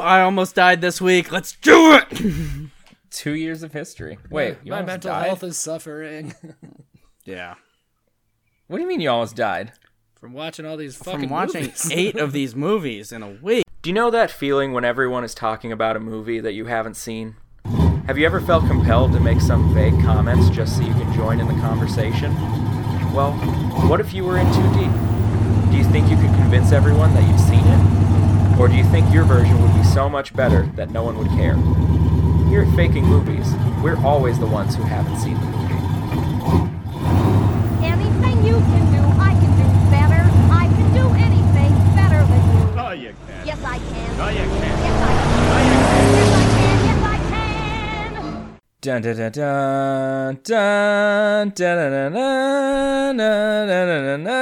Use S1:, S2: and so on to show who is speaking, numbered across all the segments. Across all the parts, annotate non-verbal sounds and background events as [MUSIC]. S1: I almost died this week. Let's do it.
S2: Two years of history. Wait, you
S3: My
S2: almost
S3: mental
S2: died?
S3: health is suffering [LAUGHS]
S1: yeah.
S2: What do you mean you almost died?
S3: from watching all these fucking
S1: From watching
S2: [LAUGHS]
S3: movies.
S1: eight of these movies in a week.
S2: Do you know that feeling when everyone is talking about a movie that you haven't seen? Have you ever felt compelled to make some vague comments just so you can join in the conversation? Well, what if you were in 2D? Do you think you could convince everyone that you've seen it? Or do you think your version would be so much better that no one would care? Here at Faking Movies, we're always the ones who haven't seen the movie.
S4: Anything you can do, I can do better. I can do anything better than you.
S5: Oh, you can.
S4: Yes, I can.
S5: Oh, you can. Oh,
S4: Yes, I can. Yes, I can. Yes, I can.
S2: Dun dun dun dun dun dun dun dun dun dun dun dun dun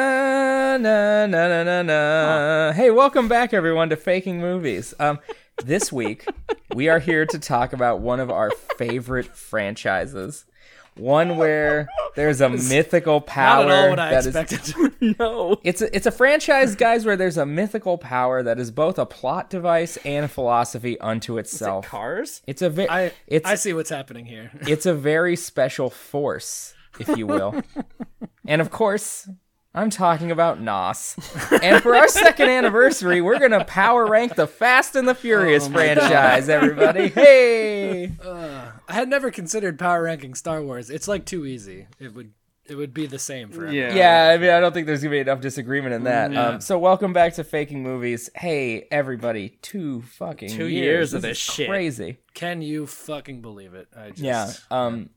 S2: dun dun dun dun Hey, welcome back everyone to Faking Movies. Um this week we are here to talk about one of our favorite franchises. One where there's a mythical
S3: Not
S2: power
S3: at all what I
S2: that is
S3: expected.
S1: [LAUGHS] No.
S2: it's a, it's a franchise, guys, where there's a mythical power that is both a plot device and a philosophy unto itself.
S1: Cars?
S2: It's a very
S3: I
S2: it's
S3: I see what's happening here. [LAUGHS]
S2: it's a very special force, if
S1: [LAUGHS]
S2: you will. and of course, I'm talking about Nos. And for our second anniversary, we're gonna power rank the Fast and the
S1: Oh
S2: Furious franchise, everybody. Hey!
S3: I had never considered power ranking Star Wars. It's like too easy. It would it would be the same for everyone.
S2: Yeah, I mean, I don't think there's gonna be enough disagreement in that. Um, so, welcome back to Faking Movies. Hey, everybody! Two fucking
S1: Two
S2: years,
S1: years of
S2: is
S1: this shit.
S2: Crazy.
S3: Can you fucking believe it? I just
S2: Yeah. Um.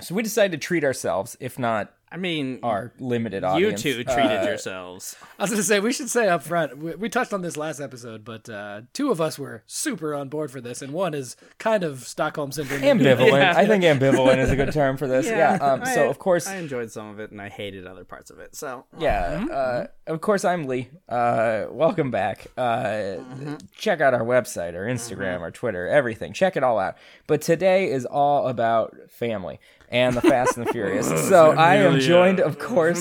S2: So we decided to treat ourselves, if not
S1: I mean,
S2: our limited
S1: you
S2: audience.
S1: two treated
S2: Uh,
S1: yourselves.
S3: I was gonna say we should say up front. We, we touched on this last episode, but uh, two of us were super on board for this, and one is kind of Stockholm syndrome.
S2: ambivalent.
S1: [LAUGHS] Yeah.
S2: I think ambivalent is a good term for this. Yeah.
S1: [LAUGHS]
S2: um, so
S1: I-
S2: of course,
S1: I enjoyed some of it and I hated other parts of it. So Mm-hmm.
S2: yeah. Uh, of course, I'm Lee. Uh, welcome back. Uh,
S1: Mm-hmm.
S2: Check out our website, our Instagram, our Twitter, everything. Check it all out. But today is all about family and the Fast and
S1: [LAUGHS]
S2: the Furious. so I am joined, of course.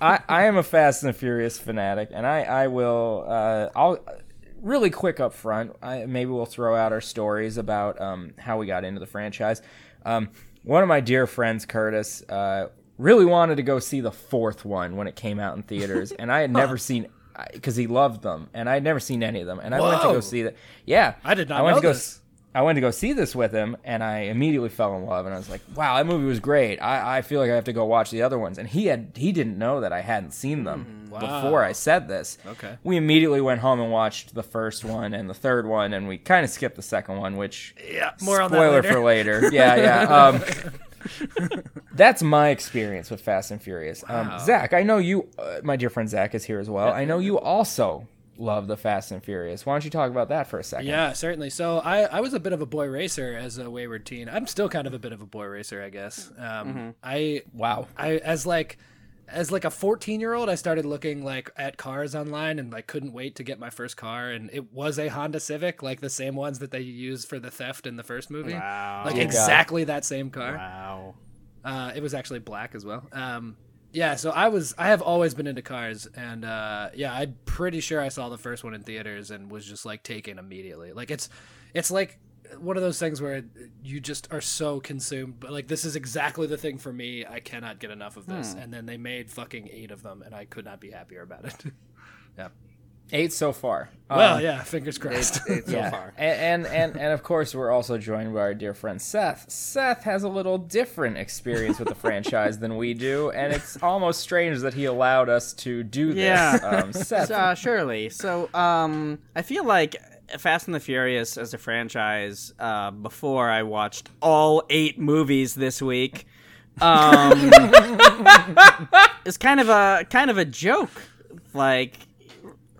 S2: I, I am a Fast and the Furious fanatic, and I I will uh, I'll really quick up front. I, maybe we'll throw out our stories about um, how we got into the franchise. Um, one of my dear friends, Curtis, uh, really wanted to go see the fourth one when it came out in theaters, and I
S3: [LAUGHS]
S2: had never seen because he loved them, and I had never seen any of them, and I went to
S3: Whoa.
S2: go see that. Yeah,
S3: I did not
S2: went
S3: know
S2: to go
S3: this.
S2: s- I went to go see this with him, and I immediately fell in love. And I was like, "Wow, that movie was great. I, I feel like I have to go watch the other ones." And he had he didn't know that I hadn't seen them before I said this.
S3: Hmm, Okay.
S2: We immediately went home and watched the first one and the third one, and we kind of skipped the second one, which
S3: [LAUGHS] Yeah, more on
S2: spoiler
S3: that later. [LAUGHS]
S2: for later. Yeah, yeah. Um, that's my experience with Fast and Furious. Um, Zach, I know you, uh, my dear friend Zach is here as well. I know
S3: [LAUGHS]
S2: you also love the Fast and Furious. Why don't you talk about that for a second?
S3: Yeah, certainly. So I, I was a bit of a boy racer as a wayward teen. I'm still kind of a bit of a boy racer, I guess. Um, I
S2: Wow.
S3: I as like as like a 14 year old, I started looking like at cars online and like couldn't wait to get my first car. And it was a Honda Civic, like the same ones that they used for the theft in the first movie.
S1: Wow.
S3: Like
S1: Dear God.
S3: exactly that same car.
S1: [LAUGHS] wow.
S3: Uh, it was actually black as well. Um, yeah, so I was I have always been into cars, and uh, yeah, I'm pretty sure I saw the first one in theaters and was just like taken immediately. Like it's it's like one of those things where you just are so consumed, but like this is exactly the thing for me. I cannot get enough of this, and then they made fucking eight of them, and I could not be happier about it. [LAUGHS]
S2: Eight so far. Um,
S3: well, yeah, fingers crossed.
S2: Uh,
S3: [LAUGHS]
S2: yeah. And, and and and of course we're also joined by our dear friend Seth. Seth has a little different experience with the franchise than we do, and it's almost strange that he allowed us to do this.
S1: Yeah.
S2: Um, Seth,
S1: Uh, surely. So, um, I feel like Fast and the Furious as a franchise. Uh, before I watched all eight movies this week, um, [LAUGHS] it's kind of a kind of a joke. Like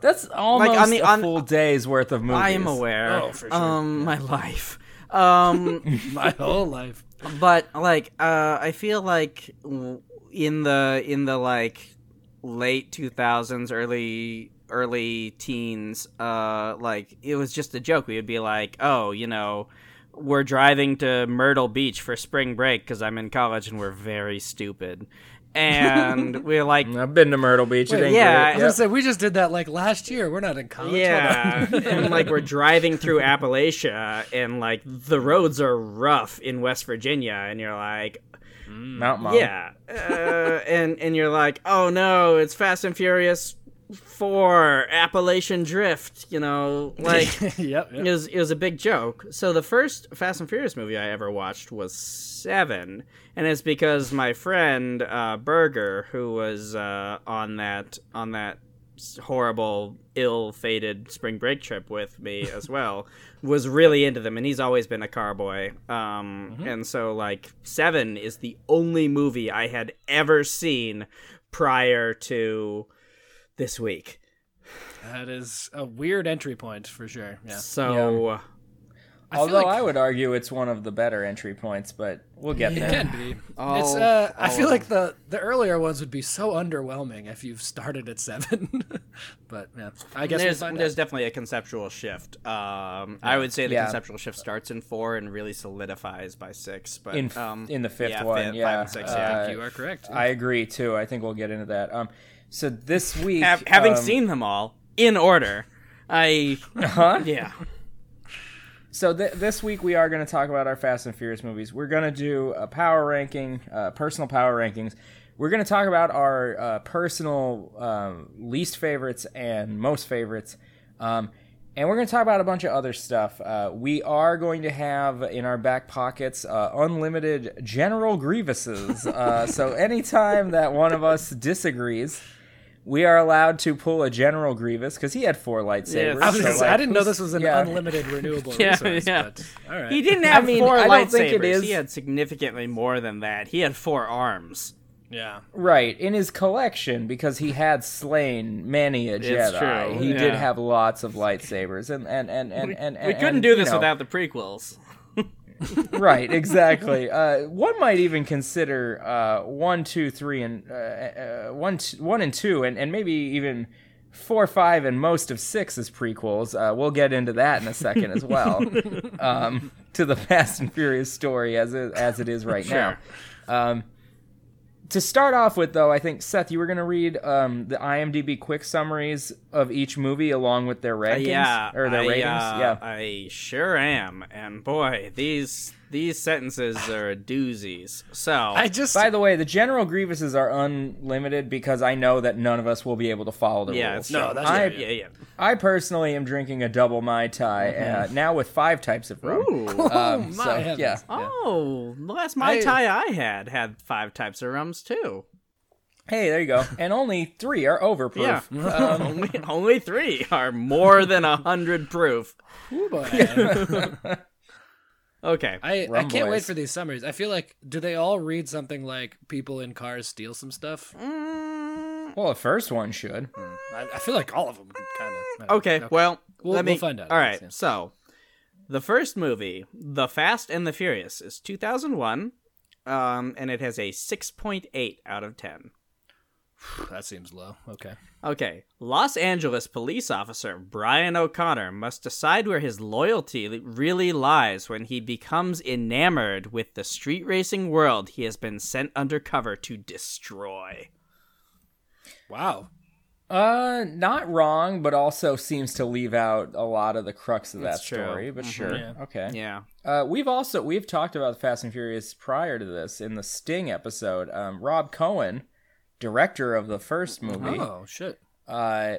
S2: that's almost
S1: on the-
S2: a
S1: on-
S2: full day's worth of movies.
S1: I am aware.
S3: Oh, for sure.
S1: Um, my life. Um,
S3: [LAUGHS] My whole life.
S1: but like uh i feel like w- in the in the like late 2000s early early teens uh like it was just a joke we would be like oh you know
S3: [LAUGHS]
S1: we're driving to myrtle beach for spring break because i'm in college and we're very stupid and we are like,
S2: I've been to Myrtle Beach. it
S3: Wait,
S2: ain't
S1: yeah,
S2: great.
S3: I was gonna say we just did that like last year. We're not in college.
S1: yeah, and like we're driving through Appalachia, and like the roads are rough in West Virginia, and you're like,
S2: Mount Mom.
S1: yeah, uh, and and you're like, oh no, it's Fast and Furious Four, Appalachian Drift, you know, like.
S3: [LAUGHS] Hold on. [LAUGHS] yep. yep.
S1: It was it was a big joke. So the first Fast and Furious movie I ever watched was Seven, and it's because my friend uh, Berger, who was uh, on that on that s- horrible, ill-fated spring break trip with me as well, was really into them, and he's always been a car boy. Um, And so like Seven is the only movie I had ever seen prior to this week.
S3: That is a weird entry point for sure. Yeah.
S1: So.
S3: I feel
S2: Although
S3: like-
S2: I would argue it's one of the better entry points, but we'll get
S3: It
S2: there.
S3: can be.
S1: All-
S3: it's. Uh, I
S1: all
S3: feel
S1: of
S3: like the the earlier ones would be so underwhelming if you've started at seven. [LAUGHS] but yeah, I guess
S1: there's
S3: we'll find
S1: there's
S3: out.
S1: definitely a conceptual shift. Um, I would say the
S2: Yeah.
S1: conceptual shift starts in four and really solidifies by six. But
S2: In f-
S1: um,
S2: in the fifth
S1: yeah,
S2: one,
S1: fi- five
S2: yeah.
S1: and six,
S2: Uh,
S1: yeah.
S3: I think you are correct.
S2: I agree too. I think we'll get into that. Um, so this week,
S1: Hav- having
S2: um,
S1: seen them all in order, I
S2: huh?
S1: [LAUGHS] yeah.
S2: So th- this week we are going to talk about our Fast and Furious movies. We're going to do a power ranking, uh, personal power rankings. We're going to talk about our uh, personal um, least favorites and most favorites, um, and we're going to talk about a bunch of other stuff. Uh, we are going to have in our back pockets uh, unlimited general grievances.
S3: [LAUGHS]
S2: uh, so anytime that one of us disagrees. We are allowed to pull a General Grievous because he had four lightsabers.
S1: I
S3: [LAUGHS] I, was
S2: so,
S3: gonna say,
S2: like,
S3: I didn't know
S2: who's-
S3: this was an
S2: yeah.
S3: unlimited renewable
S1: [LAUGHS] Yeah,
S3: resource.
S1: yeah.
S3: But, all right.
S1: He didn't have
S2: mean,
S1: four
S2: I don't
S1: lightsabers.
S2: think it is-
S1: He had significantly more than that. He had four arms.
S3: Yeah.
S2: Right, in his collection because he had slain many a Jedi.
S1: It's true,
S2: He
S1: yeah.
S2: did have lots of lightsabers, and and and and and,
S1: We
S2: and-
S1: couldn't
S2: and,
S1: do
S2: you
S1: this
S2: know,
S1: without the prequels.
S2: right, exactly. Uh, one might even consider uh, one, two, three, and uh, uh, one, t- one and two, and and maybe even four, five, and most of six as prequels. Uh, we'll get into that in a second
S1: [LAUGHS]
S2: as well. um, to the Fast and Furious story as it, as it is right now. Um, to start off with, though, I think Seth, you were going to read um, the IMDb quick summaries of each movie along with their
S1: Uh,
S2: rankings
S1: yeah,
S2: or their
S1: I,
S2: ratings.
S1: uh,
S2: yeah,
S1: I sure am. And boy, these these sentences are doozies. So
S3: I just.
S2: By the way, the general grievances are unlimited because I know that none of us will be able to follow the
S1: yeah,
S2: rules.
S1: it's
S3: No,
S1: true.
S3: that's
S1: I,
S3: right,
S1: yeah, yeah.
S2: I personally am drinking a double mai tai uh, now with five types of rum.
S1: Ooh.
S3: oh
S2: Um,
S3: my
S2: so,
S3: heavens.
S2: yeah.
S1: Oh, the last Mai
S3: I-
S1: Tai I had had five types of rums too.
S2: Hey, there you go. And only three are overproof.
S1: Yeah,
S3: [LAUGHS]
S1: [LAUGHS]
S3: Um,
S1: only, only three are more than a hundred proof.
S3: Oh, boy.
S1: Okay,
S3: I, I
S2: Rum
S3: can't wait
S2: boys.
S3: for these summaries. I feel like do they all read something like people in cars steal some stuff?
S2: Well, the first one should.
S3: I, I feel like all of them kind of.
S1: okay, Well,
S3: We'll-
S1: let me
S3: we'll find out,
S1: All
S3: I
S1: right,
S3: guess, yeah.
S1: so the first movie, The Fast and the Furious, is two thousand one, um, and it has a six point eight out of ten.
S3: that seems low. Okay.
S1: Okay. Los Angeles police officer Brian O'Connor must decide where his loyalty really lies when he becomes enamored with the street racing world he has been sent undercover to destroy.
S3: Wow.
S2: Uh, not wrong, but also seems to leave out a lot of the crux of that
S1: That's true. Mm-hmm.
S2: story. But sure,
S3: Yeah.
S2: okay.
S1: Yeah.
S2: Uh, we've also we've talked about Fast and Furious prior to this in the Sting episode. Um, Rob Cohen, director of the first movie,
S3: Oh shit.
S2: uh,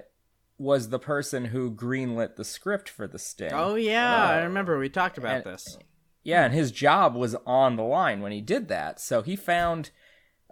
S2: was the person who greenlit the script for the Sting.
S1: Oh yeah, I remember we talked about
S2: and-
S1: this.
S2: Yeah, and his job was on the line when he did that. So he found,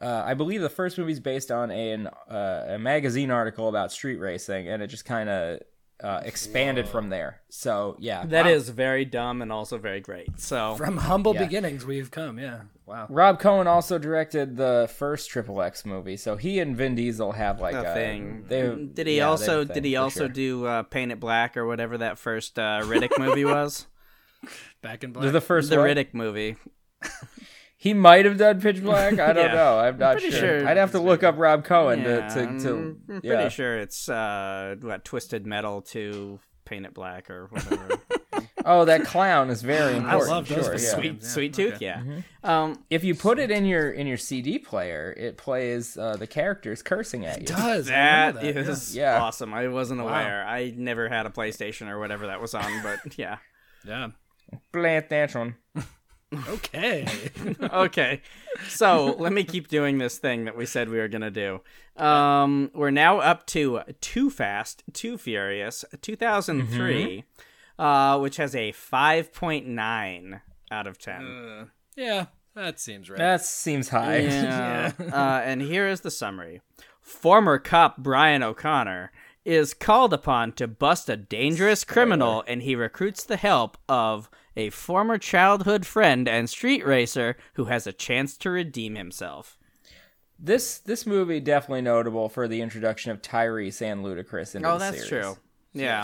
S2: uh, I believe, the first movie's based on a, an, uh, a magazine article about street racing, and it just kind of uh, expanded from there. So yeah,
S1: That is very dumb and also very great. So
S3: From humble
S2: Yeah.
S3: beginnings we've come. Yeah. Wow.
S2: Rob Cohen also directed the first Triple X movie, so he and Vin Diesel have like
S1: a
S2: a
S1: thing.
S2: They,
S1: uh, did he
S2: yeah, they have
S1: also
S2: a thing,
S1: did he
S2: for
S1: also
S2: sure.
S1: do uh, Paint It Black or whatever that first uh, [LAUGHS] Riddick movie was?
S3: Back in black.
S2: They're the first
S1: the
S2: one?
S1: Riddick movie.
S2: He might have done Pitch Black. I don't
S1: Yeah.
S2: know. I'm not
S1: pretty
S2: sure.
S1: sure
S2: I'd have to look up Rob Cohen
S1: Yeah, mm,
S2: to to, to
S1: I'm pretty
S2: yeah. [LAUGHS]
S1: sure it's uh what twisted metal to paint it black or whatever
S2: Oh, that clown
S1: [LAUGHS]
S2: is very
S3: I
S2: important.
S3: love those
S2: sure,
S3: things.
S2: yeah.
S1: Sweet,
S3: Yeah,
S1: sweet
S3: okay.
S1: tooth. Yeah.
S2: Mm-hmm.
S1: Um,
S2: If you put it in your in your CD player, it plays uh, the characters cursing at you.
S3: does I remember
S1: that
S3: yeah.
S1: is
S2: yeah. Yeah.
S1: awesome. I wasn't aware. I never had a PlayStation or whatever that was
S2: [LAUGHS]
S1: on, but yeah. [LAUGHS]
S3: yeah.
S2: Plant that one.
S3: Okay.
S1: [LAUGHS] okay. So let me keep doing this thing that we said we were going to do. Um, we're now up to Too Fast, Too Furious, 2003,
S2: Mm-hmm.
S1: uh, which has a 5.9 out of 10.
S3: Uh, yeah, that seems right.
S2: That seems
S1: [LAUGHS]
S2: high.
S1: Yeah. uh, and here is the summary Former cop Brian O'Connor is called upon to bust a dangerous criminal, and he recruits the help of. A former childhood friend and street racer who has a chance to redeem himself.
S2: [LAUGHS] This this movie definitely notable for the introduction of Tyrese and Ludacris into
S1: Oh,
S2: the
S1: that's
S2: series.
S1: true. Yeah.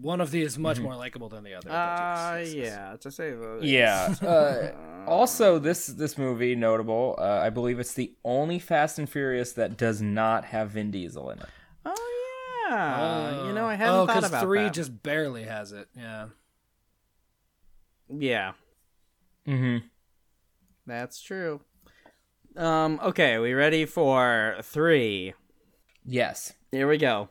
S3: One of these is much more likable than the other.
S1: Mhm. Uh,
S3: but yes, yes, yes.
S1: yeah. To say the
S2: Yeah. Uh, also, this this movie notable. Uh, I believe it's the only Fast and Furious that does not have Vin Diesel in it.
S1: Oh yeah.
S3: Uh,
S1: you know, I haven't
S3: oh,
S1: thought
S3: 'cause
S1: about
S3: three
S1: that.
S3: just barely has it. Yeah.
S1: Yeah,
S2: Mm-hmm.
S1: that's true. Um. Okay, we ready for three?
S2: Yes.
S1: Here we go.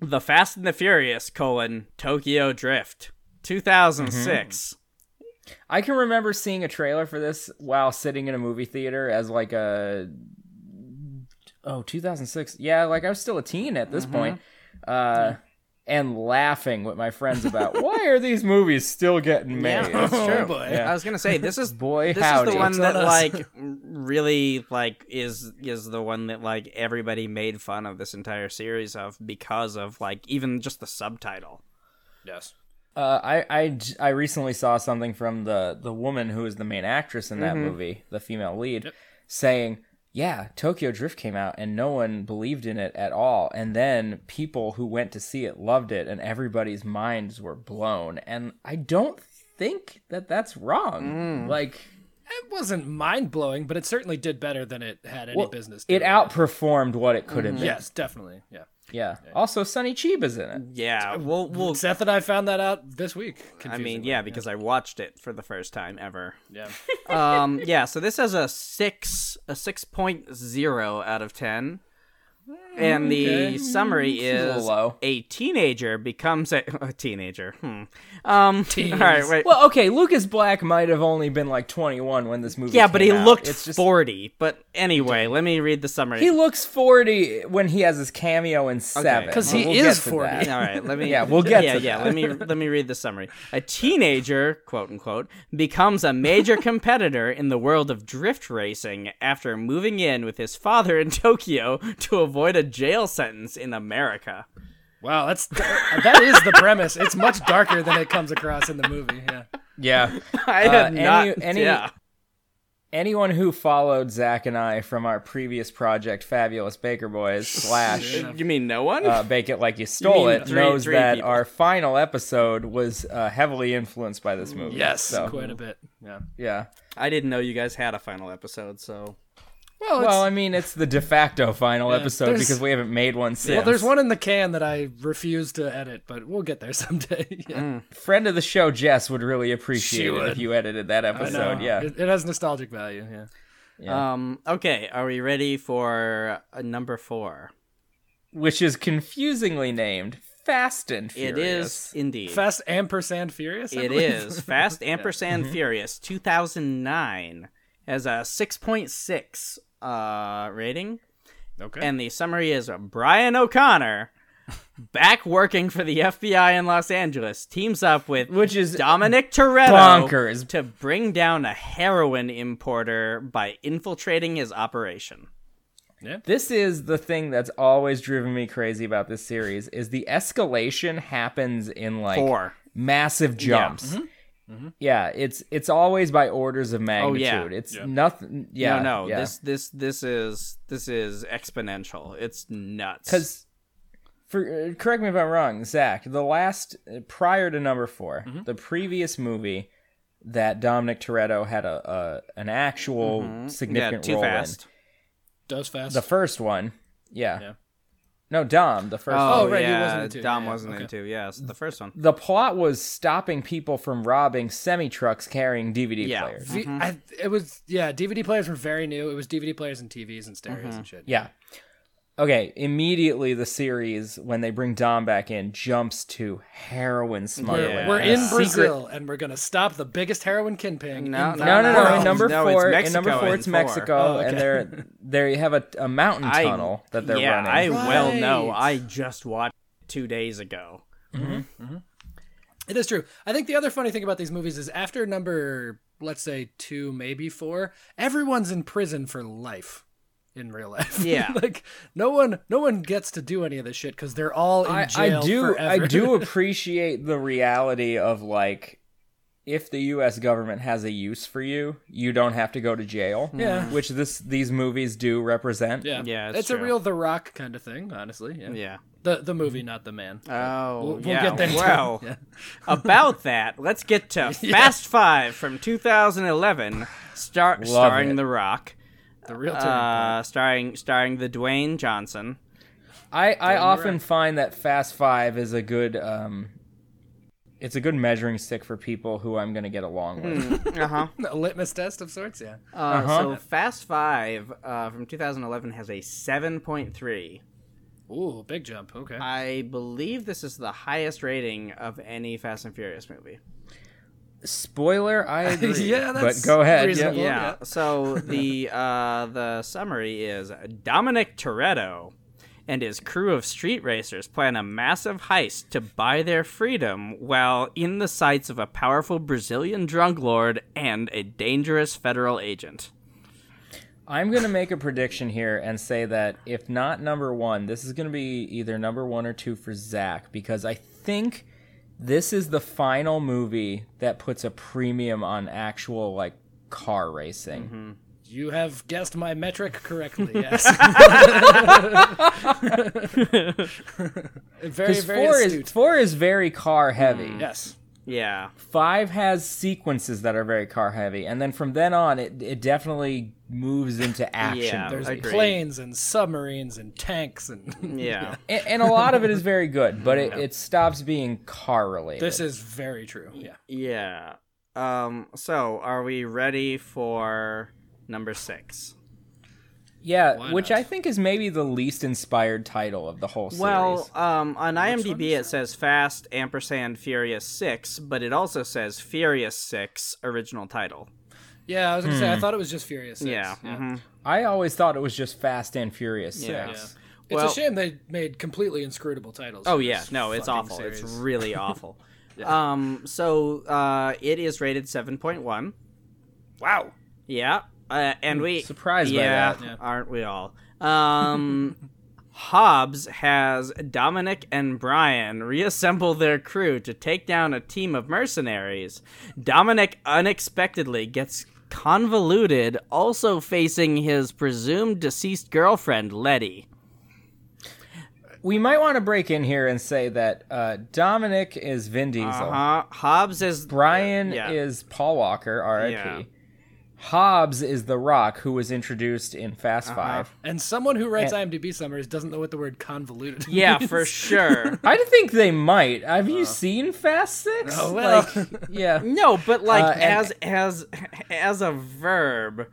S1: The Fast and the Furious: colon Tokyo Drift, two thousand six.
S2: I can remember seeing a trailer for this while sitting in a movie theater as like a oh 2006 yeah like I was still a teen at
S1: Mm-hmm.
S2: this point uh and laughing with my friends about why are these movies still getting
S1: Yeah, [LAUGHS] Oh,
S2: made
S1: that's true.
S3: boy.
S1: I was gonna say this [LAUGHS] is
S2: boy
S1: this
S2: howdy
S1: is the one
S3: It's
S1: that
S3: on us.
S1: like really like is is the one that like everybody made fun of this entire series of because of like even just the subtitle.
S3: Yes.
S2: Uh, I, I j- I recently saw something from the the woman who is the main actress in that movie, the female lead, saying, "Yeah, Tokyo Drift came out and no one believed in it at all, and then people who went to see it loved it, and everybody's minds were blown." And I don't think that that's wrong. Like,
S3: It wasn't mind blowing, but it certainly did better than it had any
S2: well,
S3: business.
S2: it
S3: doing.
S2: outperformed what it could have been.
S3: Yes, definitely. Mm-hmm. Yeah.
S2: Yeah. Also, Sonny Chiba's in it.
S1: Yeah, we'll we'll
S3: Seth and I found that out this week.
S1: I mean,
S3: confusingly.
S1: yeah, because I watched it for the first time ever.
S3: Yeah.
S1: Um, yeah, so this has a six, a six point zero out of ten, and the
S3: Okay.
S1: summary
S2: a little
S1: is
S2: low.
S1: a teenager becomes a, [LAUGHS] a teenager. Hmm. Um, [LAUGHS] all right, wait.
S2: Well, okay, Lucas Black might have only been like 21 when this movie
S1: yeah, but he
S2: came out.
S1: looked
S2: It's just-
S1: forty. But anyway, let me read the summary.
S2: He looks 40 when he has his cameo in 7.
S3: 'Cause he
S2: We'll
S3: is
S2: get to
S3: 40.
S2: that.
S1: All right, let me.
S2: Yeah, we'll
S1: [LAUGHS]
S2: get
S1: Yeah,
S2: to
S1: yeah.
S2: that.
S1: [LAUGHS] Let me let me read the summary. A teenager, quote unquote, becomes a [LAUGHS] major competitor in the world of drift racing after moving in with his father in Tokyo to avoid a jail sentence in America.
S3: Wow, that's [LAUGHS] that is the premise. It's much darker than it comes across in the movie. Yeah.
S2: Yeah.
S1: [LAUGHS] I
S2: Uh,
S1: had
S2: any-
S1: not.
S2: any-
S1: yeah.
S2: Anyone who followed Zach and I from our previous project, Fabulous Baker
S3: [LAUGHS]
S2: Boys, slash
S1: You mean no one?
S2: uh, Bake It Like You Stole
S1: mean
S2: It,
S1: three-
S2: knows
S1: three
S2: that
S1: people.
S2: our final episode was uh, heavily influenced by this movie.
S3: Yes,
S2: So,
S3: quite a bit. Yeah.
S2: yeah.
S1: I didn't know you guys had a final episode, so
S3: Well,
S2: Well, I mean, it's the de facto final episode
S3: there's-
S2: because we haven't made one since.
S3: well, there's one in the can that I refuse to edit, but we'll get there [LAUGHS] someday. Yeah.
S2: Mm, friend of the show, Jess, would really appreciate
S3: She
S2: it if
S3: would.
S2: you edited that
S3: I
S2: episode.
S3: know.
S2: Yeah.
S3: It, it has nostalgic value. Yeah.
S1: um okay, are we ready for uh, number 4?
S2: Which is confusingly named Fast and Furious.
S1: It is indeed.
S3: Fast ampersand furious. I
S1: It
S2: [LAUGHS]
S3: believe.
S1: is Fast Ampersand
S2: Mm-hmm.
S1: Furious 2009 has a 6.6 uh, rating,
S3: [LAUGHS] Okay.
S1: and the summary is Brian O'Connor, back working for the FBI in Los Angeles, teams up with
S2: Which is
S1: Dominic Toretto
S2: bonkers.
S1: to bring down a heroin importer by infiltrating his operation.
S2: This is the thing that's always driven me crazy about this series is the escalation happens in like
S1: Four. Mm-hmm.
S2: massive jumps. Yeah. it's it's always by orders of
S1: Oh,
S2: magnitude.
S1: yeah.
S2: It's nothing. Yeah,
S1: no, no,
S2: yeah.
S1: this this this is this is exponential. It's nuts.
S2: because for uh, correct me if I'm wrong, Zach. The last uh, prior to number 4
S1: Mm-hmm.
S2: the previous movie that Dominic Toretto had a, a an actual
S1: Mm-hmm. yeah,
S2: significant
S1: too
S2: role
S1: fast.
S2: in.
S3: Does fast.
S2: The first one, yeah,
S3: Yeah.
S2: No, Dom, the first one.
S3: Oh, right, he
S1: yeah, Mm.
S3: wasn't into it.
S1: Dom
S3: Yeah, yeah,
S1: wasn't
S3: okay.
S1: into. Yes, the first one.
S2: The plot was stopping people from robbing semi trucks carrying DVD
S1: Yeah.
S2: players.
S3: V-
S1: Mm-hmm.
S3: I, it was yeah. DVD players were very new. It was DVD players and TVs and stereos
S1: Mm-hmm.
S3: and shit.
S2: Yeah. Okay, immediately the series, when they bring Dom back in, jumps to heroin
S3: We're,
S2: smuggling.
S1: Yeah.
S3: we're in
S2: Oh, Secret-
S3: Brazil and we're gonna stop the biggest heroin kingpin.
S1: No,
S3: in the
S2: No, no,
S3: world.
S2: no. In
S1: No,
S2: number
S1: no, it's
S2: four, in
S1: Mexico
S2: number four,
S1: in
S2: it's
S1: four.
S2: Mexico,
S3: Oh, okay.
S2: and they're there. You have a, a mountain tunnel that they're
S1: yeah,
S2: running.
S1: I well know.
S3: Right.
S1: I just watched it two days ago.
S3: It is true. I think the other funny thing about these movies is after number, let's say two, maybe four, everyone's in prison for life in real life. [LAUGHS]
S1: Yeah.
S3: like no one, no one gets to do any of this shit because they're all in
S2: I, I
S3: jail
S2: do I
S3: forever. [LAUGHS]
S2: do appreciate the reality of like if the US government has a use for you, you don't have to go to jail.
S3: Yeah.
S2: Which this these movies do represent.
S3: Yeah,
S1: Yeah,
S3: It's,
S1: it's
S3: a
S1: true.
S3: real The Rock kind of thing, honestly. Yeah,
S1: Yeah.
S3: the the movie, not the man.
S1: Oh,
S3: We'll,
S1: [LAUGHS]
S3: we'll
S1: yeah.
S3: get there. too.
S1: Wow.
S3: [LAUGHS] Yeah.
S1: About that, let's get [LAUGHS] to Fast Five from 2011, star- starring
S2: it.
S1: The Rock,
S3: the real. turning
S1: uh, starring starring the Dwayne Johnson.
S2: I, I often find that Fast Five is a good um it's a good measuring stick for people who I'm gonna get along
S3: Hmm.
S2: with.
S1: Uh
S2: Uh-huh.
S1: huh.
S3: point. [LAUGHS] a litmus test of sorts. Yeah,
S1: Uh, So Fast Five uh, from 2011 has a 7.3.
S3: ooh, big jump. Okay,
S1: I believe this is the highest rating of any Fast and Furious movie.
S2: Spoiler,
S3: [LAUGHS]
S2: I agree.
S3: Yeah, that's
S2: but go
S1: [LAUGHS]
S2: ahead.
S3: reasonable.
S2: Yeah.
S3: Well,
S1: yeah.
S3: yeah.
S1: [LAUGHS] So the uh, the summary is Dominic Toretto and his crew of street racers plan a massive heist to buy their freedom while in the sights of a powerful Brazilian drug lord and a dangerous federal agent.
S2: I'm gonna make a prediction here and say that if not number one, this is gonna be either number one or two for Zach because I think this is the final movie that puts a premium on actual like car racing.
S3: Mm-hmm. you have guessed my
S1: [LAUGHS]
S3: metric correctly. Yes. very
S2: 'Cause
S3: very
S2: four
S3: astute. Mm-hmm.
S2: is four is very car heavy.
S3: yes.
S1: Yeah.
S2: Five has sequences that are very car heavy, and then from then on, it it definitely moves into action.
S1: Yeah.
S3: There's
S1: Agreed.
S3: planes and submarines and tanks
S1: [LAUGHS]
S3: and
S1: Yeah.
S2: And, and a lot of it is very good, but it, it stops being car related.
S3: this is very true. Yeah.
S1: Yeah. Um so are we ready for number 6?
S2: Yeah,
S3: Why
S2: which
S3: not?
S2: I think is maybe the least inspired title of the whole series.
S1: Well, um, on IMDb it says Fast ampersand Furious Six, but it also says Furious Six original title.
S3: Yeah, I was gonna say I
S2: Hmm.
S3: thought it was just Furious. Six.
S1: Yeah. mhm.
S2: I always thought it was just Fast and Furious
S1: Yeah.
S3: Yeah.
S2: 6.
S3: It's
S1: Well-
S3: a shame they made completely inscrutable titles.
S1: Oh
S3: for
S1: yeah.
S3: this
S1: No, it's
S3: fucking
S1: awful. It's
S3: series.
S1: really awful. Um. So uh, it is rated seven point one.
S3: wow.
S1: Yeah. Uh, and we
S2: surprised by
S1: yeah,
S2: that.
S3: Yeah.
S1: aren't we all? Um. Hobbs has Dominic and Brian reassemble their crew to take down a team of mercenaries. Dominic unexpectedly gets convoluted, also facing his presumed deceased girlfriend, Letty.
S2: We might want to break in here and say that uh, Dominic is Vin Diesel.
S3: Uh-huh.
S1: Uh, Hobbs is
S2: Brian
S1: Yeah.
S2: is Paul Walker, R.I.P.
S1: Yeah.
S2: Hobbs is The Rock, who was introduced in Fast
S3: Uh-huh.
S2: Five.
S3: And someone who writes IMDb summaries doesn't know what the word convoluted.
S1: Yeah,
S3: means.
S1: for sure.
S2: I think they might. Have you seen Fast Six?
S3: Uh-huh. Oh, well.
S2: Like, yeah.
S3: [LAUGHS]
S1: No, but like
S2: Uh, and-
S1: as as as a verb,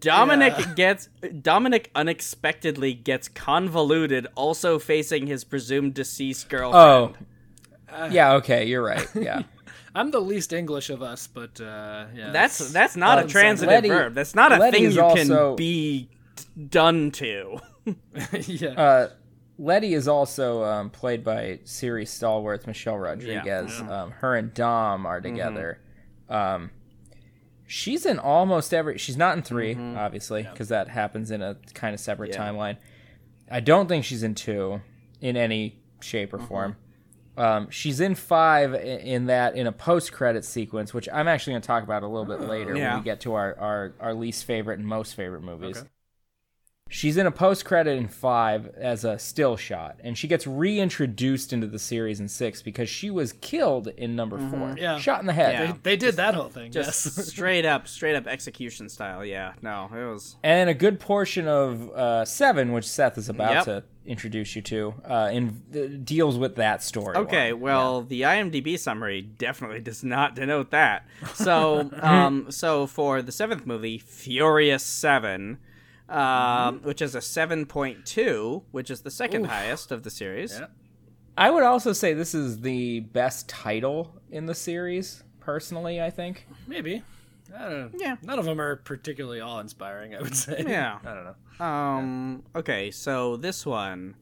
S1: Dominic gets Dominic unexpectedly gets convoluted, also facing his presumed deceased girlfriend.
S2: Oh.
S3: Uh.
S2: Yeah. Okay. You're right.
S3: [LAUGHS]
S2: Yeah.
S3: I'm the least English of us, but uh, yeah,
S1: that's that's not a
S2: um, so
S1: transitive
S2: Letty-
S1: verb. That's not a
S2: Letty
S1: thing
S2: is
S1: you
S2: also-
S1: can be done
S2: [LAUGHS]
S1: to.
S3: [LAUGHS] yeah.
S2: Uh, Letty is also um, played by Siri Stallworth, Michelle Rodriguez. Um, her and Dom are together. Um, she's in almost every. She's not in 3 obviously, because that happens in a kind of separate timeline. I don't think she's in two in any shape or form. Um, she's in five i- in that in a post credit sequence, which I'm actually going to talk about a little bit later when
S1: Yeah.
S2: we get to our, our, our least favorite and most favorite movies. She's in a post credit in five as a still shot, and she gets reintroduced into the series in six because she was killed in number four.
S3: Yeah.
S2: Shot in the head.
S1: Yeah.
S3: They did that whole thing.
S1: Just
S3: yes.
S1: straight up, straight up execution style. Yeah, no, it was.
S2: And a good portion of uh, seven, which Seth is about
S1: Yep.
S2: to introduce you to, uh, in, uh, deals with that story.
S1: Okay, well, the IMDb summary definitely does not denote that. [LAUGHS] So, um, so for the seventh movie, Furious Seven, uh, which is a seven point two, which is the second highest of the series.
S3: Yeah.
S2: I would also say this is the best title in the series, personally, I think.
S3: Maybe. I don't know.
S1: Yeah.
S3: None of them are particularly awe inspiring, I would say.
S1: Yeah.
S3: I don't know.
S1: Um. Okay. So this one,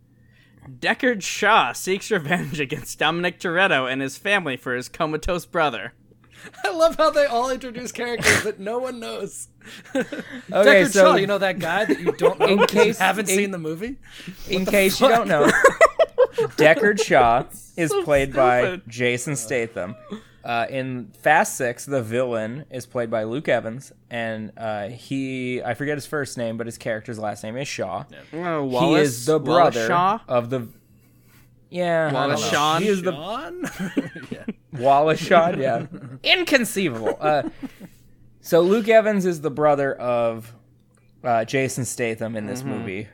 S1: Deckard Shaw seeks revenge [LAUGHS] against Dominic Toretto and his family for his comatose brother.
S3: [LAUGHS] I love how they all introduce characters that no one knows.
S2: Okay,
S3: Deckard
S2: so-
S3: Shaw, you know that guy that you [LAUGHS] don't know
S2: In
S3: because
S2: case-
S3: you haven't
S2: in-
S3: seen the movie?
S2: in case you don't know,
S1: [LAUGHS]
S2: Deckard Shaw is played by
S1: stupid.
S2: Jason Statham. Uh, in Fast Six, the villain is played by Luke Evans, and uh, he—I forget his first name, but his character's last name is Shaw.
S1: Oh,
S2: he
S1: Wallace,
S2: is the
S1: Wallace
S2: brother
S1: Shaw.
S2: of the. Yeah, I don't
S1: Wallace
S2: know.
S1: Shawn?
S2: He Uh, is the
S3: Sean? [LAUGHS] yeah.
S2: Wallace Shawn. Yeah, inconceivable. Uh, so Luke Evans is the brother of uh, Jason Statham in this movie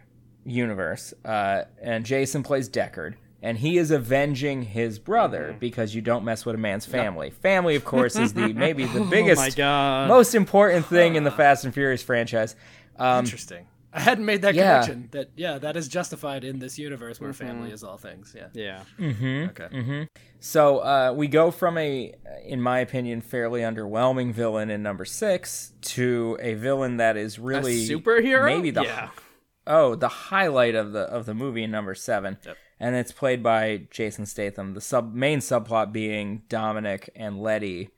S2: universe, uh, and Jason plays Deckard, and he is avenging his brother because you don't mess with a man's family. Family, of course, is the maybe the biggest,
S1: God.
S2: most important thing in the Fast and Furious franchise. Um,
S3: Interesting. I hadn't made that
S2: Yeah.
S3: connection. That yeah, that is justified in this universe where family is all things. Yeah.
S1: Yeah.
S3: Okay.
S2: So uh, we go from a, in my opinion, fairly underwhelming villain in number six to a villain that is really
S1: superhero?
S2: Maybe the
S1: Yeah.
S2: oh the highlight of the of the movie in number seven, and it's played by Jason Statham. The sub main subplot being Dominic and Letty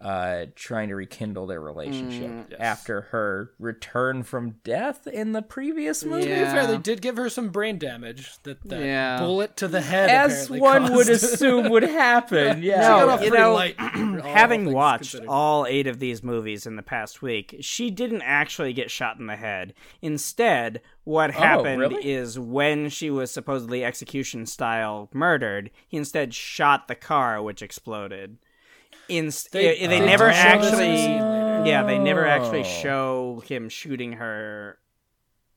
S2: uh, trying to rekindle their relationship after her return from death in the previous movie.
S3: To be fair, they
S1: Yeah.
S3: did give her some brain damage. That, that
S1: Yeah.
S3: bullet to the head,
S2: As
S3: apparently
S2: one
S3: [LAUGHS]
S2: would
S3: caused.
S2: assume would happen. Yeah.
S3: She got
S1: No,
S3: off
S1: you
S3: pretty
S1: know,
S3: light, [CLEARS THROAT] all
S1: Having
S3: things
S1: watched
S3: considered.
S1: all eight of these movies in the past week, she didn't actually get shot in the head. Instead, what
S3: Oh,
S1: happened
S2: really?
S1: is when she was supposedly execution style murdered, he instead shot the car, which exploded. In-
S3: They-
S1: they,
S3: they do
S1: never
S3: show this
S1: actually,
S3: in the scene
S1: yeah, they never actually
S2: Oh.
S1: show him shooting her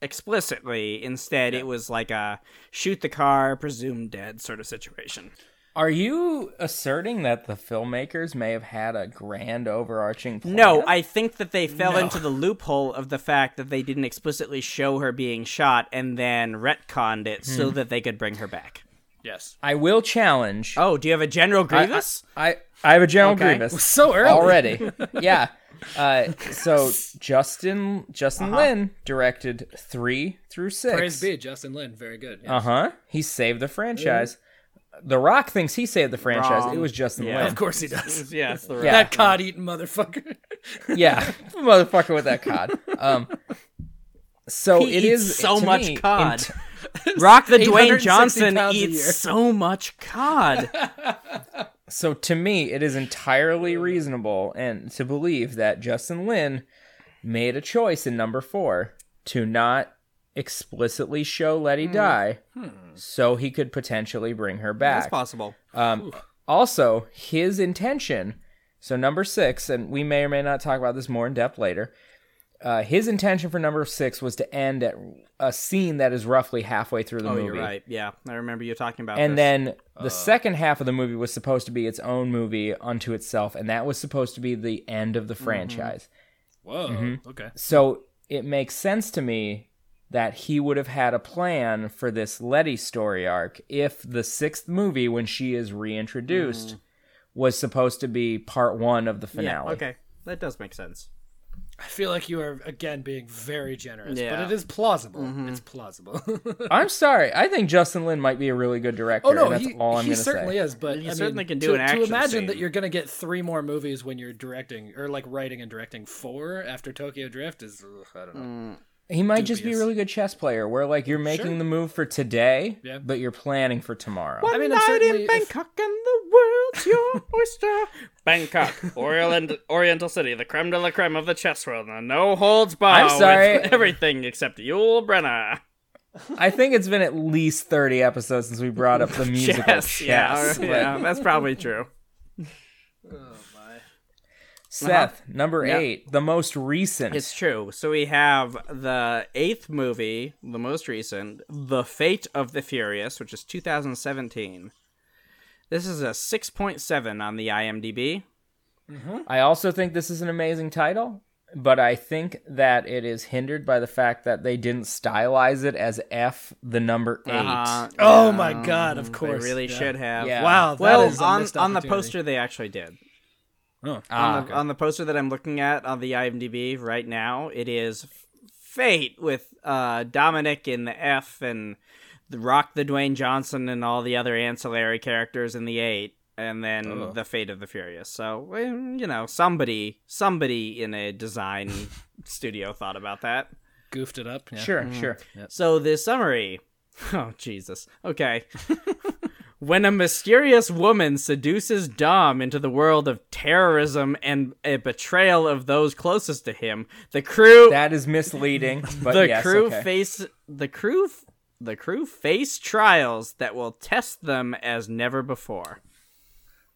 S1: explicitly. Instead, it was like a shoot the car, presumed dead sort of situation.
S2: Are you asserting that the filmmakers may have had a grand overarching plan?
S1: No, I think that they fell into the loophole of the fact that they didn't explicitly show her being shot and then retconned it so that they could bring her back.
S3: yes,
S2: I will challenge.
S1: Oh, do you have a General
S2: I-
S1: Grievous?
S2: I, I, I have a General
S1: Okay. [LAUGHS]
S2: Grievous
S3: so early
S2: already. yeah. Uh, so Justin Justin
S1: Uh-huh.
S2: Lin directed three through
S3: Praise
S2: six.
S3: be Justin Lin, very good. yes.
S2: Uh huh. He saved the franchise. The Rock thinks he saved the franchise.
S1: Wrong.
S2: It was Justin
S1: Yeah.
S2: Lin.
S3: Of course he does.
S1: yeah, it's the right.
S2: Yeah.
S3: That cod eating motherfucker.
S2: yeah,
S1: [LAUGHS]
S2: motherfucker with that cod. Um, so
S1: He
S2: Oh, it
S1: eats
S2: is
S1: so
S2: to
S1: much
S2: me, in
S1: cod. [LAUGHS] Rock the Dwayne
S3: 860
S1: Johnson
S3: pounds a year.
S1: eats so much cod.
S2: So to me, it is entirely reasonable and to believe that Justin Lin made a choice in number four to not explicitly show
S1: Hmm.
S2: Letty die, so he could potentially bring her
S1: [LAUGHS] That's
S2: back.
S1: possible.
S2: Um, also, his intention. So number six, and we may or may not talk about this more in depth later. Uh, his intention for number six was to end at a scene that is roughly halfway through the
S1: Oh,
S2: movie.
S1: you're right. Yeah, I remember you talking about
S2: And
S1: this.
S2: then
S3: Uh.
S2: the second half of the movie was supposed to be its own movie unto itself, and that was supposed to be the end of the
S3: Mm-hmm.
S2: franchise.
S3: Whoa.
S1: Mm-hmm.
S3: Okay.
S2: So it makes sense to me that he would have had a plan for this Letty story arc if the sixth movie, when she is reintroduced,
S3: Mm-hmm.
S2: was supposed to be part one of the
S1: yeah,
S2: finale.
S1: okay, that does make sense.
S3: I feel like you are again being very generous,
S1: Yeah. Mm-hmm.
S3: but it is plausible. It's plausible.
S2: [LAUGHS]
S3: [LAUGHS]
S2: I'm sorry. I think Justin Lin might be a really good director.
S3: oh no,
S2: and that's
S3: he,
S2: all I'm
S3: he
S2: going to
S3: certainly
S2: say.
S3: is. But
S1: He
S3: I
S1: certainly
S3: mean,
S1: can do
S3: to,
S1: an action
S3: To imagine that
S1: scene.
S3: you're going to get three more
S1: Mm,
S3: movies when you're directing or like writing and directing four after Tokyo Drift is ugh, I don't know.
S2: He might just be a
S3: Dubious.
S2: really good chess player where like you're making the move for today,
S3: Yeah.
S2: but you're planning for tomorrow.
S1: One
S3: I mean, I'm
S1: night
S3: certainly-
S1: in
S3: if-
S1: Bangkok and the world's [LAUGHS] your oyster. Bangkok, Orient, Oriental City, the creme de la creme of the chess world, and no holds barred.
S2: I'm sorry.
S1: with everything except Yul Brenner.
S2: I think it's been at least 30 episodes since we brought up the musical
S1: Chess,
S2: chess.
S1: yeah,
S2: Like,
S1: yeah, [LAUGHS] that's probably true.
S2: Seth, number
S1: Uh-huh. Yeah.
S2: 8, the most recent.
S1: It's true. So we have the eighth movie, the most recent, The Fate of the Furious, which is 2017. This is a 6.7 on the IMDb.
S2: I also think this is an amazing title, but I think that it is hindered by the fact that they didn't stylize it as F the number 8.
S1: Uh,
S3: Oh
S1: yeah,
S3: my God, of course,
S1: mm, They really
S3: yeah.
S1: should have.
S2: Yeah.
S3: Wow. that
S1: Well,
S3: is a
S1: on,
S3: missed
S1: on the
S3: opportunity.
S1: poster, they actually did.
S3: Oh.
S2: Ah,
S1: on, the, on the poster that I'm looking at on the IMDb right now, it is F- Fate with uh, Dominic in the F and the Rock the Dwayne Johnson and all the other ancillary characters in the eight, and then
S3: Uh-huh.
S2: Oh.
S1: the Fate of the Furious. So well, you know, somebody, somebody in a
S3: [LAUGHS]
S1: design studio thought about that.
S3: Goofed it up. Yeah.
S2: Sure,
S1: Mm.
S2: sure.
S1: So the summary. [LAUGHS] Oh Jesus.
S3: [LAUGHS]
S1: Okay. when a mysterious woman seduces Dom into the world of terrorism and a betrayal of those closest to him, the crew
S2: That is
S1: [LAUGHS]
S2: misleading, but
S1: the
S2: yes,
S1: crew
S2: okay.
S1: face the crew f- the crew face trials that will test them as never before.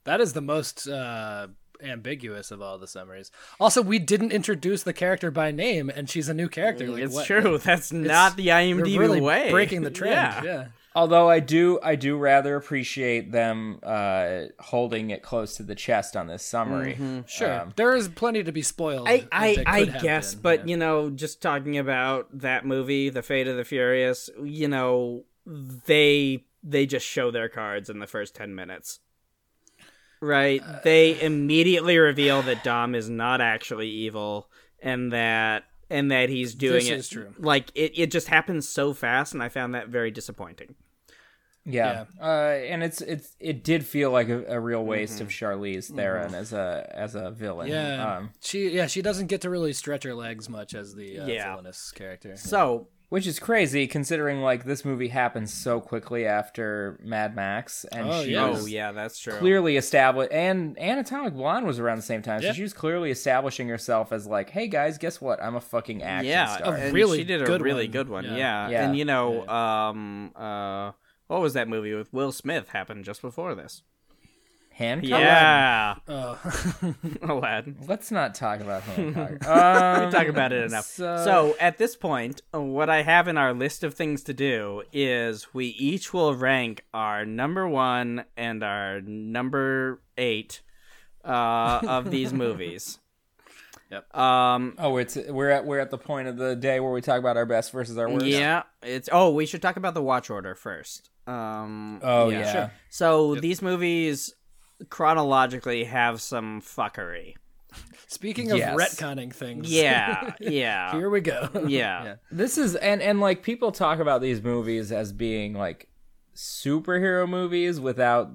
S3: That is the most uh, ambiguous of all the summaries. Also, we didn't introduce the character by name, and she's a new character. Like,
S1: it's
S3: what?
S1: true. That's not the
S3: They're
S1: IMDb
S3: really
S1: way.
S3: breaking
S1: [LAUGHS]
S3: the trend.
S1: Yeah.
S3: Yeah.
S2: Although I do, I do rather appreciate them uh, holding it close to the chest on this summary.
S1: Mm-hmm.
S3: Sure.
S2: Um,
S3: there is plenty to be spoiled.
S1: I
S3: that
S1: I,
S3: could
S1: I
S3: have
S1: guess,
S3: been,
S1: but
S3: yeah.
S1: you know, just talking about that movie, The Fate of the Furious, you know, they they just show their cards in the first ten minutes. Right?
S3: Uh,
S1: they immediately reveal that Dom is not actually evil and that and that he's doing
S3: This
S1: it
S3: is true.
S1: like it, it just happens so fast and I found that very disappointing.
S2: Yeah, Uh, and it's it's it did feel like a, a real waste of Charlize Theron as a as a villain.
S3: Mm-hmm. Yeah,
S2: um,
S3: she yeah she doesn't get to really stretch her legs much as the uh,
S1: Yeah.
S3: villainous character.
S1: So
S2: which is crazy considering like this movie happens so quickly after Mad Max, and
S3: Oh,
S2: she
S3: yeah.
S2: was
S1: Oh yeah, that's true.
S2: clearly established. And Anatomic Blonde was around the same time, so
S3: Yeah.
S2: she was clearly establishing herself as like, hey guys, guess what? I'm a fucking action
S1: yeah,
S2: star.
S1: and
S3: really
S1: she did a
S3: good
S1: really
S3: one.
S1: good one. Yeah.
S3: Yeah.
S2: Yeah.
S1: and you know, um, uh, what was that movie with Will Smith? Happened just before this.
S2: Hancock.
S1: Yeah,
S3: Oh. [LAUGHS]
S1: Aladdin. [LAUGHS]
S2: Let's not talk about Hancock. um,
S1: We talk about it enough. So,
S2: So,
S1: at this point, what I have in our list of things to do is we each will rank our number one and our number eight uh, of these movies.
S3: Yep.
S1: Um,
S2: oh, it's we're at we're at the point of the day where we talk about our best versus our worst.
S1: Yeah, it's oh, we should talk about the watch order first. Um,
S2: Oh, yeah. Sure.
S1: So these movies chronologically have some
S2: [LAUGHS]
S1: fuckery.
S3: Speaking of
S2: Yes.
S3: retconning things,
S1: Yeah, yeah,
S3: here we go. [LAUGHS]
S1: yeah.
S2: This is and and like people talk about these movies as being like superhero movies without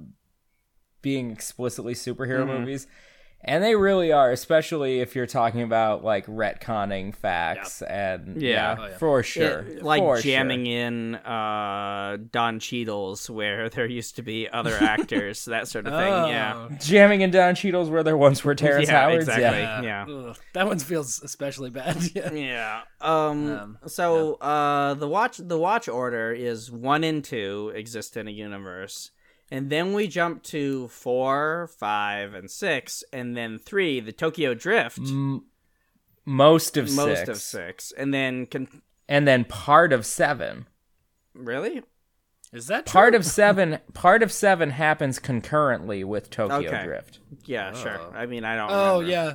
S2: being explicitly superhero
S1: Mm-hmm.
S2: movies. And they really are, especially if you're talking about like retconning facts and
S1: Yeah.
S2: yeah,
S3: Oh, yeah.
S2: for sure,
S1: It- like
S2: For
S1: jamming
S2: sure.
S1: in uh, Don Cheadle's where [LAUGHS] there used to be other
S2: [LAUGHS]
S1: actors, that sort of thing. Yeah,
S3: Oh.
S2: jamming in Don Cheadle's where there once were
S1: [LAUGHS]
S2: Terrence
S1: Yeah,
S2: Howard's.
S1: exactly.
S2: Yeah,
S3: Yeah.
S1: Yeah.
S3: Ugh, that one feels especially bad. [LAUGHS]
S2: Oh.
S3: Yeah.
S1: yeah. Um,
S3: Um,
S1: so uh, the watch the watch order is one and two exist in a universe, and then we jump to four, five, and six, and then three, the Tokyo Drift.
S2: M- most of
S1: most
S2: Mm, six,
S1: of six, and then con-
S2: and then part of seven.
S1: really
S3: Is that
S2: Part of seven, part of seven happens concurrently with Tokyo
S1: Okay.
S2: Drift.
S1: yeah, sure.
S3: Oh.
S1: I mean, I don't.
S3: True? Oh
S1: remember.
S3: yeah,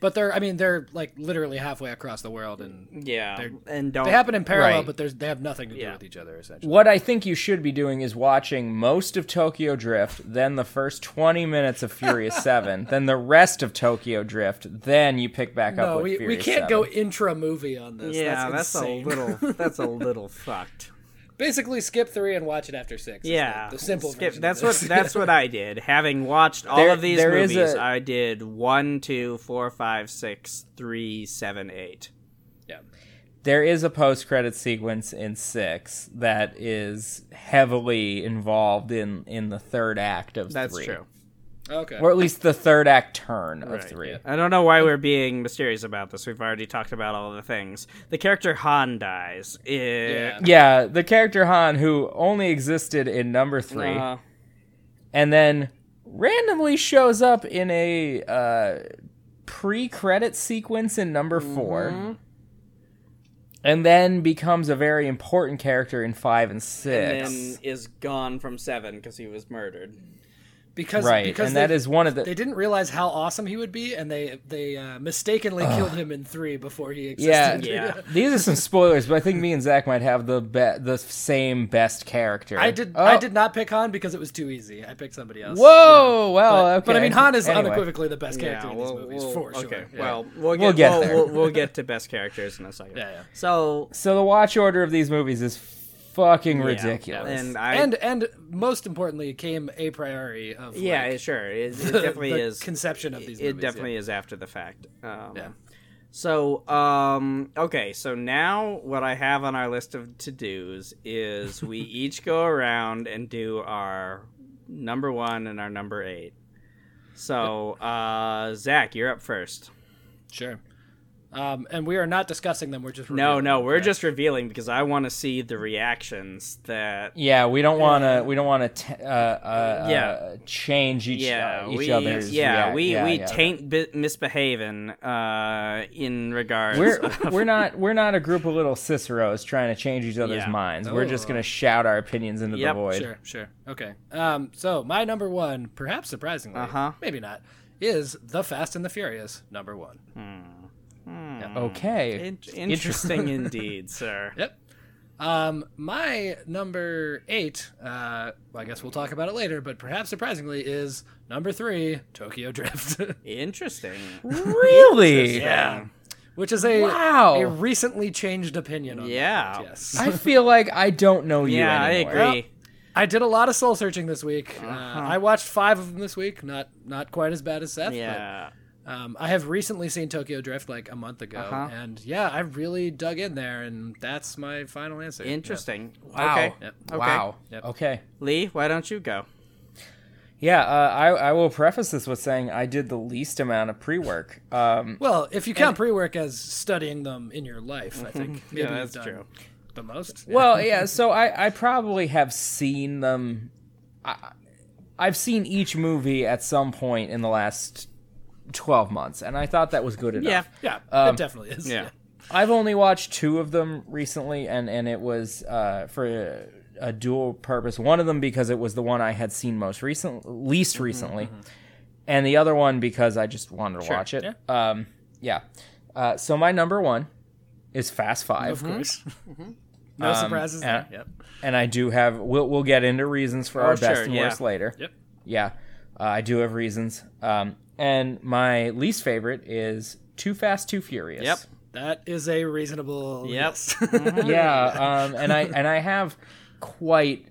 S3: but they're I mean they're like literally halfway across the world and
S1: yeah,
S3: They're-
S1: and don't
S3: they happen in parallel,
S2: Right.
S3: but there's they have nothing to do
S1: Yeah.
S3: with each other essentially.
S2: What I think you should be doing is watching most of Tokyo Drift, then the first 20 minutes of
S3: [LAUGHS]
S2: Furious 7, then the rest of Tokyo Drift, then you pick back up
S3: No,
S2: with
S3: we, we
S2: Furious 7.
S3: can't go intra movie on this.
S1: Yeah, that's,
S3: that's,
S1: a
S3: insane.
S1: little. That's a little fucked.
S3: [LAUGHS] Basically, skip three and watch it after six. is
S1: Yeah,
S3: the, the simple
S1: skip.
S3: version of
S1: That's what.
S3: this.
S1: That's what I did. Having watched all
S2: There-
S1: of these
S2: there is
S1: movies,
S2: a-
S1: I did one, two, four, five, six, three, seven, eight.
S3: [LAUGHS] yeah.
S2: there is a post credit sequence in six that is heavily involved in in the third act of
S1: That's
S2: three.
S1: true.
S3: Okay.
S2: Or at least the third act turn of
S3: Right,
S2: three.
S3: yeah.
S1: I don't know why we're being mysterious about this. We've already talked about all the things. The character Han dies. Eh,
S3: Yeah.
S2: Yeah, the character Han, who only existed in number three,
S1: uh,
S2: and then randomly shows up in a uh, pre-credit sequence in number
S3: Mm-hmm.
S2: 4 and then becomes a very important character in five and
S1: and
S2: six.
S1: then is gone from seven because he was murdered.
S3: because
S2: right,
S3: because
S2: and
S3: they,
S2: that is one of the
S3: they didn't realize how awesome he would be, and they they uh, mistakenly killed him in three before he existed. [LAUGHS]
S2: Yeah.
S1: Yeah.
S2: [LAUGHS] These are some spoilers, but I think me and Zach might have the be- the same best character.
S3: I did.
S2: Oh,
S3: I did not pick Han because it was too easy. I picked somebody else.
S2: Whoa!
S1: Oh,
S2: Well,
S3: But,
S2: okay.
S3: but I mean, Han is
S2: Anyway.
S3: unequivocally the best character in these movies for sure.
S1: Okay,
S3: Yeah.
S1: well, we'll get, we'll
S2: We'll get
S1: get we'll,
S2: there.
S1: We'll, get to best characters in a second.
S3: Yeah, yeah.
S1: So
S2: So the watch order of these movies is fucking
S1: yeah,
S2: ridiculous.
S1: and I
S3: and and most importantly, came a priori of
S1: yeah,
S3: like,
S1: it, sure, it, it
S3: [LAUGHS] the-
S1: definitely
S3: the
S1: is.
S3: conception of these.
S1: it
S3: movies,
S1: definitely is after the fact. Um,
S3: Yeah.
S1: So, um, okay, so now what I have on our list of to dos is
S3: [LAUGHS]
S1: we each go around and do our number one and our number eight. So, uh, Zach, you're up first.
S3: yeah. sure. Um, and we are not discussing them. We're just
S1: No,
S3: reviewing
S1: no,
S3: them,
S1: we're
S3: yeah.
S1: just revealing because I want to see the reactions that.
S2: yeah, we don't want to. We don't want to. T- uh, uh,
S1: Yeah.
S2: uh, change each
S1: Yeah,
S2: uh, each
S1: we
S2: other's.
S1: yeah,
S2: reac-
S1: we
S2: yeah,
S1: we
S2: yeah.
S1: taint bi- misbehaving uh, in regards. [LAUGHS]
S2: [LAUGHS] We're we're not we're not a group of little ciceros trying to change each other's
S1: Yeah.
S2: minds. We're just
S3: Oh.
S2: gonna shout our opinions into the
S1: Yep,
S2: void.
S3: Sure, sure. Okay. Um, so my number one, perhaps surprisingly,
S1: Uh-huh.
S3: maybe not, is The Fast and the Furious, number one.
S1: [LAUGHS]
S2: Okay.
S1: In- Mm. interesting indeed, sir.
S3: Yep. Um, my number eight, uh, well, I guess we'll talk about it later, but perhaps surprisingly, is number three, Tokyo Drift. [LAUGHS]
S2: [LAUGHS]
S1: Interesting.
S2: Really?
S3: yeah. Which is a
S2: Wow.
S3: a recently changed opinion on that,
S1: Yeah.
S3: yes.
S2: I feel like I don't know you
S1: Yeah, I
S2: anymore.
S1: agree.
S3: I did a lot of soul searching this week. uh
S1: Uh-huh.
S3: I watched five of them this week. Not not quite as bad as Seth. But,
S1: yeah.
S3: um, I have recently seen Tokyo Drift like a month ago,
S1: Uh-huh.
S3: and yeah, I really dug in there, and that's my final answer.
S1: Interesting.
S2: Wow.
S1: Okay.
S3: Yep.
S1: Okay.
S2: Wow.
S3: Yep.
S2: Okay.
S1: Lee, why don't you go?
S2: Yeah, uh, I, I will preface this with saying I did the least amount of pre work. Um,
S3: Well, if you count pre work as studying them in your life, I think maybe
S1: Mm-hmm. Yeah,
S3: you've
S1: that's
S3: done
S1: true.
S3: the most.
S2: well, yeah, so I, I probably have seen them. I, I've seen each movie at some point in the last 12 months, and I thought that was good enough.
S1: Yeah.
S3: yeah, it definitely is.
S1: um, Yeah.
S2: I've only watched two of them recently, and and it was uh, for a, a dual purpose. One of them because it was the one I had seen most recent, least recently, and the other one because I just wanted to watch it. Yeah. Um, yeah. Uh, so my number one is Fast Five,
S1: Mm-hmm.
S3: of course. No
S1: Um,
S3: surprises.
S2: yeah.
S3: there. Yep.
S2: and I do have. We'll we'll get into reasons for our best
S1: Oh, sure,
S2: and
S1: yeah.
S2: worst later.
S3: Yep.
S2: Yeah, uh, I do have reasons. Um, and my least favorite is Too Fast, Too Furious.
S1: Yep.
S3: That is a reasonable.
S1: Yep.
S2: [LAUGHS]
S1: Mm-hmm.
S2: yeah, um, and I and I have quite.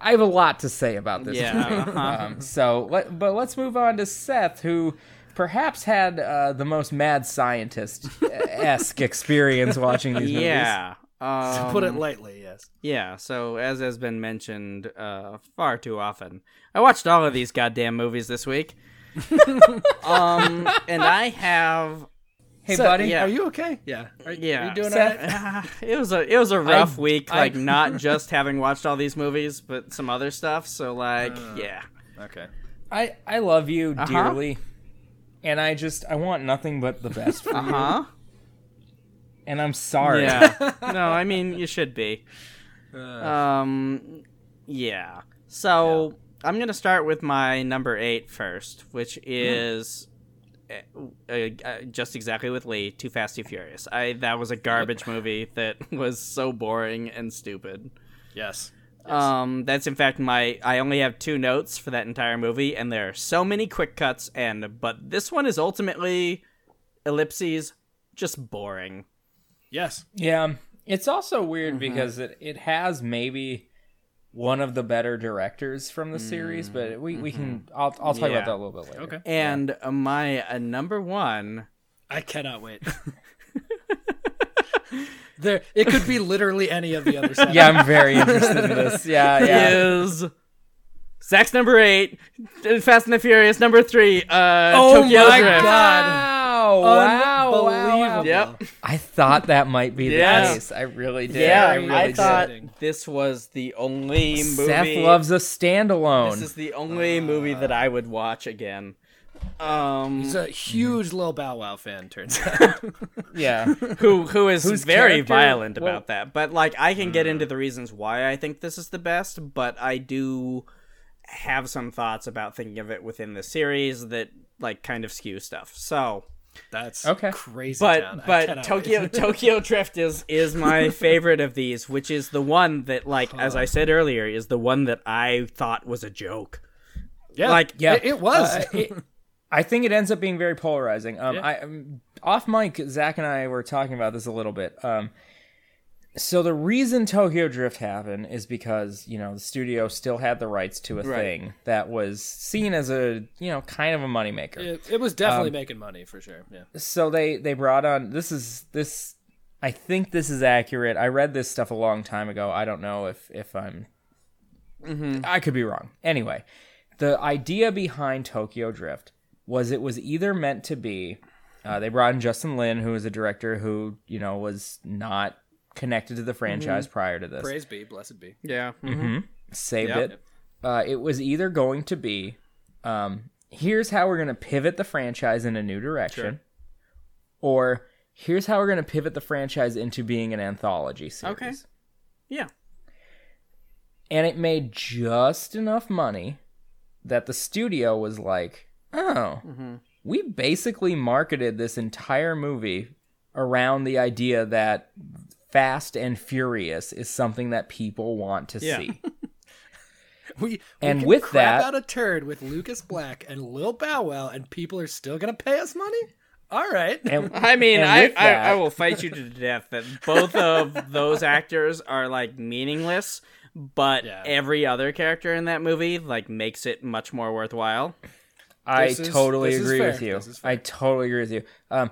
S2: I have a lot to say about this.
S1: Yeah.
S2: movie.
S1: [LAUGHS] uh-huh.
S2: Um, so, let, but let's move on to Seth, who perhaps had uh, the most mad scientist esque [LAUGHS] experience watching these movies.
S1: Yeah. [LAUGHS]
S3: To put it
S1: um,
S3: lightly, yes.
S1: yeah, so as has been mentioned uh, far too often, I watched all of these goddamn movies this
S2: [LAUGHS]
S1: week. um, and I have
S2: Hey,
S3: So,
S2: buddy.
S1: yeah.
S3: Are you okay? Yeah. Are,
S1: Yeah.
S3: Are you doing
S2: Seth-
S3: all right?
S1: Ah, [SIGHS] it was a it was a rough
S2: I-
S1: week,
S2: I-
S1: like
S2: [LAUGHS]
S1: not just having watched all these movies, but some other stuff. So like,
S2: Uh.
S1: yeah,
S3: Okay.
S2: I I love you
S1: Uh-huh.
S2: dearly, and I just I want nothing but the
S1: [LAUGHS]
S2: best for
S1: uh
S2: you.
S1: huh,
S2: And I'm sorry.
S1: yeah. No, I mean you should be. Um, yeah. So I'm gonna start with my number eight first, which is. eh, Uh, uh, just exactly with Lee, Too Fast, Too Furious. I that was a garbage movie that [LAUGHS] was so boring and stupid.
S3: Yes.
S1: Um, that's in fact my. I only have two notes for that entire movie, and there are so many quick cuts. And but this one is ultimately ellipses, just boring.
S3: Yes.
S2: [LAUGHS] Yeah. It's also weird because it, it has maybe one of the better directors from the series, but we, we can I'll I'll talk
S1: Yeah.
S2: about that a little bit later.
S3: Okay.
S1: And [LAUGHS] uh, my uh, number one.
S3: [LAUGHS] I cannot wait. There, it could be literally any of the [LAUGHS] other seven.
S2: Yeah, I'm very interested in this. Yeah, yeah.
S1: is Zach's number eight, uh, Fast and the Furious number three. Uh,
S3: Oh
S1: Tokyo
S3: my
S1: Drift.
S3: God.
S2: Wow, wow, wow.
S3: Unbelievable.
S1: Yep.
S2: I thought that might be the
S1: Yes.
S2: case. I really did.
S1: Yeah,
S2: I
S1: I,
S2: really did.
S1: thought
S3: did.
S1: this was the only movie.
S2: Seth loves a standalone.
S1: This is [LAUGHS] the only movie that I would watch again. Um,
S3: He's a huge Lil Bow Wow fan, turns [LAUGHS] out.
S2: yeah.
S1: who who is
S2: whose
S1: very
S2: character-
S1: violent
S2: well-
S1: about that. But like, I can get
S3: Mm.
S1: into the reasons why I think this is the best, but I do have some thoughts about thinking of it within the series that like kind of skew stuff. So,
S3: That's
S2: Okay.
S3: crazy. town.
S1: but
S3: I
S1: but
S3: cannot
S1: Tokyo
S3: wait. [LAUGHS]
S1: Tokyo Drift is is my favorite of these, which is the one that like as I said earlier is the one that I thought was a joke.
S3: yeah,
S1: like,
S2: Yeah.
S3: it, it was.
S2: Uh, it- I think it ends up being very polarizing. Um,
S3: Yeah.
S2: I um, off mic, Zach and I were talking about this a little bit. Um, so the reason Tokyo Drift happened is because you know the studio still had the rights to a
S1: Right.
S2: thing that was seen as a you know kind of a moneymaker.
S3: it, it was
S2: um,
S3: definitely making money for sure. Yeah,
S2: so they they brought on this is this i think this is accurate i read this stuff a long time ago i don't know if if i'm i could be wrong anyway the idea behind tokyo drift was it was either meant to be uh, they brought in justin lin who is a director who you know was not connected to the franchise prior to this
S3: praise be, blessed be.
S1: Yeah.
S2: saved
S1: Yep.
S2: it. Uh, it was either going to be um, here's how we're going to pivot the franchise in a new direction, or here's how we're going to pivot the franchise into being an anthology series.
S1: Okay. Yeah.
S2: And it made just enough money that the studio was like, oh,
S1: Mm-hmm.
S2: we basically marketed this entire movie around the idea that Fast and Furious is something that people want to
S1: Yeah. [LAUGHS]
S2: see.
S3: We, we
S2: And
S3: can
S2: with
S3: crap
S2: that-
S3: out a turd with Lucas Black and Lil Bow Wow, and people are still gonna pay us money. All right.
S2: And
S1: I mean,
S2: And
S1: I,
S2: with
S1: I,
S2: that-
S1: I will fight you to death that both of those actors are like meaningless, but
S3: Yeah.
S1: every other character in that movie like makes it much more worthwhile.
S2: I
S3: This is-
S2: totally
S3: this is
S2: agree
S3: fair.
S2: with you.
S3: This is fair.
S2: I totally agree with you. Um,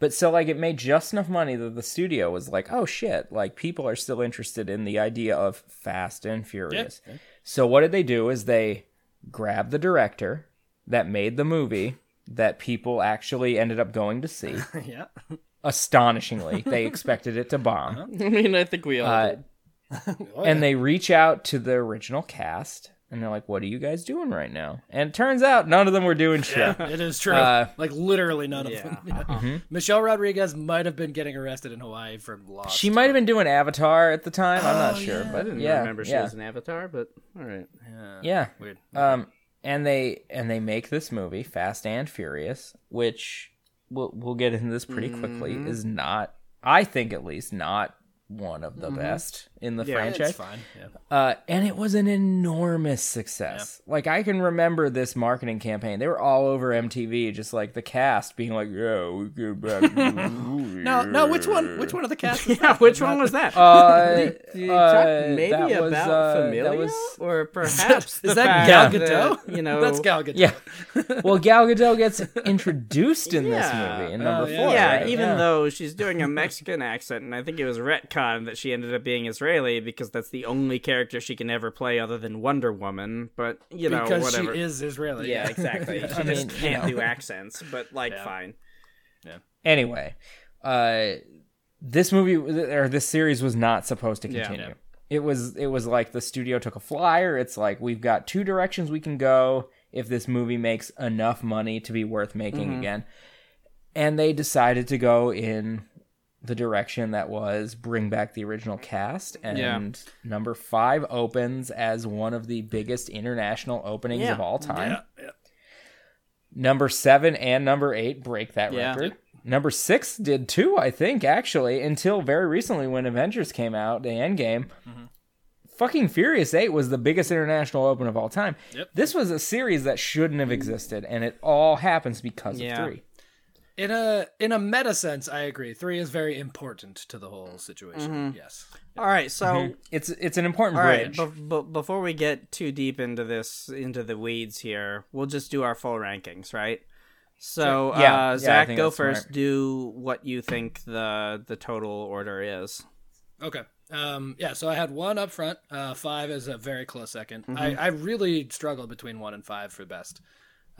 S2: but so like it made just enough money that the studio was like, oh shit, like people are still interested in the idea of Fast and Furious. So what did they do is they grabbed the director that made the movie that people actually ended up going to see.
S3: [LAUGHS] [LAUGHS] yeah.
S2: Astonishingly,
S3: [LAUGHS]
S2: they expected it to bomb.
S1: I mean, I think we all
S2: Uh,
S1: did.
S2: and they reach out to the original cast and they're like, what are you guys doing right now? And it turns out none of them were doing shit.
S3: It is true.
S2: Uh,
S3: like literally none of them. [LAUGHS]
S1: Yeah.
S2: Mm-hmm.
S3: Michelle Rodriguez might have been getting arrested in Hawaii for lost.
S2: She might have been doing Avatar at the time. I'm
S3: Oh,
S2: not sure, but
S1: I didn't
S2: yeah,
S1: remember she
S2: yeah,
S1: was an avatar, but all right.
S2: yeah.
S3: Weird.
S2: Um, and they and they make this movie Fast and Furious, which we'll we'll get into this pretty quickly.
S3: Mm-hmm.
S2: Is not, I think at least, not one of
S3: Mm-hmm.
S2: the best in the
S3: It's
S2: franchise.
S3: fine. Yeah.
S2: Uh, and it was an enormous success. Like I can remember this marketing campaign. They were all over MTV, just like the cast being like, "Yeah, we get back." to the movie."
S3: [LAUGHS] No, no. Which one? Which one of the cast?
S1: [LAUGHS]
S3: was
S1: Yeah,
S3: that?
S1: which one was that?
S2: Uh,
S1: Did you
S2: uh,
S1: talk maybe
S2: that
S1: about
S2: was, uh,
S1: Familia,
S2: That was
S1: [LAUGHS] or
S3: that-
S1: perhaps
S3: Is
S1: the
S3: that Gal
S1: fact [LAUGHS]
S3: Gadot?
S1: that, you know,
S3: that's Gal Gadot.
S2: Yeah. Well, Gal Gadot
S1: [LAUGHS]
S2: gets introduced in
S1: Yeah. Oh,
S2: this movie in number
S3: yeah.
S2: four.
S1: Yeah,
S2: right?
S1: even
S2: Yeah.
S1: though she's doing [LAUGHS] a Mexican accent, and I think it was retcon that she ended up being Israeli because that's the only character she can ever play other than Wonder Woman. But you know,
S3: because
S1: whatever.
S3: she is Israeli.
S1: yeah, [LAUGHS] exactly. She
S2: mean,
S1: just
S2: you
S1: can't
S2: know.
S1: do accents, but like,
S3: Yeah.
S1: fine.
S2: Anyway, uh, this movie or this series was not supposed to
S1: Yeah.
S2: continue. It was it was like the studio took a flyer. It's like we've got two directions we can go if this movie makes enough money to be worth making
S1: Mm-hmm.
S2: again. And they decided to go in the direction that was bring back the original cast and
S1: Yeah.
S2: number 5 opens as one of the biggest international openings
S1: Yeah.
S2: of all time.
S3: Yeah, yeah.
S2: Number seven and number eight break that
S1: Yeah.
S2: record. Number six did too, I think, actually, until very recently when Avengers came out, the Endgame. Fucking Furious 8 was the biggest international open of all time.
S3: Yep.
S2: This was a series that shouldn't have existed, and it all happens because
S1: Yeah.
S2: of three.
S3: In a in a meta sense, I agree. Three is very important to the whole situation.
S1: Mm-hmm.
S3: Yes.
S1: All right, so
S2: It's it's an important
S1: all right,
S2: bridge.
S1: but before we get too deep into this, into the weeds here, we'll just do our full rankings, right? So
S2: Sure. Yeah, yeah,
S1: uh,
S2: I
S1: Zach,
S2: think
S1: go
S2: that's smart.
S1: first. Do what you think the the total order is.
S3: Okay. Um, yeah, so I had one up front. Uh, five is a very close 2nd I,
S1: Mm-hmm.
S3: I really struggled between one and five for best.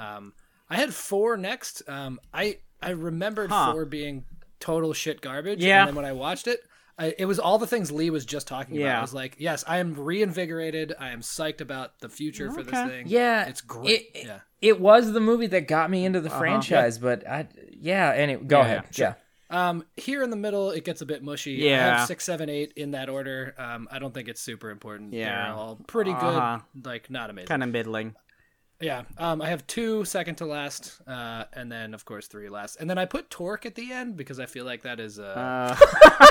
S3: Um, I had four next. Um, I I remembered
S1: Huh.
S3: four being total shit garbage.
S1: Yeah.
S3: And then when I watched it, I, it was all the things Lee was just talking about.
S1: Yeah.
S3: I was like, yes, I am reinvigorated. I am psyched about the future for this
S1: Okay.
S3: thing.
S2: Yeah,
S3: It's great.
S2: It,
S3: yeah.
S2: it was the movie that got me into the
S1: Uh-huh.
S2: franchise, but I yeah. And it, go
S1: Yeah,
S2: ahead, yeah.
S3: Um, here in the middle, it gets a bit mushy. I
S1: Yeah.
S3: have six, seven, eight in that order. Um, I don't think it's super important.
S1: Yeah.
S3: They're all pretty good.
S1: Uh-huh.
S3: Like not amazing.
S1: Kind of middling.
S3: Yeah, um, I have two second to last, uh, and then of course three last, and then I put Torque at the end because I feel like that is uh,
S1: Uh,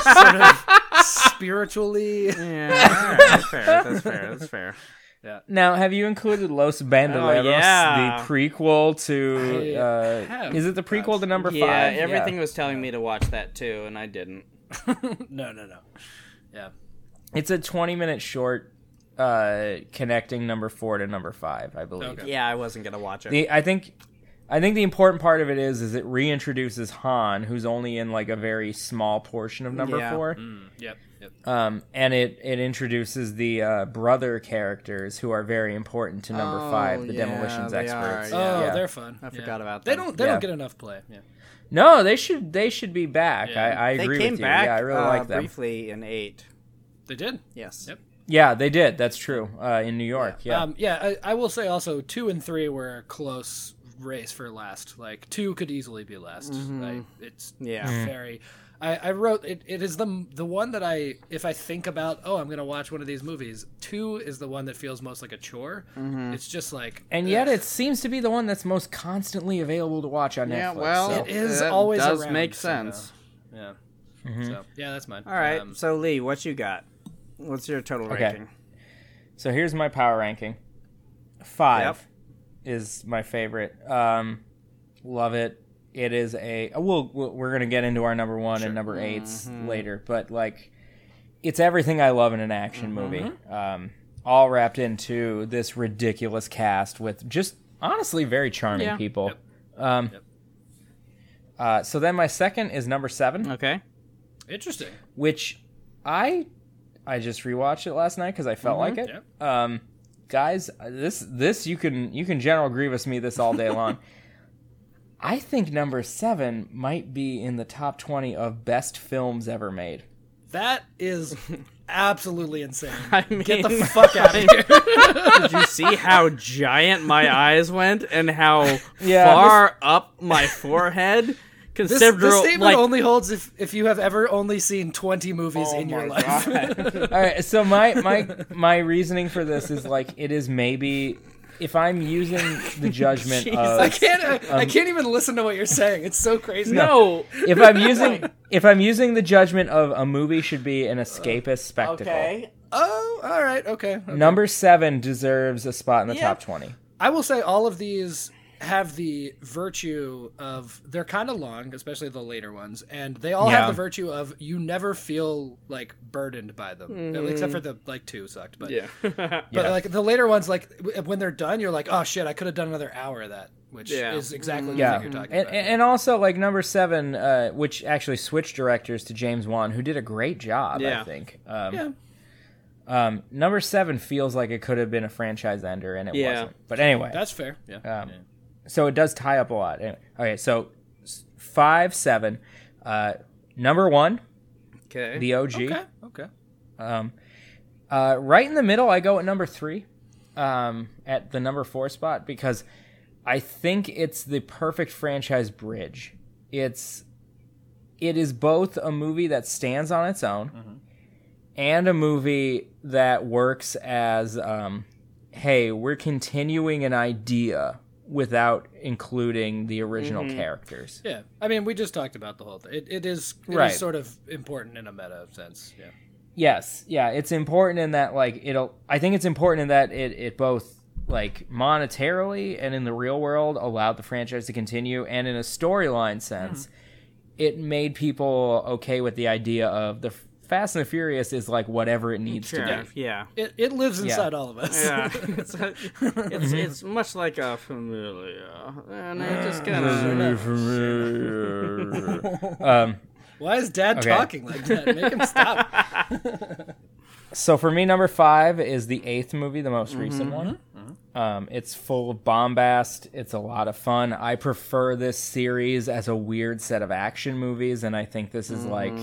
S3: [LAUGHS] sort of spiritually. [LAUGHS]
S1: yeah, all right, that's fair. That's fair. [LAUGHS] That's fair.
S2: Now, have you included Los Bandoleros,
S1: Oh, yeah.
S2: the prequel to?
S3: I
S2: Uh,
S3: have,
S2: is it the prequel to Number
S1: yeah,
S2: Five?
S1: everything was telling me to watch that too, and I didn't.
S3: no, no, no. Yeah,
S2: It's a twenty-minute short uh, connecting Number Four to Number Five, I believe.
S3: Okay.
S1: Yeah, I wasn't gonna watch it.
S2: The I think I think the important part of it is is it reintroduces Han, who's only in like a very small portion of number
S1: Yeah.
S2: four,
S3: Mm, yep, yep.
S1: Uh,
S2: um, and it it introduces the uh, brother characters who are very important to number
S1: Oh,
S2: five, the
S1: yeah,
S2: demolitions
S1: they
S2: experts.
S1: are, yeah.
S3: Oh,
S2: Yeah.
S3: they're fun.
S1: I
S3: Yeah.
S1: forgot about
S3: They
S1: them.
S3: don't. They
S2: Yeah.
S3: don't get enough play. Yeah.
S2: No, they should they should be back.
S3: Yeah.
S2: I, I
S1: they
S2: agree
S1: came
S2: with you.
S1: back
S2: yeah, I really
S1: uh,
S2: like them.
S1: briefly in eight.
S3: They did.
S1: Yes.
S3: Yep.
S2: Yeah, they did. That's true. Uh, in New York, yeah.
S3: Um, yeah, I, I will say also two and three were a close race for last. Like two could easily be last. Like, it's
S1: Mm-hmm. Yeah.
S3: very. I, I wrote it. It is the the one that I if I think about oh I'm gonna watch one of these movies. Two is the one that feels most like a chore.
S1: Mm-hmm.
S3: It's just like
S2: and yet,
S3: ugh.
S2: it seems to be the one that's most constantly available to watch on Netflix. so-
S3: It is that always
S1: does
S3: does around,
S1: make
S3: make
S1: sense.
S3: sense. yeah. So yeah, that's mine.
S1: All right,
S3: Um,
S1: so Lee, what you got? What's your total
S2: Okay.
S1: ranking?
S2: So here's my power ranking. Five is my favorite. Um, love it. It is a. uh, We'll, we'll- we're gonna get into our number one and number 8s
S3: Mm-hmm.
S2: later, but like, it's everything I love in an
S3: Mm-hmm.
S2: action movie. Um, all wrapped into this ridiculous cast with just honestly very charming
S1: Yeah.
S2: people.
S3: Yep.
S2: Um,
S3: Yep.
S2: uh, so then my second is number seven
S1: Okay.
S3: interesting.
S2: which I I just rewatched it last night because I felt like it. Um, guys, this this you can you can General Grievous me this all day long. I think number seven might be in the top twenty of best films ever made.
S3: That
S1: [LAUGHS]
S3: is absolutely insane.
S1: I mean,
S3: Get the
S1: [LAUGHS]
S3: fuck out of here.
S1: did you see how giant [LAUGHS] my eyes went and how
S2: Yeah,
S1: far up my [LAUGHS] forehead?
S3: This,
S1: Consider
S3: this statement
S1: like
S3: only holds if, if you have ever only seen 20 movies
S1: Oh
S3: in your life.
S2: All right, so my my my reasoning for this is like it is maybe if I'm using the judgment of
S3: I can't I, I can't even listen to what you're saying. It's so
S1: [LAUGHS]
S3: crazy.
S1: no.
S2: if I'm using if I'm using the judgment of a movie should be an escapist spectacle.
S3: Oh, all right. Okay. okay.
S2: Number seven deserves a spot in the
S1: Yeah.
S2: top twenty.
S3: I will say all of these have the virtue of they're kind of long, especially the later ones, and they all
S2: Yeah.
S3: have the virtue of you never feel like burdened by them, except for the like two sucked,
S1: [LAUGHS]
S3: but
S1: Yeah.
S3: But like the later ones, like w- when they're done, you're like, oh shit, I could have done another hour of that, which
S1: Yeah.
S3: is exactly the
S2: Yeah,
S3: thing you're talking
S2: and,
S3: about.
S2: and also like number seven, uh, which actually switched directors to James Wan, who did a great job. I
S1: Yeah.
S2: think. Um,
S3: Yeah.
S2: um, number seven feels like it could have been a franchise ender, and it
S1: Yeah.
S2: wasn't. But anyway,
S3: That's fair. Yeah.
S2: um, so it does tie up a lot. Anyway, okay, so s- five, seven, uh, number one,
S1: Okay.
S2: the OG.
S3: okay. Okay.
S2: Um, uh, right in the middle, I go at number three, um, at the number four spot because I think it's the perfect franchise bridge. It's it is both a movie that stands on its own and a movie that works as um, hey, we're continuing an idea without including the original characters.
S3: Yeah, I mean, we just talked about the whole thing. It, it is it is
S2: Right.
S3: sort of important in a meta sense. Yeah,
S2: Yes, yeah, it's important in that like it'll. I think it's important in that it it both like monetarily and in the real world allowed the franchise to continue, and in a storyline sense, it made people okay with the idea of the f- Fast and the Furious is like whatever it needs
S1: Sure.
S2: to be.
S1: Yeah. [LAUGHS] Yeah.
S3: It, it lives inside all of us.
S1: it's, uh, it's, it's much like a familiar, and I just kind of
S2: um,
S3: [LAUGHS] Why is Dad
S2: Okay.
S3: talking like that? Make him stop.
S1: [LAUGHS]
S2: so for me, number five is the eighth movie, the
S1: Mm-hmm.
S2: most recent one. Um, it's full of bombast. It's a lot of fun. I prefer this series as a weird set of action movies, and I think this is
S1: Mm-hmm.
S2: like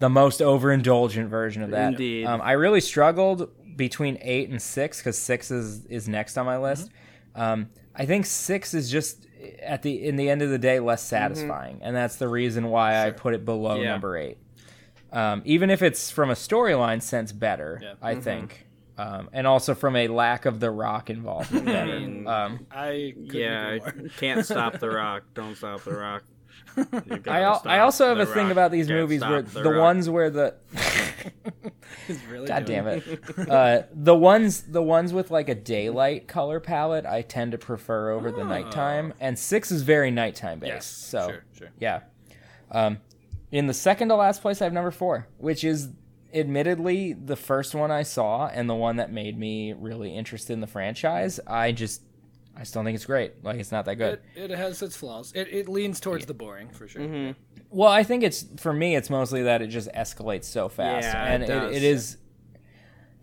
S2: the most overindulgent version of that.
S1: Indeed.
S2: Um, I really struggled between eight and six because six is is next on my
S1: Mm-hmm.
S2: list. Um, I think six is just at the in the end of the day less satisfying, and that's the reason why I put it below
S1: Mm-hmm. Yeah.
S2: number eight. Um, even if it's from a storyline sense, better
S3: Yeah.
S1: Mm-hmm.
S2: I think, um, and also from a lack of the rock
S1: [LAUGHS]
S2: involvement. better. um,
S3: I couldn't
S1: [LAUGHS] yeah,
S3: agree more.
S1: can't stop the rock. Don't stop the rock.
S2: [LAUGHS]
S1: You gotta
S2: I al-
S1: stop
S2: I also have
S1: The
S2: a thing
S1: Rock.
S2: about these
S1: Can't
S2: movies
S1: stop
S2: where the
S1: Rock.
S2: ones
S1: [LAUGHS]
S2: where the
S3: [LAUGHS] He's really
S2: God
S3: doing
S2: damn [LAUGHS]
S3: [LAUGHS]
S2: it. Uh, the ones the ones with like a daylight color palette I tend to prefer over
S1: Ah.
S2: the nighttime. And six is very nighttime based.
S3: Yes,
S2: so
S3: sure, sure.
S2: yeah. Um, in the second to last place I have number four, which is admittedly the first one I saw and the one that made me really interested in the franchise. I just I still think it's great. Like it's not that good.
S3: It, it has its flaws. It, it leans towards the boring for sure.
S1: Mm-hmm.
S2: Well, I think it's for me. It's mostly that it just escalates so fast,
S1: Yeah,
S2: and
S1: it
S2: it,
S1: does.
S2: it is.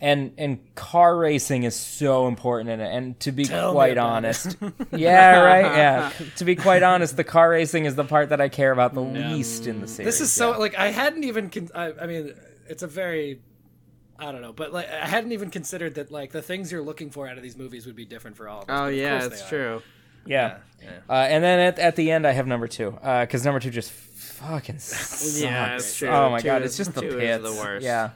S2: And and car racing is so important in it. And to be
S3: Tell me
S2: quite
S3: about [LAUGHS]
S2: honest, yeah, right, yeah. To be quite honest, the car racing is the part that I care about the least in the series.
S3: This is so
S2: yeah.
S3: like I hadn't even. Con- I, I mean, it's a very. I don't know, but like I hadn't even considered that like the things you're looking for out of these movies would be different for all. Of us,
S1: Oh
S3: but of
S1: yeah,
S3: course
S1: it's
S3: they are.
S1: true.
S2: yeah. Uh, and then at, at the end, I have number two because number two just
S1: [LAUGHS]
S2: fucking sucks.
S1: Yeah, it's true.
S2: Oh my
S1: Two
S2: god,
S1: is-
S2: it's just the
S1: two
S2: pits.
S1: Is the worst.
S2: Yeah.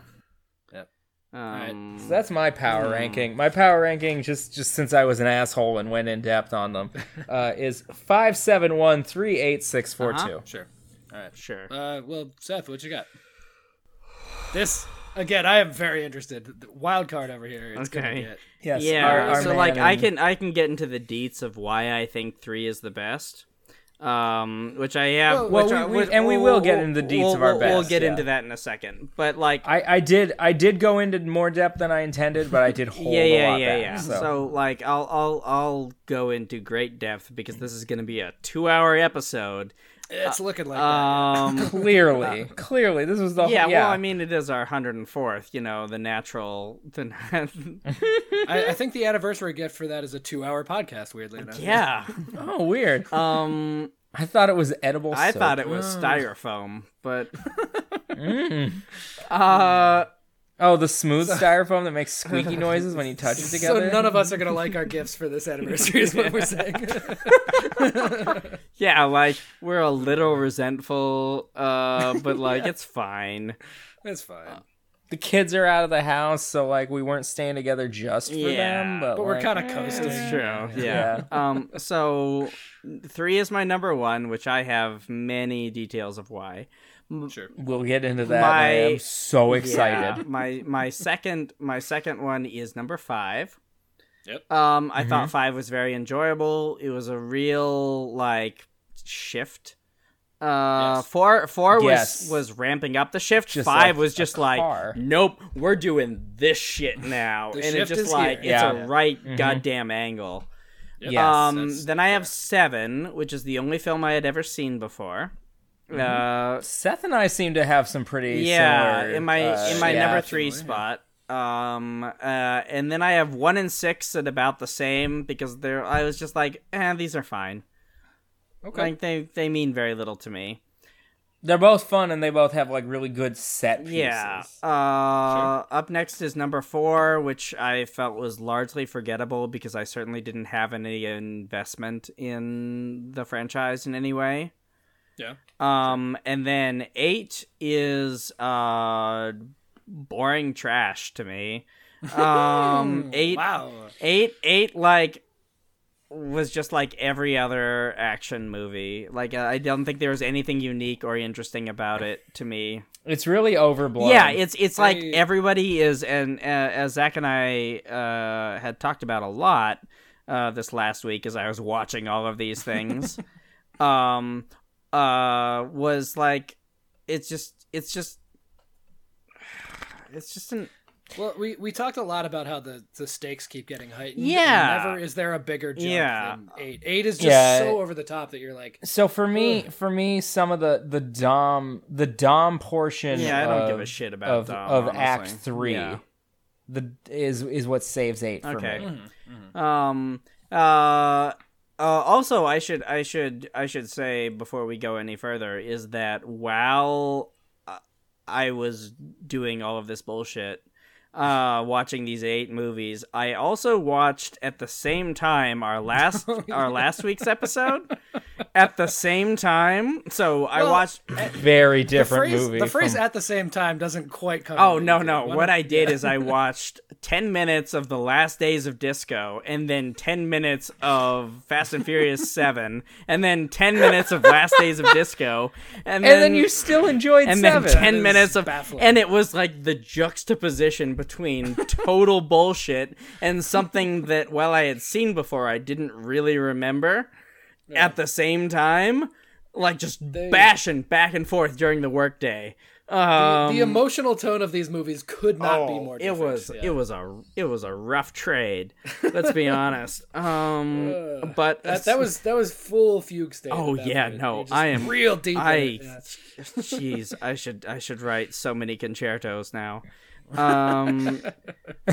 S1: Um,
S2: So that's my
S1: Mm.
S2: power ranking. My power ranking, just just since I was an asshole and went in depth on
S1: [LAUGHS]
S2: them, uh, is five seven one three eight six four
S1: Uh-huh.
S2: two.
S3: Sure. All right.
S1: Sure.
S3: Uh, well, Seth, what you got? This again, I am very interested. The wild card over here. It's
S1: Okay.
S3: gonna get.
S2: Yes.
S1: yeah.
S2: our- our
S1: so
S2: man
S1: like, I
S2: in-
S1: can I can get into the deets of why I think three is the best. Um, which I have.
S2: Well,
S1: which
S2: we-
S1: I-
S2: we-
S1: which-
S2: and we
S1: we'll-
S2: will get
S1: we'll-
S2: into the deets
S1: we'll-
S2: of our
S1: we'll- We'll
S2: best,
S1: get
S2: yeah.
S1: into that in a second. But like,
S2: I, I did I did go into more depth than I intended, but I did
S1: [LAUGHS]
S2: hold
S1: yeah,
S2: a
S1: yeah,
S2: lot
S1: yeah,
S2: back,
S1: yeah.
S2: So,
S1: So. like, I'll I'll I'll go into great depth because this is going to be a two-hour episode.
S3: It's looking like
S2: [LAUGHS]
S1: Um,
S2: clearly, clearly, this was the
S1: yeah,
S2: whole,
S1: Well, I mean, it is our hundred and fourth. You know, the natural.
S2: [LAUGHS]
S1: The [LAUGHS]
S3: that. I, I think the anniversary gift for that is a two-hour podcast. Weirdly enough.
S1: yeah.
S2: oh weird.
S1: Um,
S2: I thought it was edible.
S1: I
S2: soap.
S1: thought it was styrofoam, [LAUGHS] but.
S2: Mm.
S1: uh,
S2: Oh, the smooth styrofoam
S1: [LAUGHS]
S2: that makes squeaky noises when you touch it together.
S3: So none of us are [LAUGHS] gonna like our gifts for this anniversary, is what we're [LAUGHS] saying.
S1: yeah, like we're a little resentful, uh, but [LAUGHS] like it's fine.
S3: That's fine.
S2: the kids are out of the house, so like we weren't staying together just for
S1: Yeah,
S2: them.
S1: but
S2: But,
S3: But we're
S2: like, eh,
S3: kind of coasting.
S1: True. Yeah. um. So three is my number one, which I have many details of why.
S3: Sure.
S2: We'll get into that.
S1: My-
S2: I am so
S1: Yeah,
S2: excited.
S1: my my second my second one is number five.
S3: Yep.
S1: Um, I
S2: Mm-hmm.
S1: thought five was very enjoyable. It was a real like shift. Uh,
S3: Yes.
S1: four four
S2: Yes.
S1: was was ramping up the shift.
S2: Just
S1: five
S2: like
S1: was
S2: a
S1: just like,
S2: car.
S1: nope, we're doing this shit now,
S3: The
S1: and it
S3: shift
S1: just
S3: is
S1: like
S3: here.
S1: it's
S2: Yeah. Mm-hmm.
S1: a right goddamn angle.
S2: Yes.
S1: um,
S3: that's-
S1: then I have seven, which is the only film I had ever seen before.
S2: Mm-hmm.
S1: Uh,
S2: Seth and I seem to have some pretty
S1: yeah,
S2: similar,
S1: in my
S2: uh,
S1: in my
S2: yeah.
S1: number three spot. Um, uh, and then I have one and six at about the same because they're. I was just like, eh, these are fine.
S3: Okay.
S1: Like they they mean very little to me.
S2: They're both fun and they both have like really good set pieces.
S1: Yeah. Uh, Up next is number four, which I felt was largely forgettable because I certainly didn't have any investment in the franchise in any way.
S3: Yeah.
S1: Um, and then eight is uh, boring trash to me.
S3: [LAUGHS]
S1: Um, eight,
S3: Wow.
S1: eight, eight, like was just like every other action movie. Like uh, I don't think there was anything unique or interesting about it to me.
S2: It's really overblown.
S1: Yeah, it's it's like
S3: I-
S1: everybody is, and uh, as Zach and I uh, had talked about a lot uh, this last week, as I was watching all of these things, um, uh, was like, it's just it's just It's just an
S3: Well, we, we talked a lot about how the, the stakes keep getting heightened. and
S1: Yeah.
S3: Never is there a bigger jump
S1: Yeah.
S3: than eight. Eight is just
S2: Yeah.
S3: so over the top that you're like,
S2: So for me, for me, some of the the dom the dom portion.
S1: yeah. I don't
S2: of,
S1: give a shit about
S2: uh, of,
S1: Dom,
S2: of
S1: um, honestly.
S2: Act Three.
S1: Yeah.
S2: The is is what saves eight for
S1: Okay. [LAUGHS]
S2: me.
S1: Um. Uh. Uh, also, I should I should I should say before we go any further is that while uh, I was doing all of this bullshit, uh, watching these eight movies, I also watched at the same time our last our last week's episode at the same time. So I
S3: Well,
S1: watched.
S2: Very different
S3: the phrase,
S2: movie.
S3: The
S2: [LAUGHS]
S3: phrase
S2: from-
S3: at the same time doesn't quite come.
S1: Oh no no! What
S3: I
S1: I did is I watched ten minutes of the Last Days of Disco, and then ten minutes of Fast and Furious Seven, and then ten minutes of Last Days of Disco, and,
S2: and then you still enjoyed
S1: and
S2: seven.
S1: then ten
S3: is
S1: minutes of
S3: baffling.
S1: and it was like the juxtaposition between total bullshit and something that while I had seen before, I didn't really remember. At the same time, like just bashing back and forth during the workday. Um,
S3: the emotional tone of these movies could not be
S1: Oh,
S3: more.
S1: it
S3: Different.
S1: was
S3: Yeah.
S1: it was a it was a rough trade let's
S3: [LAUGHS]
S1: be honest um but
S3: that, that was that was full fugue state. at
S1: Oh,
S3: that
S1: yeah,
S3: point.
S1: no,
S3: You're just
S1: I am-
S3: real deep. in it,
S1: i
S3: yeah.
S1: [LAUGHS] jeez i should i should write so many concertos now
S3: [LAUGHS]
S1: um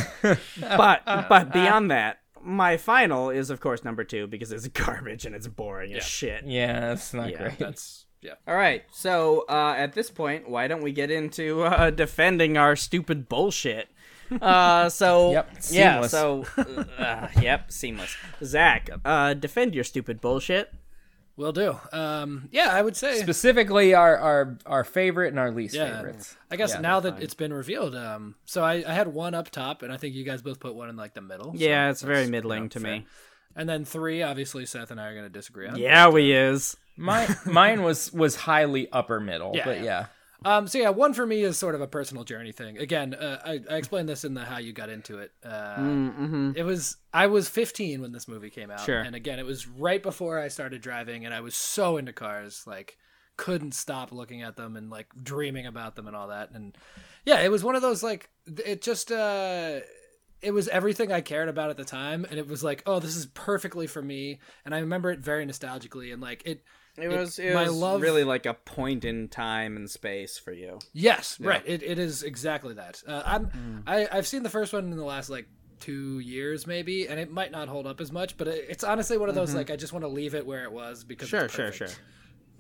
S1: but
S3: Uh,
S1: but beyond that my final is of course number two because it's garbage and it's boring as shit
S2: yeah, that's not
S1: Yeah,
S2: great.
S3: That's yeah.
S1: all right so uh at this point why don't we get into uh defending our stupid bullshit uh so
S2: [LAUGHS] Yep,
S1: yeah
S2: seamless. [LAUGHS]
S1: so uh, yep seamless zach uh defend your stupid bullshit
S3: Will do. Um, yeah, I would say.
S2: Specifically, our our our favorite and our least
S1: [LAUGHS]
S3: yeah.
S2: favorites.
S3: I guess
S2: Yeah,
S3: now that it's been revealed, um, so I, I had one up top, and I think you guys both put one in like the middle. so
S1: Yeah, it's very
S3: that's, you
S1: middling
S3: know,
S1: to
S3: fair.
S1: me.
S3: And then three, obviously, Seth and I are going to disagree on.
S1: Yeah, we is.
S2: My mine was was highly upper middle,
S3: Yeah,
S2: but
S3: yeah.
S2: yeah.
S3: Um, so yeah, one for me is sort of a personal journey thing. Again, uh, I, I explained this in the how you got into it. Uh, It was I was 15 when this movie came out,
S1: Sure.
S3: and again, it was right before I started driving, and I was so into cars, like couldn't stop looking at them and like dreaming about them and all that. And yeah, it was one of those like th- it just uh, it was everything I cared about at the time, and it was like, oh, this is perfectly for me. And I remember it very nostalgically, and like it
S1: It was it
S3: my
S1: was
S3: love-
S1: really like a point in time and space for you.
S3: Yes, right. It, it is exactly that. Uh, I'm
S1: Mm.
S3: I, I've seen the first one in the last like two years maybe, and it might not hold up as much, but it, it's honestly one of those like I just want to leave it where it was because
S1: Mm-hmm. Sure,
S3: it's
S1: sure, sure.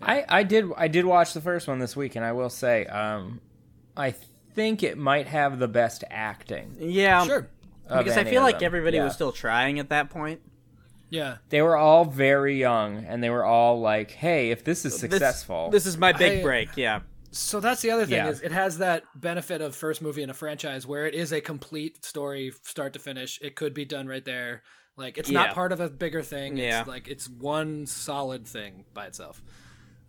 S3: perfect.
S2: I I did I did watch the first one this week, and I will say, um, I think it might have the best acting.
S1: Yeah,
S3: sure.
S2: of
S1: Because I
S2: any
S1: feel
S2: of
S1: like
S2: them.
S1: everybody
S2: Yeah.
S1: was still trying at that point.
S3: Yeah,
S2: They were all very young, and they were all like, "Hey, if this is
S1: This-
S2: successful,
S1: This, is my big
S3: I-
S1: break. Yeah,
S3: so that's the other thing
S2: Yeah.
S3: is it has that benefit of first movie in a franchise where it is a complete story start to finish. It could be done right there. Like it's
S1: Yeah.
S3: not part of a bigger thing.
S1: Yeah.
S3: It's like it's one solid thing by itself.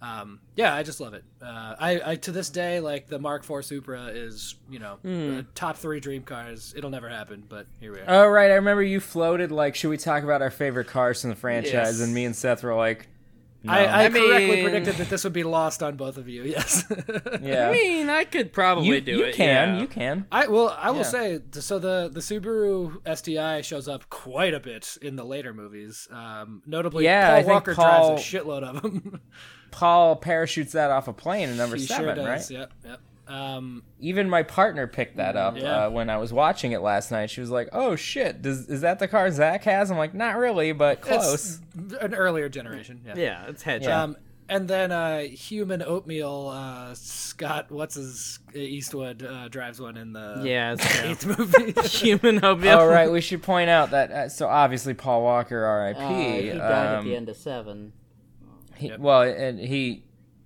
S3: Um, yeah, I just love it. Uh, I, I to this day like the Mark IV Supra is you know
S1: Hmm.
S3: uh, top three dream cars. It'll never happen, but here we are.
S2: Oh right, I remember you floated like, should we talk about our favorite cars in the franchise?
S1: Yes.
S2: And me and Seth were like,
S3: I, I,
S1: I
S3: correctly
S1: mean-
S3: predicted that this would be lost on both of you. [LAUGHS] Yes.
S2: yeah,
S1: I mean, I could probably
S2: you,
S1: do
S2: you
S1: it.
S2: can,
S1: yeah.
S2: you can.
S3: I well, I will
S2: Yeah.
S3: say th- so. The the Subaru STI shows up quite a bit in the later movies. Um, notably,
S2: Yeah,
S3: Paul
S2: I think
S3: Walker
S2: Paul-
S3: drives a shitload of [LAUGHS] them.
S2: Paul parachutes that off a plane in number
S3: he sure
S2: seven,
S3: does.
S2: right?
S3: Yep, yep. Um,
S2: Even my partner picked that up
S3: Yeah.
S2: uh, when I was watching it last night. She was like, "Oh shit, does, is that the car Zach has?" I'm like, "Not really, but close."
S3: [LAUGHS] it's an earlier generation. Yeah.
S1: Yeah, it's hedgehog.
S2: Yeah.
S3: Um, and then uh, human oatmeal. Uh, Scott, what's his Eastwood uh, drives one in
S1: [LAUGHS]
S3: the
S1: Yeah, it's true.
S2: [LAUGHS]
S3: eighth movie.
S1: human oatmeal.
S2: All right, we should point out that uh, so obviously Paul Walker, R.I.P.
S3: Uh,
S2: um,
S1: end of seven.
S2: he- Well, and he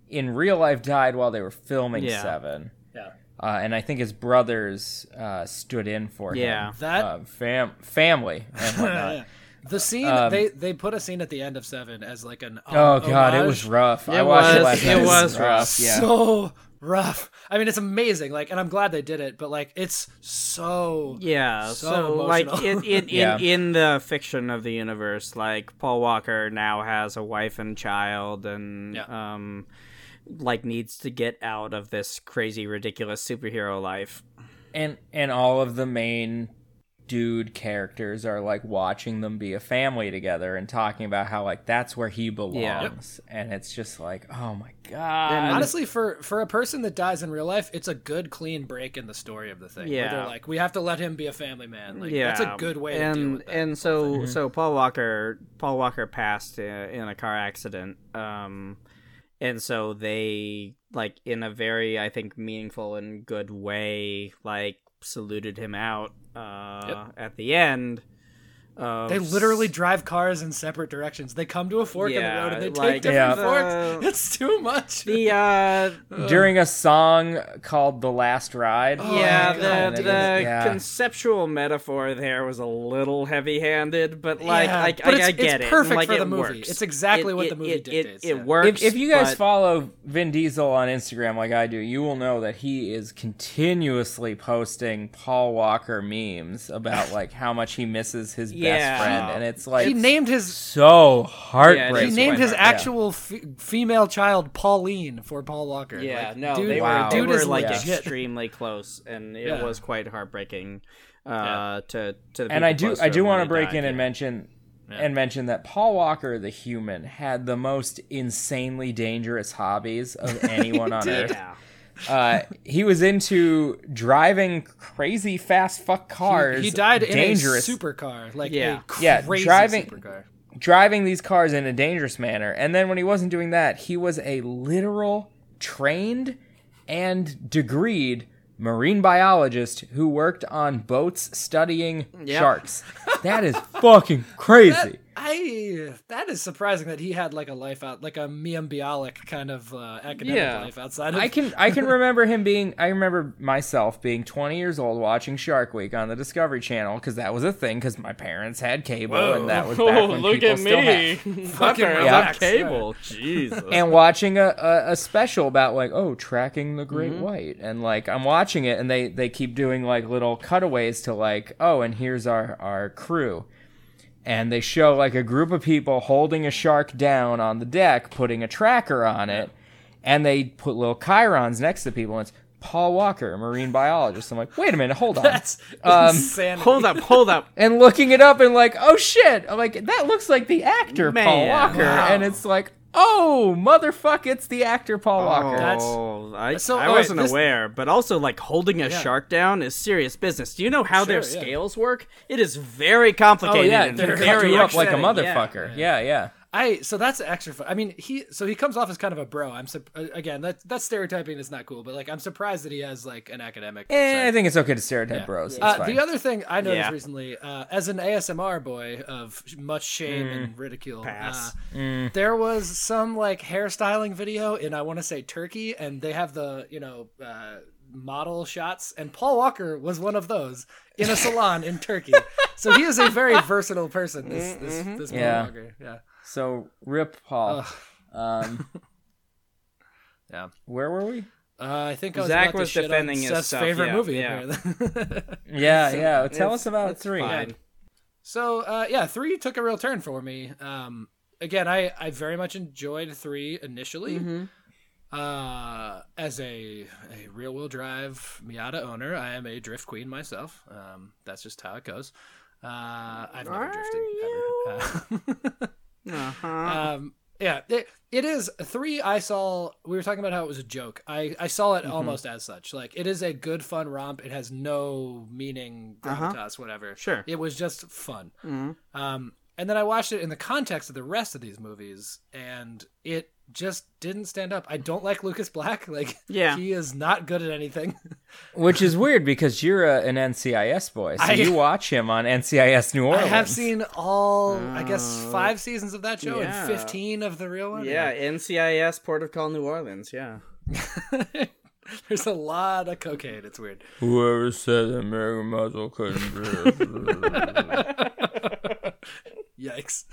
S2: in real life died while they were filming
S1: Yeah.
S2: Seven,
S3: yeah.
S2: uh, and I think his brothers uh, stood in for
S1: Yeah.
S2: him.
S3: [LAUGHS] That-
S2: uh, fam family
S3: [LAUGHS]
S2: and whatnot. Um,
S3: Yeah. The scene they they put a scene at the end of Seven as like an
S2: Oh god, it
S3: homage.
S2: was rough. I
S1: It
S2: watched it
S1: was-
S2: last
S1: it
S2: night.
S1: was rough.
S2: Yeah.
S3: so rough. I mean, it's amazing. Like, and I'm glad they did it, but like, it's so
S1: [LAUGHS] Yeah,
S3: So
S1: so, like
S3: emotional.
S1: in in,
S2: [LAUGHS] Yeah.
S1: in in the fiction of the universe, like Paul Walker now has a wife and child, and
S3: Yeah.
S1: um, like needs to get out of this crazy, ridiculous superhero life.
S2: and and all of the main dude characters are like watching them be a family together and talking about how like that's where he belongs and it's just like oh my god
S3: Honestly, for for a person that dies in real life, it's a good clean break in the story of the thing. where they're
S1: Yeah.
S3: like we have to let him be a family man. Like that's a good way
S1: and,
S3: to deal with that.
S1: And so, so Paul Walker, Paul Walker passed uh, in a car accident. Um, and so they, like, in a very, I think, meaningful and good way, like, saluted him out uh,
S3: Yep.
S1: at the end. Of
S3: they literally drive cars in separate directions. They come to a fork in the
S1: Yeah,
S3: road and they take
S1: like,
S3: different
S1: yeah.
S3: forks.
S1: Uh,
S3: It's too much.
S1: the
S3: [LAUGHS]
S1: uh,
S2: during a song called the last ride Oh,
S1: yeah,
S3: Oh my God,
S1: the, the
S3: dude.
S2: Yeah.
S1: conceptual metaphor there was a little heavy-handed, but like,
S3: Yeah,
S1: I,
S3: but
S1: I,
S3: it's-
S1: I
S3: it's
S1: get it.
S3: perfect
S1: like,
S3: for
S1: it
S3: the movie.
S1: works.
S3: It's exactly
S1: It-
S3: what
S1: it-
S3: the movie
S1: it,
S3: dictates,
S1: It,
S3: yeah.
S1: it works.
S2: if, if you guys
S1: but-
S2: follow Vin Diesel on Instagram like I do, you will know that he is continuously posting Paul Walker memes
S3: [LAUGHS]
S2: about like how much he misses his
S1: Yeah.
S2: best friend, and it's
S1: uh,
S2: like
S3: he named his
S2: so
S1: Yeah,
S3: he
S1: it's
S2: heartbreaking.
S3: named
S1: Reinhardt,
S3: his
S1: yeah.
S3: actual f- female child Pauline for Paul Walker.
S1: Yeah,
S3: Like,
S1: no,
S3: dude,
S1: they
S2: wow.
S1: were, they
S3: dude
S1: were
S3: is
S1: like
S3: legit.
S1: extremely close, and it
S3: Yeah.
S1: was quite heartbreaking uh,
S3: Yeah.
S1: to to the.
S2: and I
S1: people
S2: do
S1: close
S2: I
S1: to
S2: do
S1: him when
S2: want to
S1: he
S2: break
S1: died,
S2: in and
S1: yeah.
S2: mention and mention that Paul Walker the human had the most insanely dangerous hobbies
S3: [LAUGHS]
S2: of anyone
S1: [LAUGHS]
S2: on earth.
S1: Yeah.
S2: Uh, he was into driving crazy fast fuck cars.
S3: He died in
S2: dangerous
S3: a supercar, like
S1: Yeah.
S3: a crazy
S2: Yeah, driving-
S3: supercar.
S2: driving these cars in a dangerous manner. And then when he wasn't doing that, he was a literal trained and degreed marine biologist who worked on boats studying
S1: Yep.
S2: sharks. That is [LAUGHS] fucking crazy.
S3: I that is surprising that he had like a life out, like a Miam Bialik kind of uh, academic
S1: Yeah.
S3: life outside. [LAUGHS] Of,
S2: I can I can remember him being I remember myself being 20 years old watching Shark Week on the Discovery Channel because that was a thing because my parents had cable and that was
S1: Oh,
S2: back when people still had [LAUGHS]
S1: Fucking
S3: relax.
S1: cable, Jesus.
S2: and watching a, a, a special about like oh tracking the great white and like i'm watching it and they they keep doing like little cutaways to like oh and here's our our crew and they show like a group of people holding a shark down on the deck putting a tracker on it and they put little chirons next to people and it's paul walker marine biologist i'm like wait a minute hold on
S3: that's
S2: um,
S3: [LAUGHS] insanity.
S1: hold up, hold
S2: [LAUGHS]
S1: up.
S2: and looking it up and like, oh shit, I'm like that looks like the actor Paul
S1: Man.
S2: Walker, and it's like, oh motherfuck, it's the actor Paul Walker.
S3: That's-
S1: oh, I,
S3: so,
S1: I
S3: all right,
S1: wasn't
S3: this-
S1: aware, but also like holding a
S3: Yeah.
S1: shark down is serious business. Do you know how their
S3: Sure, yeah.
S1: scales work? It is very complicated. and
S2: Oh, they're
S1: very
S2: cutting you up like a
S1: upsetting, yeah.
S2: motherfucker. Yeah, yeah.
S3: I so that's extra fun. I mean, he so he comes off as kind of a bro. I'm sup- uh, again that that's stereotyping is not cool, but like I'm surprised that he has like an academic.
S2: Eh,
S3: side.
S2: I think it's okay to stereotype bros. It's
S3: Uh,
S2: fine.
S3: the other thing I noticed
S1: Yeah.
S3: recently, uh, as an ASMR boy of much shame and ridicule,
S1: Mm. Pass. Mm.
S3: Uh, there was some like hairstyling video in I want to say Turkey, and they have the you know uh, model shots, and Paul Walker was one of those
S1: [LAUGHS]
S3: in a salon in Turkey. So he is a very versatile person. This
S2: Mm-hmm.
S3: this, this Paul
S2: Yeah.
S3: Walker, yeah,
S2: so rip Paul. Um,
S3: yeah.
S2: where were we?
S3: Uh, I think I was
S1: Zach
S3: about to
S1: was
S3: shit on
S1: defending his
S3: Seth's
S1: stuff,
S3: favorite
S1: yeah,
S3: movie.
S1: yeah.
S3: apparently. [LAUGHS]
S2: Yeah, yeah. Tell
S1: it's-
S2: us about
S1: it's
S2: three.
S1: fine.
S3: So uh, yeah, three took a real turn for me. Um, again, I, I very much enjoyed three initially. Uh, as a, a real wheel drive Miata owner, I am a drift queen myself. Um, that's just how it goes. Uh, I've never
S1: Are
S3: drifted ever. Uh, [LAUGHS]
S1: Uh-huh.
S3: um, yeah, it, it is three. I saw we were talking about how it was a joke. I, I saw
S1: Mm-hmm.
S3: it almost as such. Like it is a good fun romp. It has no meaning,
S1: Uh-huh.
S3: gravitas, whatever.
S1: Sure.
S3: it was just fun.
S1: Mhm.
S3: Um, and then I watched it in the context of the rest of these movies, and it just didn't stand up. I don't like Lucas Black. [LAUGHS] Like,
S1: Yeah.
S3: he is not good at
S1: [LAUGHS]
S3: anything.
S2: Which is weird because you're a, an NCIS boy, so
S3: I-
S2: you watch him on NCIS New Orleans.
S3: I have seen all, I guess,
S1: Oh.
S3: five seasons of that show
S1: Yeah.
S3: and fifteen of the real one.
S1: Yeah, NCIS Port of Call New Orleans. Yeah.
S3: [LAUGHS] there's a lot of cocaine. It's weird.
S2: Whoever said American Muscle [LAUGHS] couldn't drift.
S3: Yikes.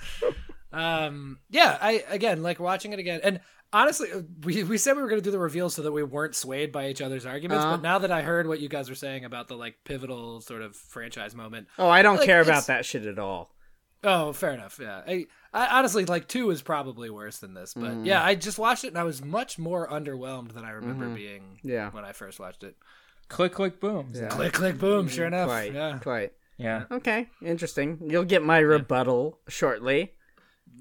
S3: Um, yeah, I again like watching it again, and honestly, we we said we were going to do the reveal so that we weren't swayed by each other's arguments.
S1: Uh-huh.
S3: But now that I heard what you guys were saying about the like pivotal sort of franchise moment,
S1: Oh, I don't
S3: Like,
S1: care
S3: it's-
S1: about that shit at all.
S3: Oh, fair enough. Yeah. I, I honestly like two is probably worse than this, but
S1: Mm.
S3: yeah, I just watched it and I was much more underwhelmed than I remember being
S1: Mm-hmm. Yeah.
S3: when I first watched it.
S2: Click, click, boom.
S1: Yeah.
S3: Click, click, boom. Sure enough.
S1: Mm, Quite,
S3: Yeah.
S1: quite.
S2: Yeah.
S1: Okay, interesting. You'll get my rebuttal shortly.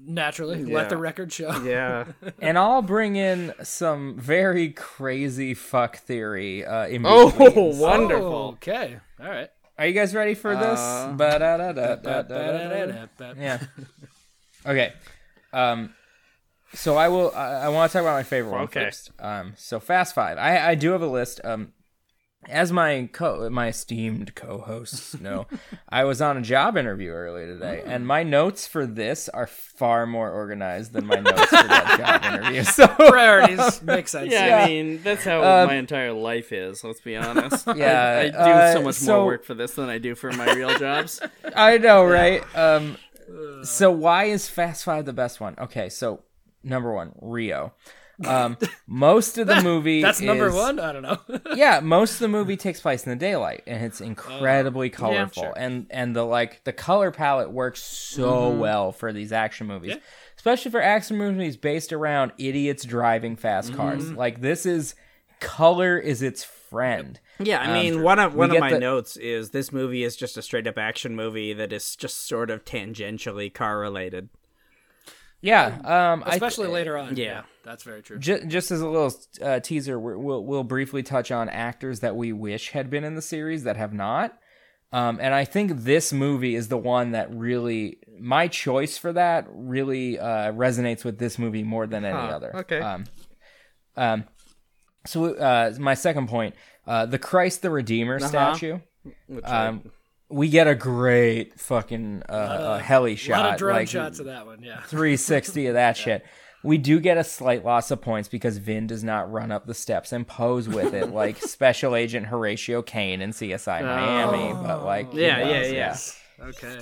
S3: Naturally.
S1: Yeah.
S3: Let the record show.
S1: Yeah.
S2: And I'll bring in some very crazy fuck theory uh, in
S1: [LAUGHS] Oh, [LAUGHS]
S2: between.
S1: wonderful.
S3: okay. All right.
S2: Are you guys ready for this?
S1: Uh,
S2: Ba-da-da-da-da-da-da-da. Yeah. Okay. Um, so I will. I, I want to talk about my favorite one
S1: Okay.
S2: first. Um, so Fast Five. I I do have a list. Um, as my co my esteemed co-hosts
S1: [LAUGHS]
S2: know, I was on a job interview earlier today, and my notes for this are far more organized than my notes for that
S1: [LAUGHS]
S2: job interview. [LAUGHS] So
S3: Priorities make sense.
S1: Yeah,
S2: Yeah.
S1: I mean that's how
S2: Um,
S1: my entire life is. Let's be [LAUGHS] honest.
S2: Yeah,
S1: I, I do
S2: uh,
S1: so much
S2: so-
S1: more work for this than I do for my real jobs.
S2: I know, right? Um, so why is Fast Five the best one? Okay, so number one, Rio.
S3: [LAUGHS]
S2: Um, most of the movie
S3: That's number
S2: is-
S3: one. I don't know. [LAUGHS]
S2: yeah, most of the movie takes place in the daylight, and it's incredibly colorful.
S3: Oh, sure.
S2: And and the like the color palette works so
S3: Mm-hmm.
S2: well for these action movies, especially for action movies based around idiots driving fast cars.
S3: Mm-hmm.
S2: Like this is color is its friend.
S1: [LAUGHS] Yeah, I mean one of one of
S2: get
S1: my
S2: the-
S1: notes is this movie is just a straight up action movie that is just sort of tangentially car related.
S2: Yeah, um, I-
S3: Especially later on.
S1: yeah.
S3: That's very true.
S2: Ju- just as a little uh, teaser, we're, we'll we'll briefly touch on actors that we wish had been in the series that have not. Um, and I think this movie is the one that really my choice for that really uh, resonates with this movie more than any
S1: Huh,
S2: other.
S1: okay.
S2: Um, um, so uh, my second point, uh, the Christ the Redeemer
S1: Uh-huh.
S2: statue.
S1: Which
S2: Um, we get a great fucking uh, uh, heli
S3: A
S2: shot.
S3: lot of drone
S2: like,
S3: shots of that one. Yeah.
S2: 360 of that shit. We do get a slight loss of points because Vin does not run up the steps and pose with it
S1: [LAUGHS]
S2: like Special Agent Horatio Kane in CSI Miami. But like, who
S1: Oh. Yeah, yeah,
S2: knows?
S1: yeah.
S3: Okay.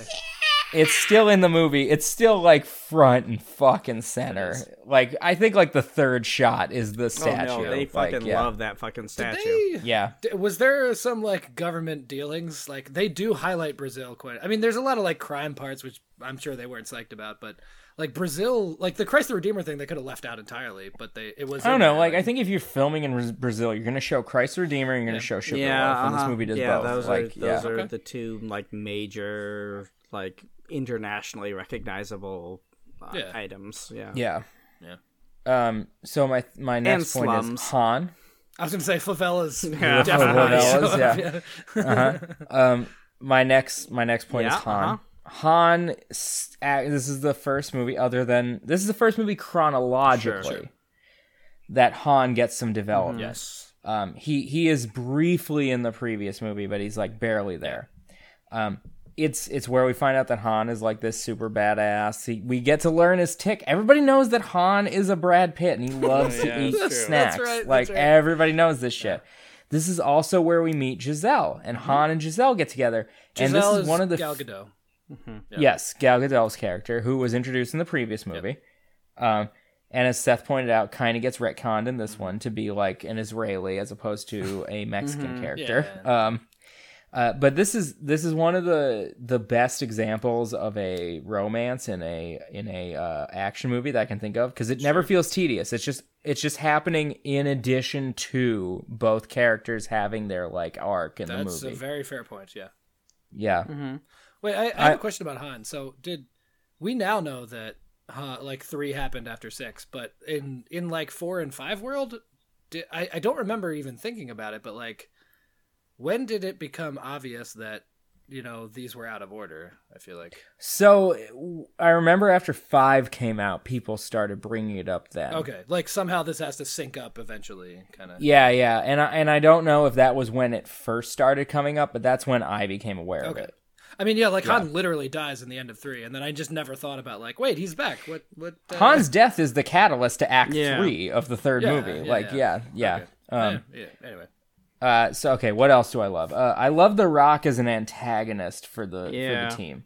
S2: It's still in the movie. It's still like front and fucking center. Like, I think like the third shot is the
S1: oh
S2: statue.
S1: no, they
S2: Like,
S1: fucking
S2: yeah.
S1: love that fucking statue.
S3: They,
S2: Yeah.
S3: D- was there some like government dealings? Like they do highlight Brazil quite. I mean, there's a lot of like crime parts which I'm sure they weren't psyched about, but like Brazil, like the Christ the Redeemer thing, they could have left out entirely. But they it was.
S2: I don't
S3: in
S2: know.
S3: there,
S2: Like, I think if you're filming in Res- Brazil, you're gonna show Christ the Redeemer, and you're gonna show Sugar
S1: yeah,
S2: Loaf, and this
S1: uh-huh.
S2: movie does
S1: yeah,
S2: both.
S1: Those
S2: like,
S1: are those
S2: yeah.
S1: are the two like major like internationally recognizable uh,
S3: Yeah.
S1: items. Yeah.
S2: yeah, yeah. Um. So my my next point
S1: slums.
S2: is Han.
S3: I was gonna say
S2: [LAUGHS]
S3: favelas.
S1: Yeah.
S3: Definitely. [LAUGHS]
S2: Favelas,
S3: So,
S2: Oh, yeah. um my next my next point
S1: Yeah,
S2: is han
S1: uh-huh.
S2: han s- ac- this is the first movie other than this is the first movie chronologically that han gets some development
S3: Yes.
S2: um he he is briefly in the previous movie but he's like barely there um it's it's where we find out that Han is like this super badass. He, we get to learn his tick. Everybody knows that Han is a Brad Pitt and he loves
S1: Yeah,
S2: to eat
S1: that's true.
S2: snacks.
S3: That's right, that's
S2: like
S3: right.
S2: everybody knows this shit. This is also where we meet Giselle and Han and Giselle get together. and this
S3: Giselle
S2: is, one of the
S3: Gal
S2: f-
S3: Gadot.
S2: yes Gal Gadot's character who was introduced in the previous movie. Um, and as Seth pointed out, kind of gets retconned in this one to be like an Israeli as opposed
S3: [LAUGHS]
S2: to a Mexican character. Um, uh, but this is this is one of the the best examples of a romance in a in a uh, action movie that I can think of because it never feels tedious. It's just it's just happening in addition to both characters having their like arc in
S3: That's
S2: the
S3: a
S2: movie.
S3: very fair point. Yeah.
S2: yeah,
S3: Wait, I, I have
S2: I-
S3: a question about Han. So, did we now know that uh, like three happened after six? But in in like four and five world, did, I I don't remember even thinking about it. But like, when did it become obvious that you know these were out of order? I feel like
S2: So w- I remember after five came out, people started bringing it up then.
S3: okay, like somehow this has to sync up eventually, kind of.
S2: Um, Yeah, yeah, and I and I don't know if that was when it first started coming up, but that's when I became aware of
S3: Okay.
S2: it.
S3: I mean, yeah, like Han literally dies in the end of three, and then I just never thought about like, wait, he's back. What? What? uh,
S2: Han's death is the catalyst to Act
S1: Yeah.
S2: Three of the third
S3: Yeah,
S2: movie.
S3: yeah,
S2: like, yeah,
S3: yeah.
S2: yeah.
S3: Okay.
S2: Um,
S3: yeah. Anyway.
S2: uh, so okay, what else do I love? Uh, I love The Rock as an antagonist for the
S1: Yeah.
S2: for the team.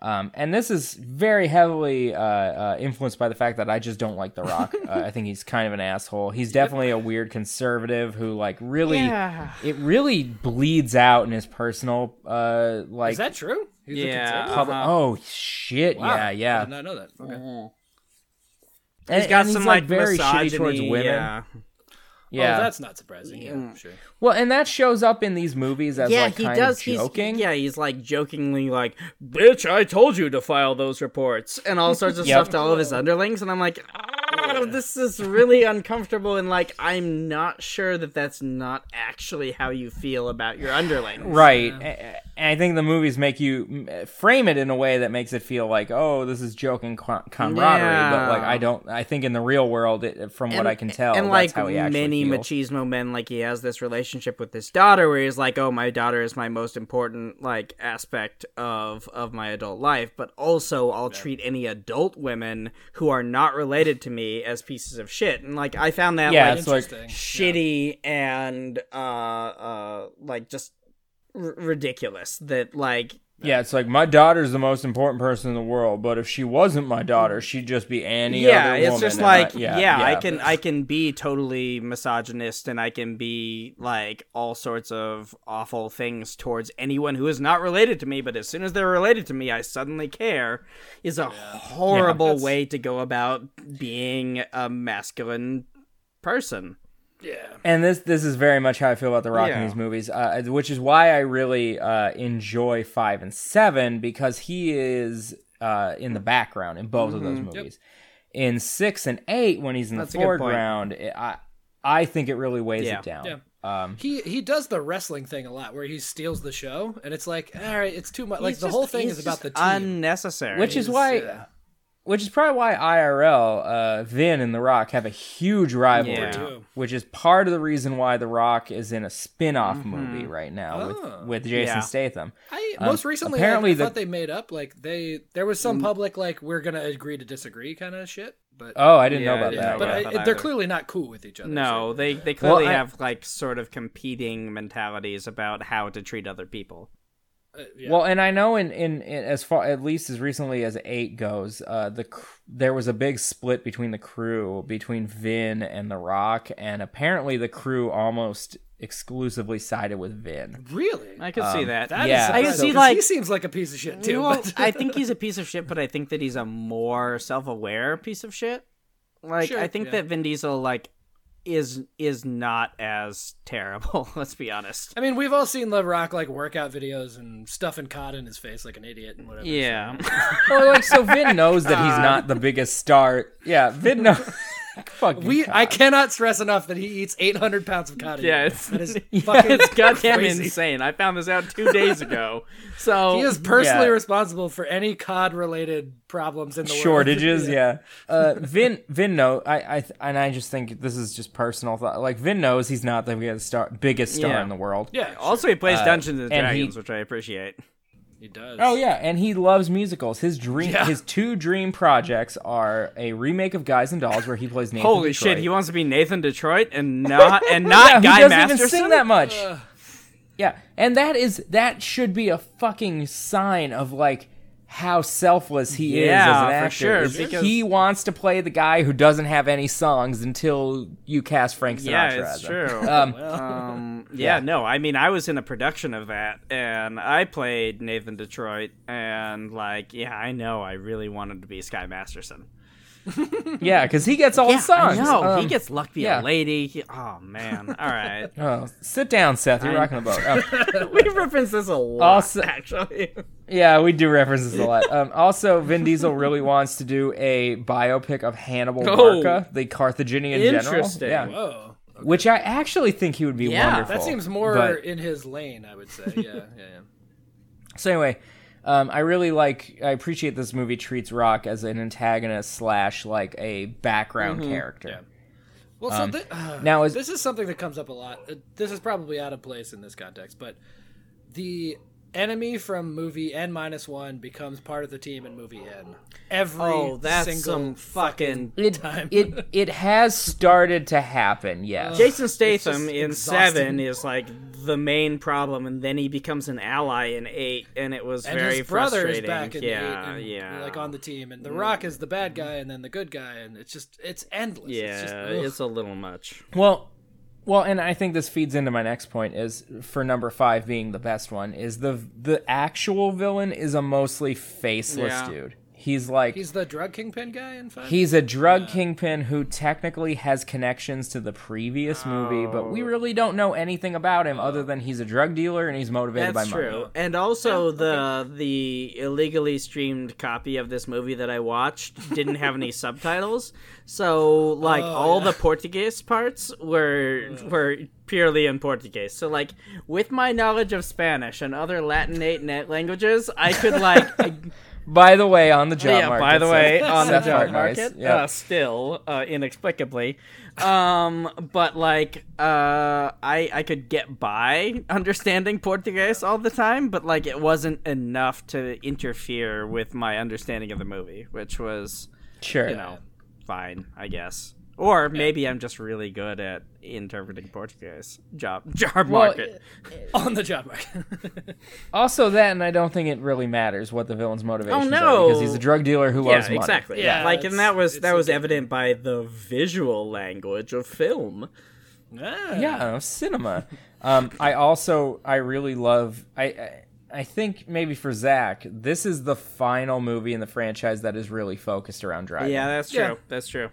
S2: Um, and this is very heavily uh, uh, influenced by the fact that I just don't like
S1: [LAUGHS]
S2: The Rock. uh, I think he's kind of an asshole. He's definitely a weird conservative who, like, really
S1: Yeah.
S2: it really bleeds out in his personal uh like
S3: Is that true? He's a
S1: Yeah.
S3: conservative?
S2: public
S1: Uh-huh.
S2: oh shit
S3: Wow.
S2: yeah
S3: I
S2: yeah
S3: did not know that. Okay. Oh,
S2: and,
S1: He's got
S2: and
S1: some
S2: he's,
S1: like,
S2: very shitty
S1: misogyny,
S2: towards women
S1: Yeah.
S2: Yeah. Mm.
S3: Oh, that's not surprising. Yeah, sure.
S2: well, and that shows up in these movies as
S1: yeah,
S2: like
S1: he
S2: kind
S1: does.
S2: of
S1: he's-
S2: joking.
S1: yeah, he's like jokingly like, "Bitch, I told you to file those reports," and all sorts of
S2: [LAUGHS] Yep.
S1: stuff to all of his underlings. And I'm like, "Ah, "This is really uncomfortable." And like, I'm not sure that that's not actually how you feel about your underlings.
S2: Right. A- And I think the movies make you mm, frame it in a way that makes it feel like, oh, this is joking co- camaraderie. But like,
S1: Yeah.
S2: I don't. I think in the real world, it, from what I can tell,
S1: and
S2: that's
S1: like
S2: how he actually
S1: many
S2: feels.
S1: machismo men, like he has this relationship with his daughter, where he's like, "Oh, my daughter is my most important like aspect of of my adult life," but also I'll treat any adult women who are not related to me as pieces of shit. And like I found that
S2: Yeah,
S1: like
S2: it's like-
S3: Interesting.
S1: shitty and uh uh like just r- ridiculous that like
S2: Yeah, it's like my daughter's the most important person in the world, but if she wasn't my daughter, she'd just be any
S1: yeah
S2: other
S1: it's
S2: woman,
S1: just
S2: and I-
S1: like yeah, i can i can be totally misogynist and i can be like all sorts of awful things towards anyone who is not related to me but as soon as they're related to me i suddenly care is a horrible
S3: That's-
S1: way to go about being a masculine person
S3: Yeah.
S2: and this this is very much how I feel about the Rock in
S1: Yeah.
S2: these movies, uh, which is why I really uh, enjoy five and seven because he is uh, in the background in both of those movies. In six and eight, when he's in
S1: Mm-hmm. That's a
S2: the
S1: good point.
S2: foreground, it, I I think it really weighs
S1: Yeah.
S2: it down.
S3: Yeah.
S2: Um,
S3: He he does the wrestling thing a lot, where he steals the show, and it's like, all right, it's too much. Like
S1: He's
S3: the
S1: just-
S3: whole thing
S1: he's
S3: is
S1: just
S3: about the team.
S1: unnecessary
S2: which is why,
S3: yeah.
S2: which is probably why IRL, uh, Vin and The Rock have a huge rivalry,
S1: Yeah. They
S3: do.
S2: which is part of the reason why The Rock is in a spin-off movie right now
S3: Oh.
S2: with with Jason
S1: Mm-hmm. Yeah.
S2: Statham.
S3: I
S2: Um,
S3: most recently
S2: apparently
S3: I, I
S2: the- Mm.
S3: thought they made up. Like they there was some public like we're gonna agree to disagree kind of shit, but
S2: Oh, I didn't
S1: Yeah,
S2: know about
S1: yeah,
S2: that.
S3: but
S2: one.
S1: I
S3: I,
S1: thought
S3: they're
S1: either.
S3: clearly not cool with each other.
S1: no
S3: so-
S1: they they clearly
S2: I-
S1: have like sort of competing mentalities about how to treat other people
S3: uh, yeah.
S2: Well, and I know in, in, in as far at least as recently as eight goes, uh, the cr- there was a big split between the crew between Vin and The Rock, and apparently the crew almost exclusively sided with
S3: [LAUGHS]
S2: Vin.
S3: really,
S1: i could see that
S3: That is
S2: yeah.
S1: I can
S3: surprising,
S1: see,
S3: 'cause
S1: like-
S3: he seems like a piece of shit too.
S1: Well,
S3: but- [LAUGHS]
S1: I think he's a piece of shit, but I think that he's a more self-aware piece of shit. Like
S3: Sure,
S1: I think
S3: yeah.
S1: that Vin Diesel like is is not as terrible. [LAUGHS] Let's be honest.
S3: I mean, we've all seen The Rock like workout videos and stuffing cod in his face like an idiot and whatever. so- [LAUGHS]
S1: Yeah,
S2: Well, like so, Vin knows that
S3: Uh.
S2: he's not the biggest star. Yeah, Vin
S3: [LAUGHS]
S2: knows. Fuck
S3: We, I cannot stress enough that he eats 800 pounds of cod. a
S1: yeah,
S3: year.
S1: it's,
S3: that is
S1: [LAUGHS] yeah,
S3: fucking
S1: it's goddamn
S3: crazy.
S1: insane. I found this out two days
S3: [LAUGHS]
S1: ago. So
S3: He is personally
S2: Yeah.
S3: responsible for any cod related problems in the
S2: shortages.
S3: world.
S2: yeah, uh, Vin Vin knows. I I and I just think this is just personal thought. Like Vin knows he's not the biggest star, biggest star
S1: Yeah.
S2: in the world.
S3: yeah. Yeah.
S1: also he plays Dungeons and
S2: and he-
S1: Dragons, which I appreciate.
S3: He does.
S2: Oh yeah, and he loves musicals. His dream,
S3: Yeah.
S2: his two dream projects are a remake of Guys and Dolls, where he plays Nathan.
S1: Holy
S2: Detroit.
S1: shit, he wants to be Nathan Detroit and not and not
S3: [LAUGHS]
S2: yeah, who
S1: Guy
S2: doesn't
S1: Masterson.
S2: even sing that much. Yeah, and that is that should be a fucking sign of like how selfless he is as
S1: Yeah,
S2: an
S1: for
S2: actor.
S1: sure,
S2: is
S1: because-
S2: he wants to play the guy who doesn't have any songs until you cast Frank Sinatra.
S1: yeah, it's
S2: as him.
S1: true.
S2: [LAUGHS] Um,
S1: Um, yeah, no, I mean, I was in a production of that, and I played Nathan Detroit, and like, yeah, I know, I really wanted to be Sky Masterson.
S2: yeah, because he gets all the
S1: I
S2: songs.
S1: know
S2: Um,
S1: he gets lucky a
S2: yeah.
S1: lady. He- oh man, all right.
S2: oh, sit down, Seth. You're
S1: I-
S2: rocking the boat. Oh, Um,
S1: we reference this a lot,
S2: Also-
S1: actually.
S2: Yeah, we do reference this a lot. Um, also, Vin Diesel really wants to do a biopic of Hannibal
S1: Oh.
S2: Barca, the Carthaginian general.
S1: Interesting.
S2: Yeah.
S3: Whoa.
S2: Which I actually think he would be
S1: Yeah.
S2: wonderful.
S3: That seems more
S2: but-
S3: in his lane, I would say. Yeah, yeah, yeah.
S2: so anyway, um, I really like. I appreciate this movie treats Rock as an antagonist slash like a background character.
S3: Well,
S1: Um,
S3: so thi- [SIGHS] uh,
S2: now is-
S3: this is something that comes up a lot. Uh, This is probably out of place in this context, but the enemy from movie N minus one becomes part of the team in movie N. Every
S1: [LAUGHS] Oh, that's
S3: single
S1: some fucking.
S2: It,
S3: Time.
S2: it it has started to happen.
S1: [LAUGHS]
S2: Yes.
S1: Jason
S3: It's
S1: Statham
S3: just
S1: in
S3: exhausting.
S1: seven is like the main problem, and then he becomes an ally in eight, and it was
S3: and
S1: very
S3: his brother is
S1: frustrating.
S3: back in
S1: yeah,
S3: eight and,
S1: yeah, Mm.
S3: like on the team, and The Rock is the bad guy, and then the good guy, and it's just it's endless.
S1: yeah,
S3: it's, just, ugh.
S1: it's a little much.
S2: Well, well, and I think this feeds into my next point is for number five being the best one is the the actual villain is a mostly faceless
S1: Yeah.
S2: dude. He's like
S3: He's the drug kingpin guy in five.
S2: He's a drug kingpin who technically has connections to the previous movie, but
S1: Oh.
S2: we really don't know anything about him other than he's a drug dealer and he's motivated
S1: That's
S2: by money.
S1: true. And also the the illegally streamed copy of this movie that I watched didn't have any subtitles. So like all the Portuguese parts were were purely in Portuguese. So like with my knowledge of Spanish and other Latinate na- languages, I could like
S2: By the way, on the job
S1: yeah,
S2: market.
S1: by the
S2: so- [LAUGHS]
S1: way, on the
S2: that's
S1: job
S2: hard, guys.
S1: market,
S2: Yeah.
S1: uh, still uh, inexplicably, um, but like uh, I I could get by [LAUGHS] understanding Portuguese all the time, but like it wasn't enough to interfere with my understanding of the movie, which was
S2: sure.
S1: you know fine, I guess. Or maybe I'm just really good at interpreting Portuguese. Job [LAUGHS] job
S2: Well,
S1: market.
S3: [LAUGHS] on the job market. [LAUGHS]
S2: Also, that, and I don't think it really matters what the villain's motivations
S1: Oh, no.
S2: are because he's a drug dealer who loves
S1: yeah,
S2: money.
S1: exactly.
S3: Yeah,
S1: like, and that
S3: it's-
S1: was that
S3: it's-
S1: was evident by the visual language of film.
S3: Ah.
S2: yeah of cinema um i also i really love I, I i think maybe for zach this is the final movie in the franchise that is really focused around driving
S1: Yeah, that's true.
S3: Yeah.
S1: That's true.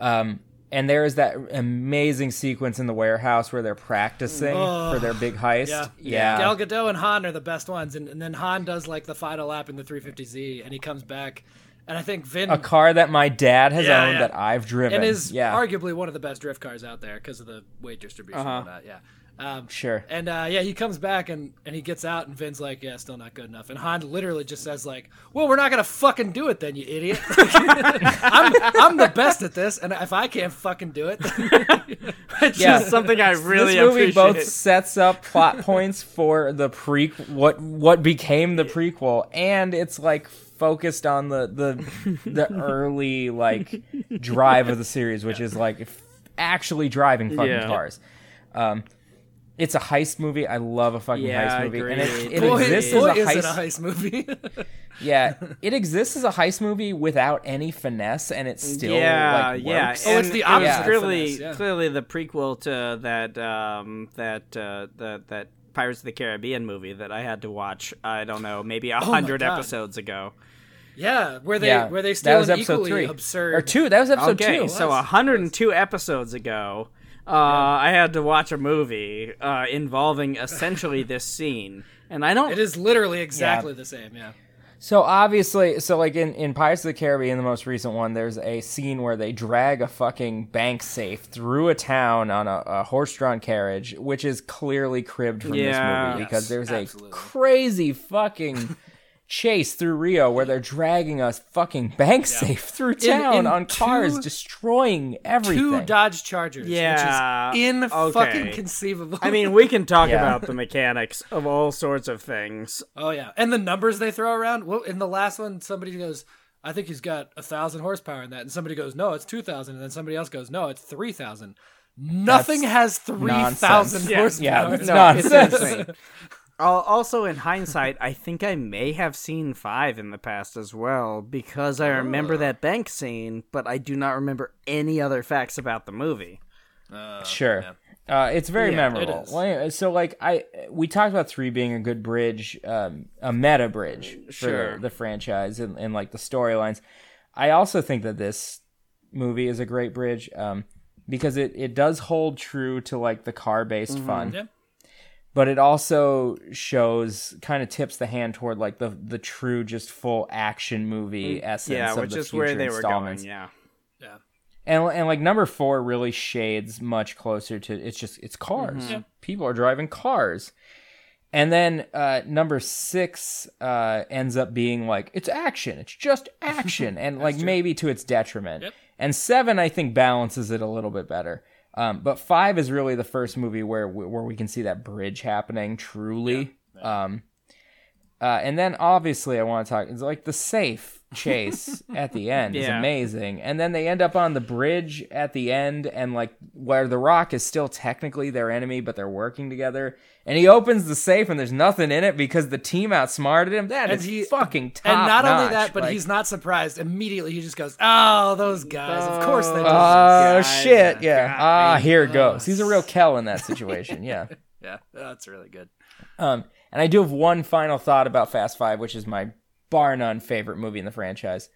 S2: um and there is that amazing sequence in the warehouse where they're practicing
S3: Oh,
S2: for their big heist
S3: Yeah.
S2: yeah,
S3: Gal Gadot and Han are the best ones, and, and then Han does like the final lap in the 350Z, and he comes back, and I think Vin
S2: a car that my dad has
S3: Yeah,
S2: owned
S3: yeah.
S2: that i've driven
S3: and is
S2: yeah
S3: arguably one of the best drift cars out there because of the weight distribution
S1: Uh-huh.
S3: and whatnot. Yeah. Um,
S2: Sure.
S3: And uh, yeah, he comes back and, and he gets out, and Vin's like, "Yeah, still not good enough." And Han literally just says like, "Well, we're not gonna fucking do it then, you idiot. [LAUGHS] I'm I'm the best at this, and if I can't fucking do it, [LAUGHS] then- which
S2: Yeah.
S3: is-
S1: Something I really
S2: this movie
S1: appreciate.
S2: both sets up plot [LAUGHS] points for the pre what what became the prequel, and it's like focused on the the the early like drive of the series, which is like f- actually driving fucking
S1: Yeah.
S2: cars. Um, it's a heist movie. I love a fucking
S1: Yeah,
S2: heist
S1: I
S2: movie, and it,
S1: agree.
S2: it
S3: boy,
S2: exists
S3: boy,
S2: as a
S3: is
S2: heist.
S3: it a heist movie. [LAUGHS]
S2: yeah, it exists as a heist movie without any finesse, and it still
S1: yeah,
S2: like,
S1: yeah.
S2: works.
S3: Oh, it's
S1: and
S3: the
S1: it
S3: opposite
S1: was
S3: of
S1: Clearly,
S3: finesse, yeah.
S1: clearly the prequel to that um, that uh, that that Pirates of the Caribbean movie that I had to watch. I don't know, maybe a hundred
S3: God.
S1: episodes ago.
S3: yeah, where they
S2: yeah.
S3: where they
S2: that
S3: steal
S2: was
S3: an
S2: episode
S3: equally
S2: three
S3: absurd
S2: or two. That was episode
S1: okay,
S2: two.
S1: so
S3: What?
S1: 102 episodes ago, uh, I had to watch a movie uh, involving essentially this scene, and I don't.
S3: It is literally exactly the same. Yeah.
S2: So obviously, so like in, in Pirates of the Caribbean, the most recent one, there's a scene where they drag a fucking bank safe through a town on a, a horse-drawn carriage, which is clearly cribbed from
S1: Yeah.
S2: this movie because
S1: Yes,
S2: there's
S3: absolutely.
S2: a crazy
S3: [LAUGHS]
S2: fucking chase through Rio where they're dragging a fucking bank safe through town
S3: in
S2: on cars,
S3: two-
S2: destroying everything.
S3: Two Dodge Chargers,
S1: Yeah,
S3: which is in
S1: okay.
S3: fucking conceivable.
S1: I mean, we can talk
S2: Yeah.
S1: about the mechanics of all sorts of things.
S3: [LAUGHS] Oh yeah, and the numbers they throw around. Well, in the last one, somebody goes, "I think he's got a thousand horsepower in that," and somebody goes, "No, it's 2,000. and then somebody else goes, "No, it's three thousand. Nothing has three thousand
S2: nonsense.
S3: horsepower.
S2: Yeah,
S3: [LAUGHS]
S2: yeah, it's
S1: No,
S2: nonsense.
S1: it's insane. Al- also, in hindsight, I think I may have seen five in the past as well because I remember
S2: Ah.
S1: that bank scene, but I do not remember any other facts about the movie.
S2: Sure. Uh, it's very
S1: Yeah, it
S2: memorable.
S3: is.
S2: Well, anyway, so like I, we talked about three being a good bridge, um, a meta bridge for
S1: Sure.
S2: the, franchise and, and like the storylines. I also think that this movie is a great bridge, um, because it it does hold true to like the car based
S1: Mm-hmm.
S2: fun,
S3: Yeah.
S2: but it also shows kind of tips the hand toward like the the true just full action movie essence.
S1: Mm, yeah,
S2: of
S1: which
S2: the
S1: is where
S2: future
S1: they were going.
S2: installments. [LAUGHS]
S1: Yeah.
S3: yeah.
S2: And, and like number four really shades much closer to it's just it's cars. People are driving cars. And then uh, number six uh, ends up being like it's action. It's just action, and like maybe to its detriment.
S3: Yep.
S2: And seven, I think, balances it a little bit better. Um, but five is really the first movie where we, where we can see that bridge happening truly. Um, uh, and then obviously, I want to talk. It's like the safe
S3: [LAUGHS]
S2: chase at the end is
S1: Yeah.
S2: amazing, and then they end up on the bridge at the end, and like where the Rock is still technically their enemy, but they're working together. And he opens the safe, and there's nothing in it because the team outsmarted him. That
S3: And
S2: is
S3: he-
S2: fucking top
S3: And not only that, but
S2: he's
S3: he's not surprised. Immediately, he just goes, "Oh, those guys! of course they do."
S2: Oh
S1: Guys,
S2: shit!
S1: uh,
S2: Yeah.
S1: God,
S2: Ah,
S1: man.
S2: here it goes. He's a real Kel in
S3: [LAUGHS]
S2: that situation. Yeah.
S3: yeah, that's really good.
S2: Um, and I do have one final thought about Fast Five, which is my bar none favorite movie in the franchise.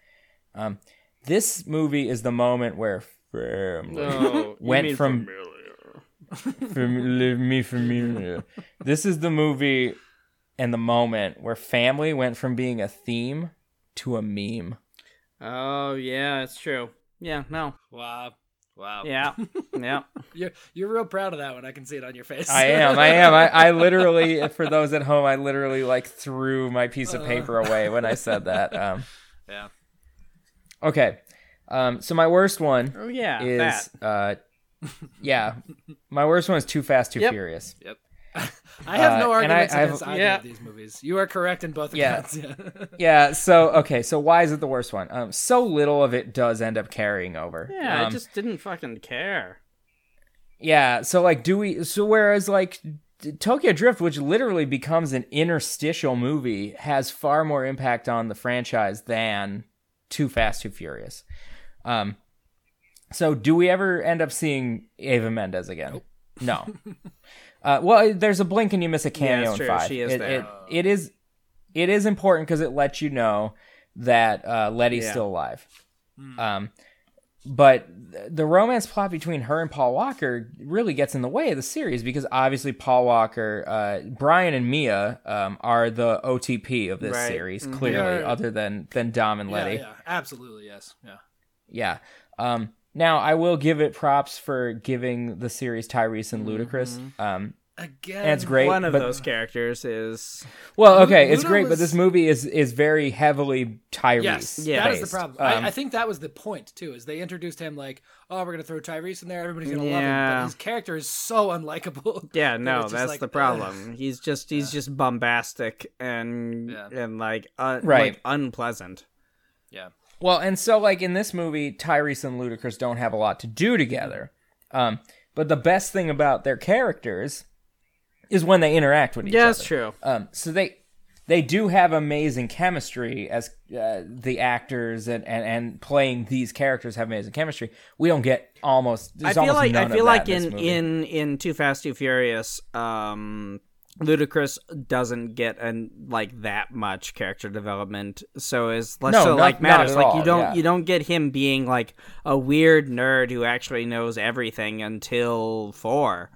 S2: Um, this movie is the moment where family
S5: No, Oh, you
S2: [LAUGHS] Went
S5: mean
S2: from-
S5: familiar.
S2: Famili- me [LAUGHS] familiar. this is the movie and the moment where family went from being a theme to a meme.
S1: Oh yeah, it's true. Yeah, no.
S3: Wow. Wow.
S2: [LAUGHS]
S1: Yeah. Yeah.
S3: You're you're real proud of that one. I can see it on your face.
S2: I am.
S3: [LAUGHS]
S2: I am. I, I literally, for those at home, I literally like threw my piece of paper away when I said that. [LAUGHS] Um,
S3: Yeah.
S2: Okay. Um, so my worst one
S1: Oh yeah. that.
S2: is, uh, yeah, my worst one is Too Fast, Too
S1: Yep.
S2: Furious.
S3: [LAUGHS] I have no
S2: Uh, and I-
S3: arguments
S2: I've-
S3: against either
S1: yeah.
S3: of these movies. You are correct in both
S2: Yeah.
S3: accounts. [LAUGHS] Yeah.
S2: Yeah. So okay. So why is it the worst one? Um, so little of it does end up carrying over.
S1: Yeah, I
S2: Um,
S1: just didn't fucking care.
S2: Yeah. So like, do we? So whereas like D- Tokyo Drift, which literally becomes an interstitial movie, has far more impact on the franchise than Too Fast, Too Furious. Um. So do we ever end up seeing Ava Mendez again? No. [LAUGHS] uh, well, there's a blink and you miss a cameo
S1: it's
S2: in
S1: true.
S2: five.
S1: She is
S2: It-
S1: there.
S2: it- it is. It is important because it lets you know that uh, Letty's
S1: Yeah. Hmm.
S2: still alive. Um, but th- the romance plot between her and Paul Walker really gets in the way of the series because obviously Paul Walker, uh, Brian and Mia um, are the OTP of this
S1: Right.
S2: series, clearly,
S3: They're-
S2: other than than Dom and
S3: Mm-hmm. yeah,
S2: Letty.
S3: yeah. Absolutely. Yes. Yeah.
S2: Yeah. Um, now I will give it props for giving the series Tyrese and Ludacris.
S3: Mm-hmm.
S2: Um,
S3: Again.
S2: and it's great.
S1: One of
S2: but-
S1: those characters is
S2: Well, okay, it's
S3: Luda
S2: great, but
S3: was-
S2: this movie is is very heavily Tyrese.
S3: Yes,
S1: Yeah.
S3: that is the
S2: based.
S3: problem.
S2: Um,
S3: I, I think that was the point too. Is they introduced him like, oh, we're gonna throw Tyrese in there, everybody's gonna love him,
S1: Yeah.
S3: but his character is so unlikable.
S1: yeah,
S3: that
S1: no,
S3: it's just
S1: that's
S3: like,
S1: the
S3: uh, ugh. [SIGHS]
S1: problem. He's just he's just bombastic and
S3: Yeah.
S1: and like uh,
S2: Right.
S1: like unpleasant.
S3: Yeah,
S2: Well, and so like in this movie, Tyrese and Ludacris don't have a lot to do together. Um, but the best thing about their characters is when they interact with each
S1: Yeah,
S2: other.
S1: that's true.
S2: Um, so they they do have amazing chemistry as uh, the actors and, and and playing these characters have amazing chemistry. We don't get almost.
S1: I
S2: There's
S1: feel
S2: almost
S1: like I
S2: none
S1: feel
S2: of
S1: like
S2: that
S1: in
S2: in, this movie.
S1: in in Too Fast Too Furious, um, Ludacris doesn't get an like that much character development. So is less
S2: No,
S1: so
S2: not-
S1: like
S2: not
S1: matters
S2: at
S1: like
S2: all,
S1: you don't
S2: yeah.
S1: you don't get him being like a weird nerd who actually knows everything until four.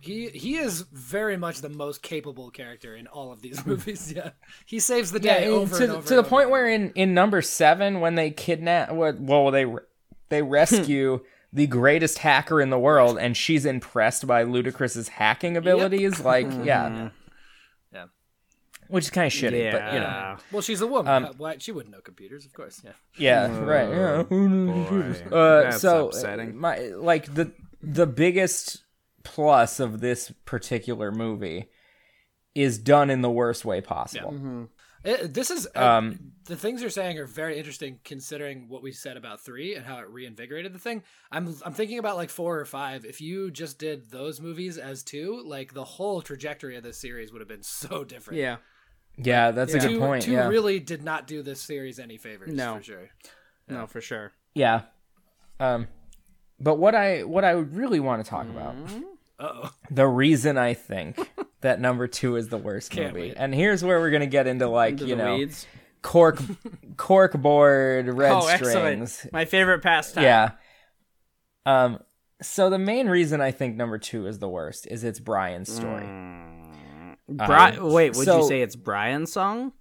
S3: he he is very much the most capable character in all of these [LAUGHS] movies. Yeah, he saves the
S2: yeah,
S3: day
S2: and
S3: over
S2: to,
S3: and over
S2: to the
S3: and over
S2: point
S3: again.
S2: where in in number seven when they kidnap what well they re-
S3: [LAUGHS]
S2: they rescue the greatest hacker in the world and she's impressed by ludacris's hacking abilities
S3: [LAUGHS]
S2: like yeah
S3: Mm-hmm. Yeah.
S2: which is kind of shitty
S1: yeah,
S2: but you know
S3: well, she's a woman.
S2: Um,
S3: Uh, why she wouldn't know computers? Of course. Yeah,
S2: yeah
S3: Oh,
S2: right yeah who knows
S1: boy.
S2: computers? uh
S1: That's
S2: so uh,
S1: upsetting.
S2: my like the the biggest plus of this particular movie is done in the worst way possible
S3: Mm-hmm. It- this is uh,
S2: Um,
S3: the things you're saying are very interesting considering what we said about three and how it reinvigorated the thing. I'm I'm thinking about like four or five. If you just did those movies as two, like the whole trajectory of this series would have been so different.
S1: yeah.
S2: yeah that's a
S3: two,
S2: good point
S3: two
S2: yeah
S3: really did not do this series any favors.
S1: No.
S3: for sure.
S1: No, for sure.
S2: Yeah. Um but what I what I would really want to talk about
S1: Mm-hmm.
S3: Uh oh.
S2: the reason I
S1: [LAUGHS]
S2: think that number 2 is the worst
S3: Can't
S2: movie.
S3: wait.
S2: And here's where we're going to get into like,
S1: Into
S2: you
S1: the
S2: know,
S1: weeds. [LAUGHS]
S2: cork cork board red
S1: Oh,
S2: strings.
S1: excellent! My favorite pastime.
S2: Yeah. Um so the main reason I think number 2 is the worst is it's Brian's story.
S1: Bri- wait, would
S2: Uh-huh. so-
S1: you say it's Brian's song?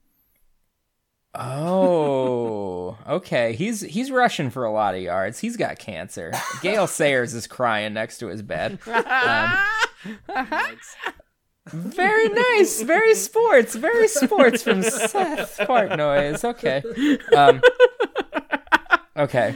S2: Oh, okay. He's he's rushing for a lot of yards. He's got cancer.
S1: [LAUGHS]
S2: Gail Sayers is crying next to his bed. Um, very nice. Very sports. Very sports from Seth Partnoy's. Okay. Um, okay.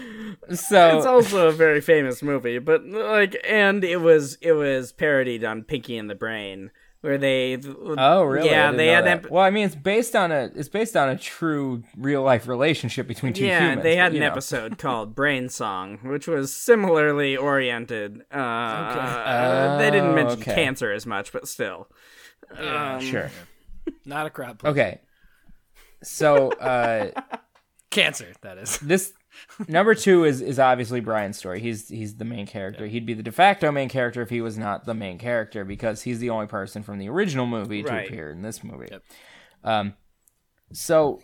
S2: So
S1: It's also a very famous movie, but like, and it was it was parodied on Pinky and the Brain, where they
S2: Oh, really? I
S1: Yeah,
S2: didn't
S1: they
S2: know
S1: had
S2: that.
S1: ep-
S2: well, I mean, it's based on a it's based on a true real life relationship between two
S1: yeah
S2: humans.
S1: they
S2: but,
S1: had
S2: you
S1: an
S2: know. [LAUGHS]
S1: episode called Brain Song, which was similarly oriented. Uh, uh, they didn't
S2: Oh,
S1: mention
S2: okay.
S1: cancer as much, but still, um,
S2: Sure.
S3: Not a crowd play.
S2: Okay. So uh,
S3: Cancer,
S2: [LAUGHS]
S3: that is.
S2: this number two is is obviously Brian's story. He's he's the main character. He'd be the de facto main character if he was not the main character because he's the only person from the original movie
S1: Right.
S2: to appear in this movie.
S3: Yep.
S2: Um, so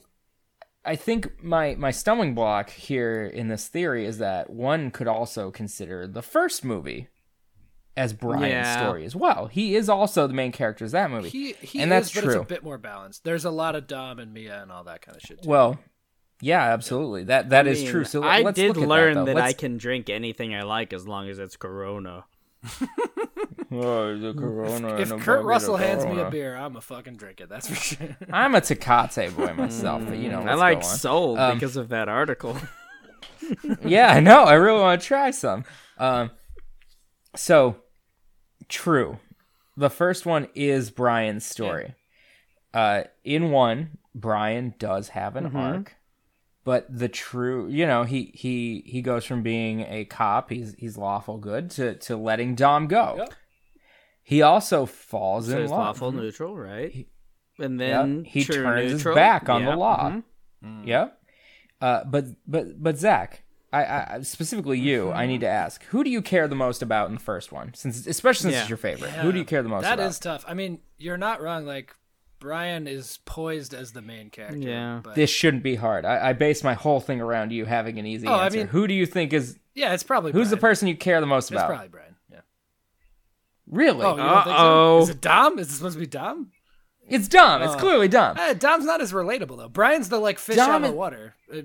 S2: I think my my stumbling block here in this theory is that one could also consider the first movie as Brian's
S1: Yeah.
S2: story as well. He is also the main character of that movie.
S3: He, he
S2: and
S3: is,
S2: that's
S3: but it's a
S2: true.
S3: bit more balanced. There's a lot of Dom and Mia and all that kind of shit. Too.
S2: Well, yeah, absolutely. That that is
S1: I
S2: true.
S1: mean,
S2: So
S1: I
S2: let's
S1: did
S2: look at
S1: learn
S2: that,
S1: that,
S2: though.
S1: I
S2: Let's-
S1: can drink anything I like as long as it's Corona.
S2: Oh, the corona
S3: if
S2: and a
S3: Kurt
S2: bucket
S3: Russell
S2: of
S3: hands me a
S2: Corona.
S3: beer, I'm a fucking drink it. That's for sure.
S2: I'm a Tecate boy myself, but you
S3: [LAUGHS]
S1: I
S2: know, Oh, let's
S1: like
S2: go on.
S1: soul
S2: Um,
S1: because of that article.
S2: yeah, I know. I really want to try some. Um, so true. The first one is Brian's story. Uh, in one, Brian does have
S3: Mm-hmm.
S2: an arc, but the true, you know, he he he goes from being a cop, he's he's lawful good, to to letting Dom go.
S3: Yep.
S2: He also falls
S1: so
S2: in
S1: it's
S2: love.
S1: lawful neutral, right? And
S2: Yeah,
S1: then
S2: he
S1: true
S2: turns
S1: neutral.
S2: his back on
S1: Yeah,
S2: the law.
S1: mhm.
S3: Mm-hmm.
S2: Yeah. Uh, but but but Zach, I, I I- specifically you,
S3: Mm-hmm.
S2: I need to ask, who do you care the most about in the first one? Since especially since
S1: Yeah.
S2: it's your favorite, who do you care the most
S3: That
S2: about?
S3: is tough. I mean, you're not wrong. Like Brian is poised as the main character.
S1: Yeah.
S3: But
S2: This shouldn't be hard. I, I base my whole thing around you having an easy
S3: Oh, I
S2: answer.
S3: mean-
S2: who do you think is
S3: yeah, it's probably
S2: who's the
S3: Brian.
S2: person you care the most
S3: It's
S2: about?
S3: probably Brian. Yeah.
S2: Really?
S3: Oh, you don't think so?
S1: Uh-oh.
S3: Is it Dom? Is it supposed to be Dom?
S2: it's dumb. It's clearly dumb.
S3: Eh, Dom's not as relatable though. Brian's the like fish
S2: Dom
S3: out of
S2: is-
S3: water. Uh,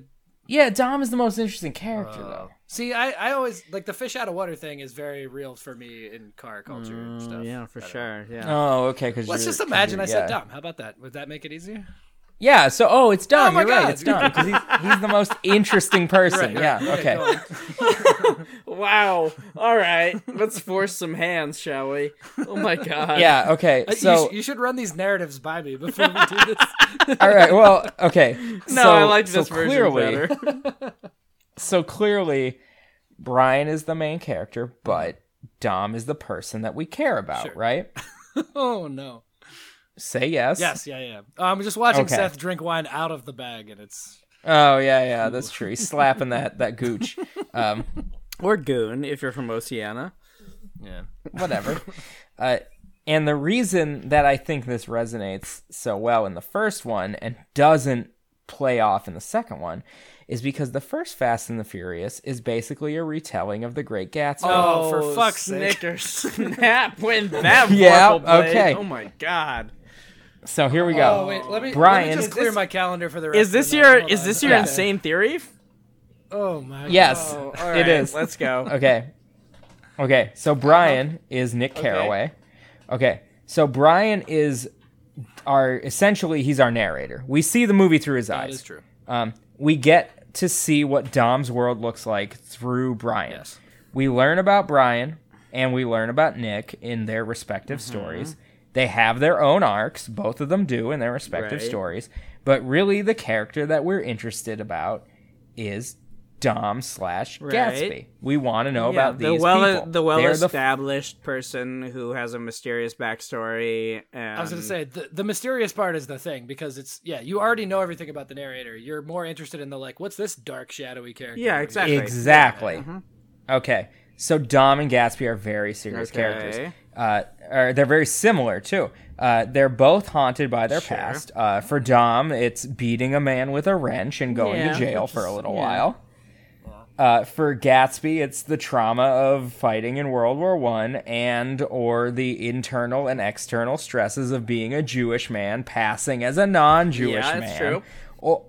S2: Yeah, Dom is the most interesting character though.
S3: see, I, I always like the fish out of water thing is very real for me in car culture and
S1: Mm,
S3: stuff.
S1: yeah, for
S3: I don't know.
S1: sure. Yeah.
S2: Oh, okay. Because
S3: Let's just imagine I
S2: yeah.
S3: said Dom. How about that? Would that make it easier?
S2: Yeah. So, oh, it's dumb.
S3: my
S2: You're right.
S3: God.
S2: It's dumb because he's, he's the
S3: [LAUGHS]
S2: most interesting person.
S3: Right,
S2: yeah.
S3: right, right,
S2: okay.
S3: go on.
S1: Oh, Wow. All right. Let's force some hands, shall we? Oh [LAUGHS] my god.
S2: yeah. Okay.
S3: Uh, you
S2: [LAUGHS] So
S3: sh- you, should run these narratives by me before we do this. [LAUGHS]
S2: All right. Well, okay.
S1: [LAUGHS] No,
S2: so,
S1: I like this
S2: so
S1: version
S2: clearly,
S1: better. [LAUGHS]
S2: So clearly, Brian is the main character, but Dom is the person that we care about, right?
S3: oh no.
S2: Say yes.
S3: Yes, yeah, yeah. Uh, I'm just watching
S2: Okay.
S3: Seth drink wine out of the bag, and it's
S2: Oh yeah, yeah. That's
S1: [LAUGHS]
S2: true. He's slapping that that gooch. Um,
S1: Or goon, if you're from Oceana.
S3: yeah.
S1: [LAUGHS]
S2: whatever. Uh, and the reason that I think this resonates so well in the first one and doesn't play off in the second one is because the first Fast and the Furious is basically a retelling of The Great Gatsby.
S3: Oh, for fuck's sake!
S1: Snickers [LAUGHS] snap when [LAUGHS] that
S2: Yeah,
S1: waffle blade.
S2: okay.
S1: Oh my god.
S2: So here we go.
S3: Oh wait, let me
S2: Brian,
S3: let me
S2: is
S3: just clear
S2: this-
S3: my calendar for the rest.
S1: Is this
S3: of the night.
S1: your
S3: Hold
S1: is
S3: on.
S1: this your
S2: Yeah.
S1: insane theory?
S3: Oh my.
S2: Yes,
S1: Oh, all
S2: it
S1: right,
S2: is.
S1: Let's [LAUGHS] go.
S2: Okay. Okay. So Brian is Nick Carraway. Okay. So Brian is our essentially he's our narrator. We see the movie through his eyes.
S3: That is true.
S2: Um, we get to see what Dom's world looks like through Brian.
S3: Yes.
S2: We learn about Brian and we learn about Nick in their respective
S1: Mm-hmm.
S2: stories. They have their own arcs, both of them do in their respective
S1: Right.
S2: stories. But really, the character that we're interested about is Dom slash Gatsby.
S1: Right.
S2: We want to know
S1: Yeah,
S2: about
S1: the
S2: these
S1: well
S2: people.
S1: the well
S2: They're
S1: established person who has a mysterious backstory and
S3: I was gonna say the, the mysterious part is the thing because it's yeah you already know everything about the narrator you're more interested in the like what's this dark shadowy character
S1: Yeah,
S3: over
S1: exactly. Mm-hmm.
S2: Exactly. Okay. So Dom and Gatsby are very serious
S1: Okay.
S2: characters. Uh, or they're very similar too. Uh, they're both haunted by their
S1: Sure.
S2: past. Uh, for Dom, it's beating a man with a wrench and going
S1: Yeah,
S2: to jail
S1: which
S2: for a
S1: is-
S2: little
S1: yeah.
S2: while. Uh, for Gatsby, it's the trauma of fighting in World War One and or the internal and external stresses of being a Jewish man passing as a non-Jewish
S1: Yeah,
S2: man.
S1: that's true.
S2: Or,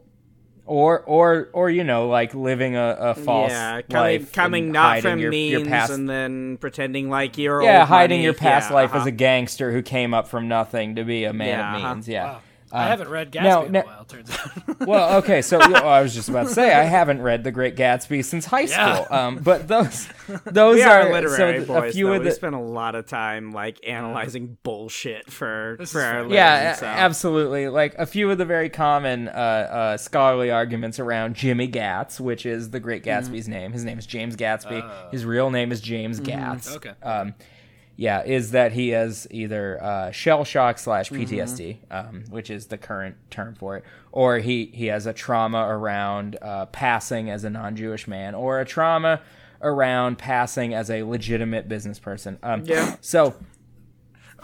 S2: or or or you know like living a, a false
S1: yeah, coming,
S2: life
S1: coming
S2: and
S1: not
S2: hiding
S1: from
S2: your,
S1: means
S2: your past
S1: and then pretending like you're
S2: yeah
S1: old
S2: hiding
S1: money.
S2: your past
S1: Yeah,
S2: life
S1: uh-huh.
S2: as a gangster who came up from nothing to be a man of
S1: Yeah, uh-huh.
S2: means yeah
S3: Wow. I haven't read Gatsby
S2: Uh, now-
S3: in
S2: now-
S3: a while turns out [LAUGHS]
S2: well okay so well, I was just about to say I haven't read The Great Gatsby since high
S3: Yeah.
S2: school um but
S3: [LAUGHS]
S2: those those
S1: we are,
S2: so
S1: literary
S2: th-
S1: boys.
S2: a few
S1: though.
S2: of
S1: We
S2: the
S1: spend a lot of time like analyzing bullshit for
S3: This
S1: for
S3: is
S1: our
S3: fair.
S1: living,
S2: yeah, a-
S1: so.
S2: absolutely. Like a few of the very common uh, uh, scholarly arguments around Jimmy Gatz, which is the Great
S1: Mm-hmm.
S2: Gatsby's name. His name is James Gatsby. His real name is James
S1: Mm-hmm.
S2: Gatz.
S3: Oh. okay.
S2: Um, yeah, is that he has either uh, shell shock slash PTSD, um, which is the current term for it, or he he has a trauma around uh, passing as a non-Jewish man, or a trauma around passing as a legitimate business person. Um,
S1: Yeah.
S2: So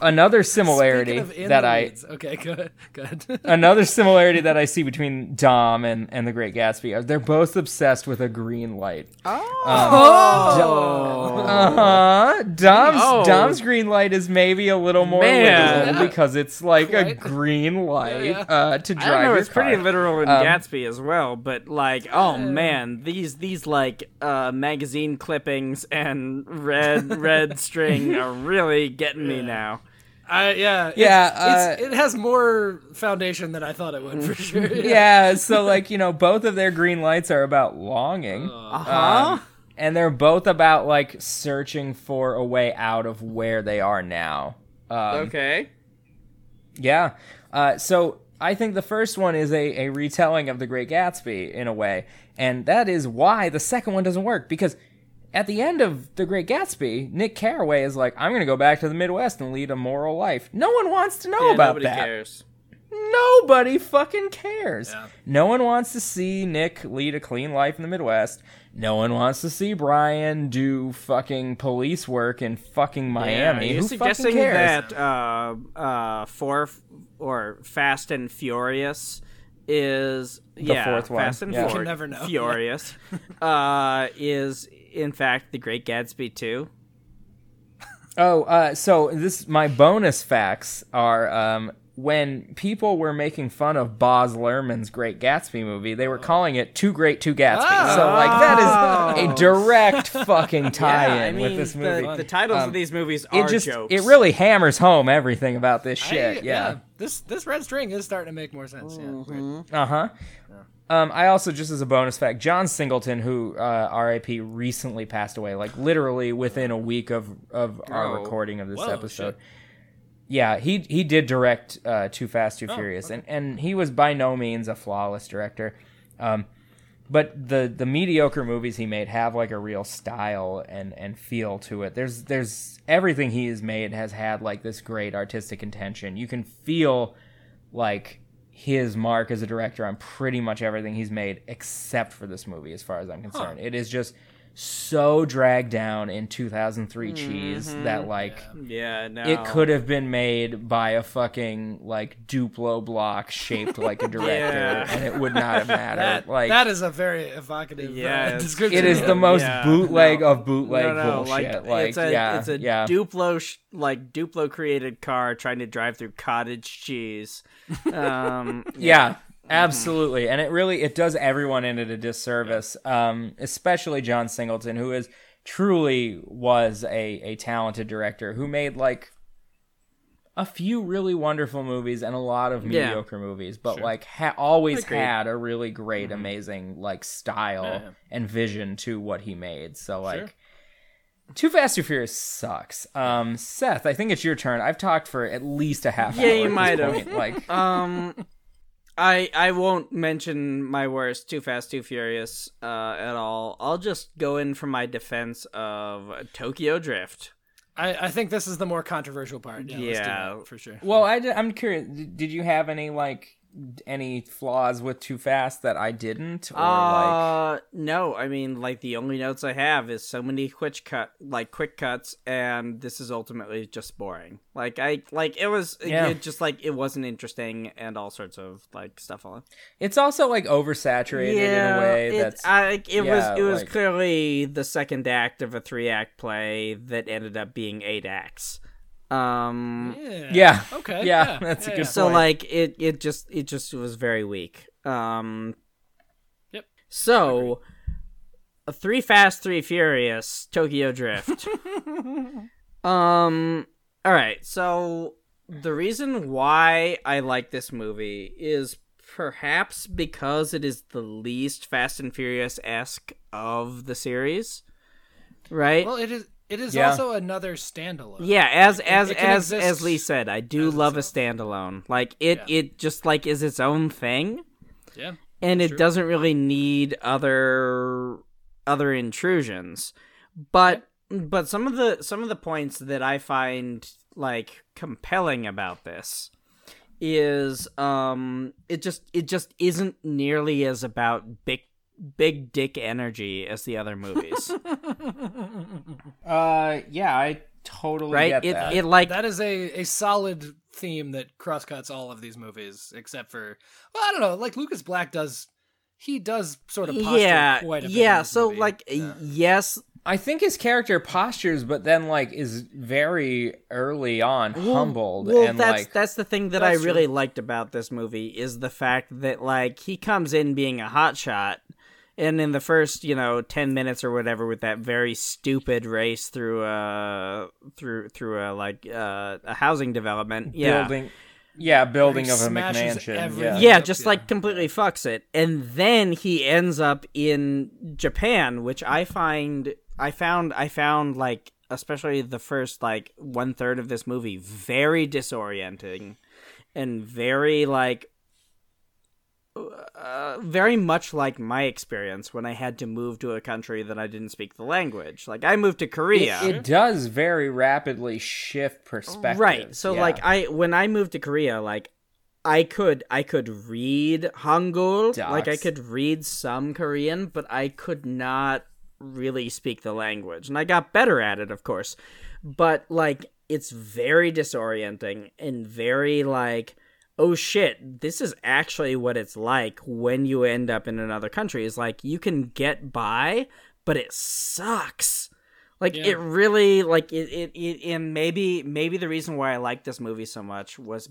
S2: Another similarity
S3: Speaking of in
S2: that
S3: the
S2: I Uh,
S3: weeds. Okay, [LAUGHS] good. Good.
S2: another similarity that I see between Dom and, and the Great Gatsby, uh, they're both obsessed with a green light. Um,
S3: oh.
S2: Uh huh. Dom's
S1: Oh.
S2: Dom's green light is maybe a little more
S1: Man.
S2: literal because it's like a
S3: Quite.
S2: green light
S3: yeah.
S2: Uh, to drive
S1: I know
S2: your
S1: it's pretty
S2: car. Um,
S1: literal in Gatsby as well, but like, oh man, these these like uh, magazine clippings and red red string are really getting me now.
S3: I, yeah. it's-
S2: Yeah, uh,
S3: it's, it has more foundation than I thought it would for sure.
S2: [LAUGHS] yeah, so like you know, both of their green lights are about longing,
S3: Uh.
S1: Huh?
S2: and they're both about like searching for a way out of where they are now. Um,
S1: okay.
S2: Yeah. Uh, so I think the first one is a, a retelling of The Great Gatsby in a way. And that is why the second one doesn't work because at the end of The Great Gatsby, Nick Carraway is like, I'm going to go back to the Midwest and lead a moral life. No one wants to know
S1: Yeah,
S2: about
S1: nobody
S2: that.
S1: cares.
S2: Nobody fucking cares.
S3: Yeah.
S2: No one wants to see Nick lead a clean life in the Midwest. No one wants to see Brian do fucking police work in fucking Miami.
S1: Yeah, you're
S2: Who fucking
S1: suggesting
S2: cares?
S1: that uh, uh, four or Fast and Furious is yeah
S2: fourth one,
S1: Fast and
S2: yeah. You can
S1: Fur-
S3: never
S1: [LAUGHS]
S3: know.
S1: Furious uh, is in fact the Great Gatsby too.
S2: Oh, uh, so this my bonus facts are um, when people were making fun of Boz Lerman's Great Gatsby movie, they
S1: Oh.
S2: were calling it Too Great Too Gatsby. So like
S1: [LAUGHS]
S2: that is a direct fucking tie-in
S1: Ah. Yeah, I mean,
S2: with this
S1: the-
S2: movie. Um,
S1: The, titles of these movies are
S2: it just
S1: jokes.
S2: it really hammers home everything about this
S3: I-
S2: shit. yeah.
S3: This this red string is starting to make more sense. Yeah. Weird.
S2: Uh huh. Um, I also just as a bonus fact, John Singleton, who uh, R.I.P. recently passed away, like literally within a week of of our
S1: Oh.
S2: recording of this
S3: Whoa,
S2: episode.
S3: shit.
S2: Yeah, he he did direct uh, Too Fast, Too Furious, and and he was by no means a flawless director. Um, but the the mediocre movies he made have like a real style and and feel to it. There's there's everything he has made has had like this great artistic intention. You can feel like his mark as a director on pretty much everything he's made except for this movie as far as I'm concerned. It is just so dragged down in 2003 cheese that like
S1: yeah no.
S2: it could have been made by a fucking like Duplo block shaped
S1: [LAUGHS]
S2: like a director
S1: Yeah.
S2: and it would
S1: [LAUGHS]
S2: not have mattered.
S3: That,
S2: like
S3: that is a very evocative uh,
S1: Yes.
S3: [LAUGHS] description.
S2: it is the most
S1: Yeah,
S2: bootleg
S1: no.
S2: of bootleg
S1: no, no,
S2: bullshit. Like,
S1: it's a,
S2: yeah,
S1: it's a
S2: yeah.
S1: Duplo, sh- like Duplo created car trying to drive through cottage [LAUGHS] cheese. Um,
S2: yeah absolutely and it really it does everyone in it a disservice um especially john singleton who is truly was a a talented director who made like a few really wonderful movies and a lot of
S1: Yeah.
S2: mediocre movies but like ha- always
S1: Agreed. Mm-hmm.
S2: had a really great amazing like style
S3: Yeah.
S2: and vision to what he made so like Too Fast, Too Furious sucks. Um, Seth, I think it's your turn. I've talked for at least a half hour.
S1: you
S2: at this
S1: might have.
S2: point. Like,
S1: um i i won't mention my worst too fast too furious uh at all i'll just go in for my defense of tokyo drift
S3: I, I think this is the more controversial part. Yeah, let's do
S1: Yeah.
S3: that, for sure.
S2: Well, I am curious. d- Did you have any like d- any flaws with Too Fast that I didn't? Or like,
S1: uh no i mean like the only notes i have is so many quick cut like quick cuts and this is ultimately just boring like i like it was
S2: Yeah.
S1: it just like it wasn't interesting and all sorts of like stuff on it
S2: it's also like oversaturated in a way
S1: it,
S2: that's
S1: I, it
S2: yeah,
S1: was it was
S2: like-
S1: clearly the second act of a three act play that ended up being eight acts. Um,
S3: Yeah.
S2: yeah,
S3: Okay.
S2: yeah,
S3: yeah,
S2: [LAUGHS] that's a
S3: yeah,
S2: good
S3: yeah.
S1: so
S2: point.
S1: like it it just it just was very weak. Um,
S3: Yep.
S1: So, a three fast, three furious, Tokyo
S3: [LAUGHS]
S1: Drift. um. All right. So the reason why I like this movie is perhaps because it is the least Fast and Furious esque of the series, right?
S3: Well, it is. It is
S2: Yeah.
S3: also another standalone.
S1: yeah, as as
S3: it can
S1: as
S3: exist
S1: as Lee said, I do love a standalone. Like it
S3: Yeah.
S1: it just like is its own thing
S3: Yeah.
S1: and it doesn't really need other other intrusions but but some of the some of the points that i find like compelling about this is um it just it just isn't nearly as about big big
S3: [LAUGHS]
S1: dick energy as the other movies
S2: uh, yeah, I totally
S1: right?
S2: get
S1: It,
S2: that.
S1: it like
S3: That is a, a solid theme that crosscuts all of these movies, except for well, I don't know. Like Lucas Black does, he does sort of posture
S1: yeah,
S3: quite a bit. in
S1: yeah.
S3: this
S1: So
S3: movie.
S1: like,
S3: Yeah.
S1: yes,
S2: I think his character postures, but then like is very early on humbled
S1: Well,
S2: and
S1: that's
S2: like
S1: that's the thing that I
S3: That's true.
S1: really liked about this movie is the fact that like he comes in being a hotshot, and in the first you know ten minutes or whatever with that very stupid race through a through through a like uh, a housing development, yeah,
S2: building, yeah, building
S3: He
S2: of a
S3: smashes
S2: McMansion.
S3: everything.
S2: Yeah.
S1: yeah,
S3: Yep,
S1: just
S3: yeah.
S1: like completely fucks it, and then he ends up in Japan, which I find I found I found like especially the first like one third of this movie very disorienting, and very like uh, very much like my experience when I had to move to a country that I didn't speak the language. Like I moved to Korea.
S2: It, it does very rapidly shift perspective.
S1: Right. So
S2: yeah.
S1: like I when I moved to Korea, like I could I could read Hangul, like I
S2: Docs.
S1: could read some Korean, but I could not really speak the language. And I got better at it, of course. But like it's very disorienting and very like oh shit, this is actually what it's like when you end up in another country. Is like you can get by, but it sucks. Like
S3: Yeah.
S1: it really like it, it it and maybe maybe the reason why I liked this movie so much was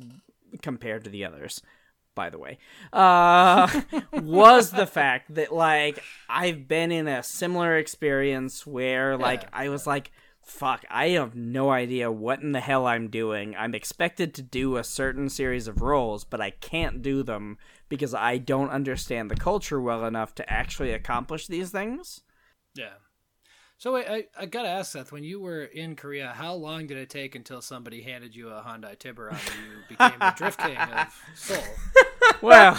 S1: compared to the others, by the way. [LAUGHS] Uh was the fact that like I've been in a similar experience where like I was like fuck, I have no idea what in the hell I'm doing. I'm expected to do a certain series of roles, but I can't do them because I don't understand the culture well enough to actually accomplish these things.
S3: yeah. So I, I, I gotta ask Seth, when you were in Korea, how long did it take until somebody handed you a Hyundai Tiburon and you became the drift king of
S1: [LAUGHS]
S3: Seoul?
S1: [LAUGHS] Well,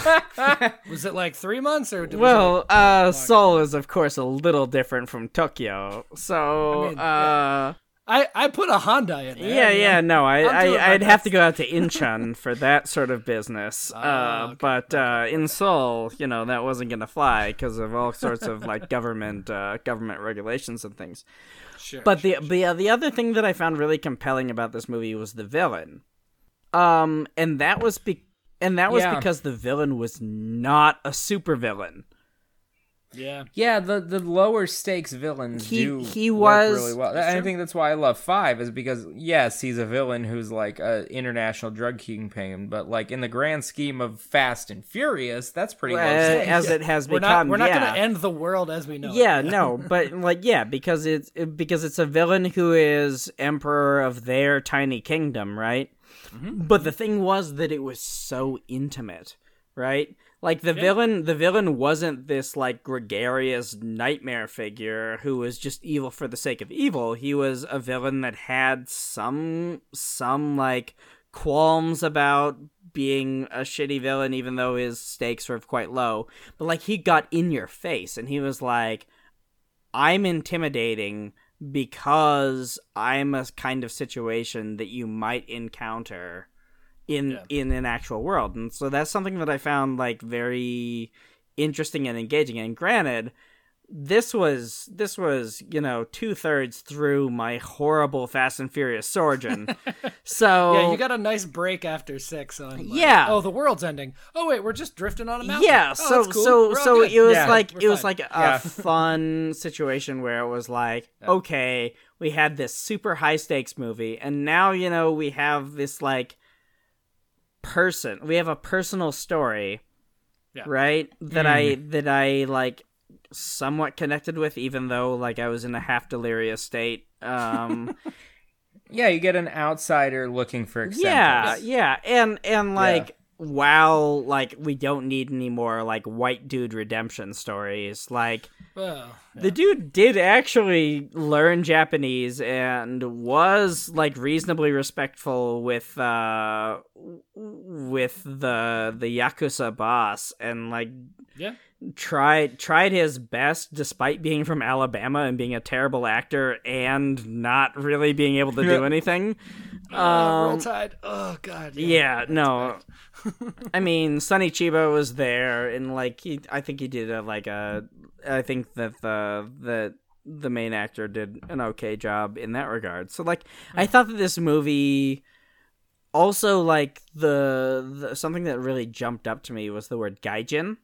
S3: Was it like three months or was it
S1: Well,
S3: like-
S1: uh, Seoul is of course a little different from Tokyo, so
S3: I mean,
S1: uh,
S3: I I put a Hyundai in there.
S1: yeah,
S3: you know?
S1: yeah, no, I,
S3: I'm doing
S1: I
S3: my
S1: I'd have
S3: best.
S1: to go out to Incheon for that sort of business,
S3: [LAUGHS] Ah,
S1: uh,
S3: okay,
S1: but uh, in Seoul, you know, that wasn't gonna fly because of all sorts of like government uh, government regulations and things.
S3: Sure.
S1: But the the the other thing that I found really compelling about this movie was the villain, um, and that was be- and that was
S2: Yeah.
S1: because the villain was not a supervillain.
S3: yeah.
S2: Yeah, the the lower stakes villains
S1: He-
S2: do
S1: he
S2: work
S1: was-
S2: really well. I think that's why I love Five is because yes, he's a villain who's like a international drug kingpin, but like in the grand scheme of Fast and Furious, that's pretty
S1: Uh,
S2: low stakes.
S1: as it has
S3: We're not
S1: become,
S3: we're not
S1: yeah.
S3: gonna end the world as we know. it.
S1: yeah no but like yeah because it's it- because it's a villain who is emperor of their tiny kingdom right
S3: Mm-hmm.
S1: but the thing was that it was so intimate right like the villain the villain wasn't this like gregarious nightmare figure who was just evil for the sake of evil he was a villain that had some some like qualms about being a shitty villain even though his stakes were quite low but like he got in your face and he was like I'm intimidating because I'm a kind of situation that you might encounter in
S3: Yeah.
S1: in an actual world. And so that's something that I found like very interesting and engaging. And granted, this was this was, you know, two thirds through my horrible Fast and Furious Sorgen.
S3: [LAUGHS]
S1: so
S3: Yeah, you got a nice break after six on. Like,
S1: Yeah.
S3: Oh, the world's ending. Oh wait, we're just drifting on a mountain.
S1: Yeah,
S3: Oh,
S1: so
S3: that's cool.
S1: so
S3: We're all
S1: so
S3: good.
S1: it was
S2: Yeah,
S1: like
S3: we're
S1: it was
S3: fine.
S1: like a
S3: [LAUGHS]
S2: Yeah.
S1: fun situation where it was like, okay, we had this super high stakes movie, and now you know we have this like person, we have a personal story,
S3: Yeah. Mm.
S1: right? That I that I like somewhat connected with, even though like I was in a half delirious state. Um,
S2: yeah, you get an outsider looking for acceptance.
S1: yeah, yeah, and and like while like we don't need any more like white dude redemption stories, like
S3: Well, yeah.
S1: the dude did actually learn Japanese and was like reasonably respectful with uh w- with the the yakuza boss and like
S3: Yeah.
S1: tried tried his best despite being from Alabama and being a terrible actor and not really being able to do anything.
S3: Oh,
S1: Um,
S3: roll tide. Oh god.
S1: yeah, no. [LAUGHS] I mean, Sonny Chiba was there, and like he, I think he did a like a. I think that the the the main actor did an okay job in that regard. So like I thought that this movie also like the, the something that really jumped up to me was the word gaijin.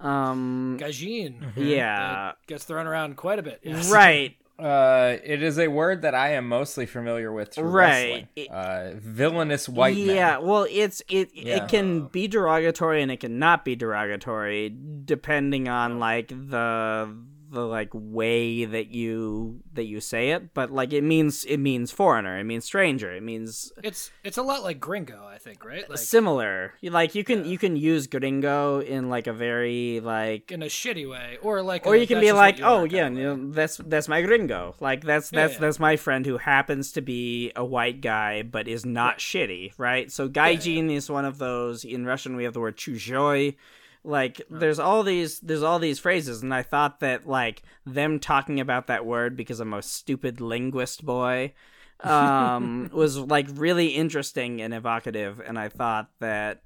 S1: Um
S3: Gajin.
S1: yeah.
S3: It gets thrown around quite a bit. yes.
S1: Right.
S2: Uh, it is a word that I am mostly familiar with. Through
S1: Right.
S2: wrestling. Uh, villainous white men.
S1: yeah, well, it's it
S2: Yeah.
S1: it can be derogatory and it can not be derogatory depending on like the the like way that you that you say it, but like it means it means foreigner, it means stranger, it means
S3: It's it's a lot like Gringo, I think, right? Like
S1: similar. You- Like you can you can use gringo in like a very like
S3: in a shitty way, or like,
S1: or
S3: a,
S1: you can
S3: "That's
S1: be
S3: just what
S1: like,
S3: you
S1: oh
S3: are"
S1: yeah,
S3: kinda
S1: you know, that's that's my gringo. Like that's
S3: Yeah,
S1: that's
S3: yeah.
S1: that's my friend who happens to be a white guy but is not shitty, right? So gaijin is one of those. In Russian, we have the word chuzhoy. Like there's all these there's all these phrases, and I thought that like them talking about that word because I'm a stupid linguist boy um was like really interesting and evocative and i thought that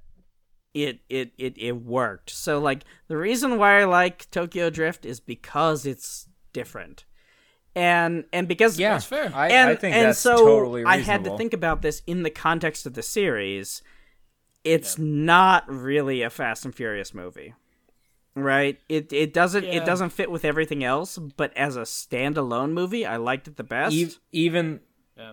S1: it it it it worked. So like the reason why I like Tokyo Drift is because it's different, and and because
S2: yeah,
S3: That's fair.
S2: I,
S1: and
S2: I think
S1: and
S2: that's
S1: so
S2: totally
S1: I
S2: reasonable.
S1: had to think about this in the context of the series. It's not really a Fast and Furious movie, right? It it doesn't
S3: Yeah.
S1: it doesn't fit with everything else, but as a standalone movie, I liked it the best.
S2: E- even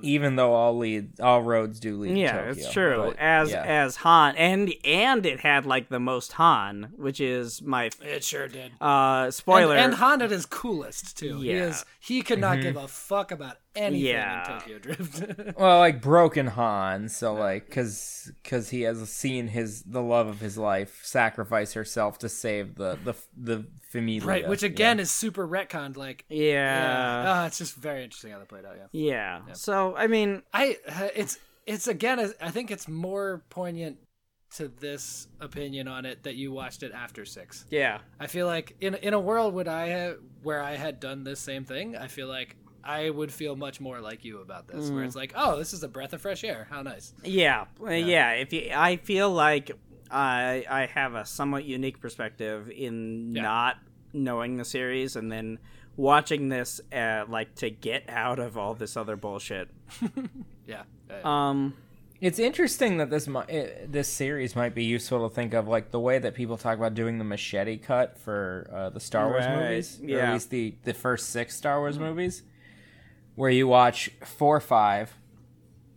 S2: even though all lead all roads do lead. to
S1: Yeah,
S2: Tokyo,
S1: it's true.
S2: but,
S1: as
S2: yeah.
S1: as Han and and it had like the most Han, which is my
S3: It sure did.
S1: uh spoiler.
S3: And, and Han at his coolest too. He
S1: Yeah.
S3: is. He could not give a fuck about anything
S1: Yeah.
S3: in Tokyo Drift. [LAUGHS]
S2: well, like broken Han, so like because because he has seen his the love of his life sacrifice herself to save the the the familia.
S3: right, which again is super retconned. Like,
S1: yeah.
S3: yeah, Ah, it's just very interesting how they played out. Yeah,
S1: Yeah. So I mean,
S3: I uh, it's it's again. I- I think it's more poignant to this opinion on it that you watched it after six.
S1: yeah,
S3: I feel like in in a world would I have, where I had done this same thing, I feel like I would feel much more like you about this,
S1: Mm.
S3: where it's like, oh, this is a breath of fresh air. How nice.
S1: yeah, yeah. if you, I feel like I I have a somewhat unique perspective in
S3: Yeah.
S1: not knowing the series and then watching this uh, like to get out of all this other bullshit.
S3: Yeah. Uh,
S1: Um.
S2: It's interesting that this mi- eh, this series might be useful to think of, like the way that people talk about doing the machete cut for uh, the Star Wars
S1: Right,
S2: movies, or
S1: yeah. Mm-hmm.
S2: at least the the first six Star Wars movies, where you watch four, five,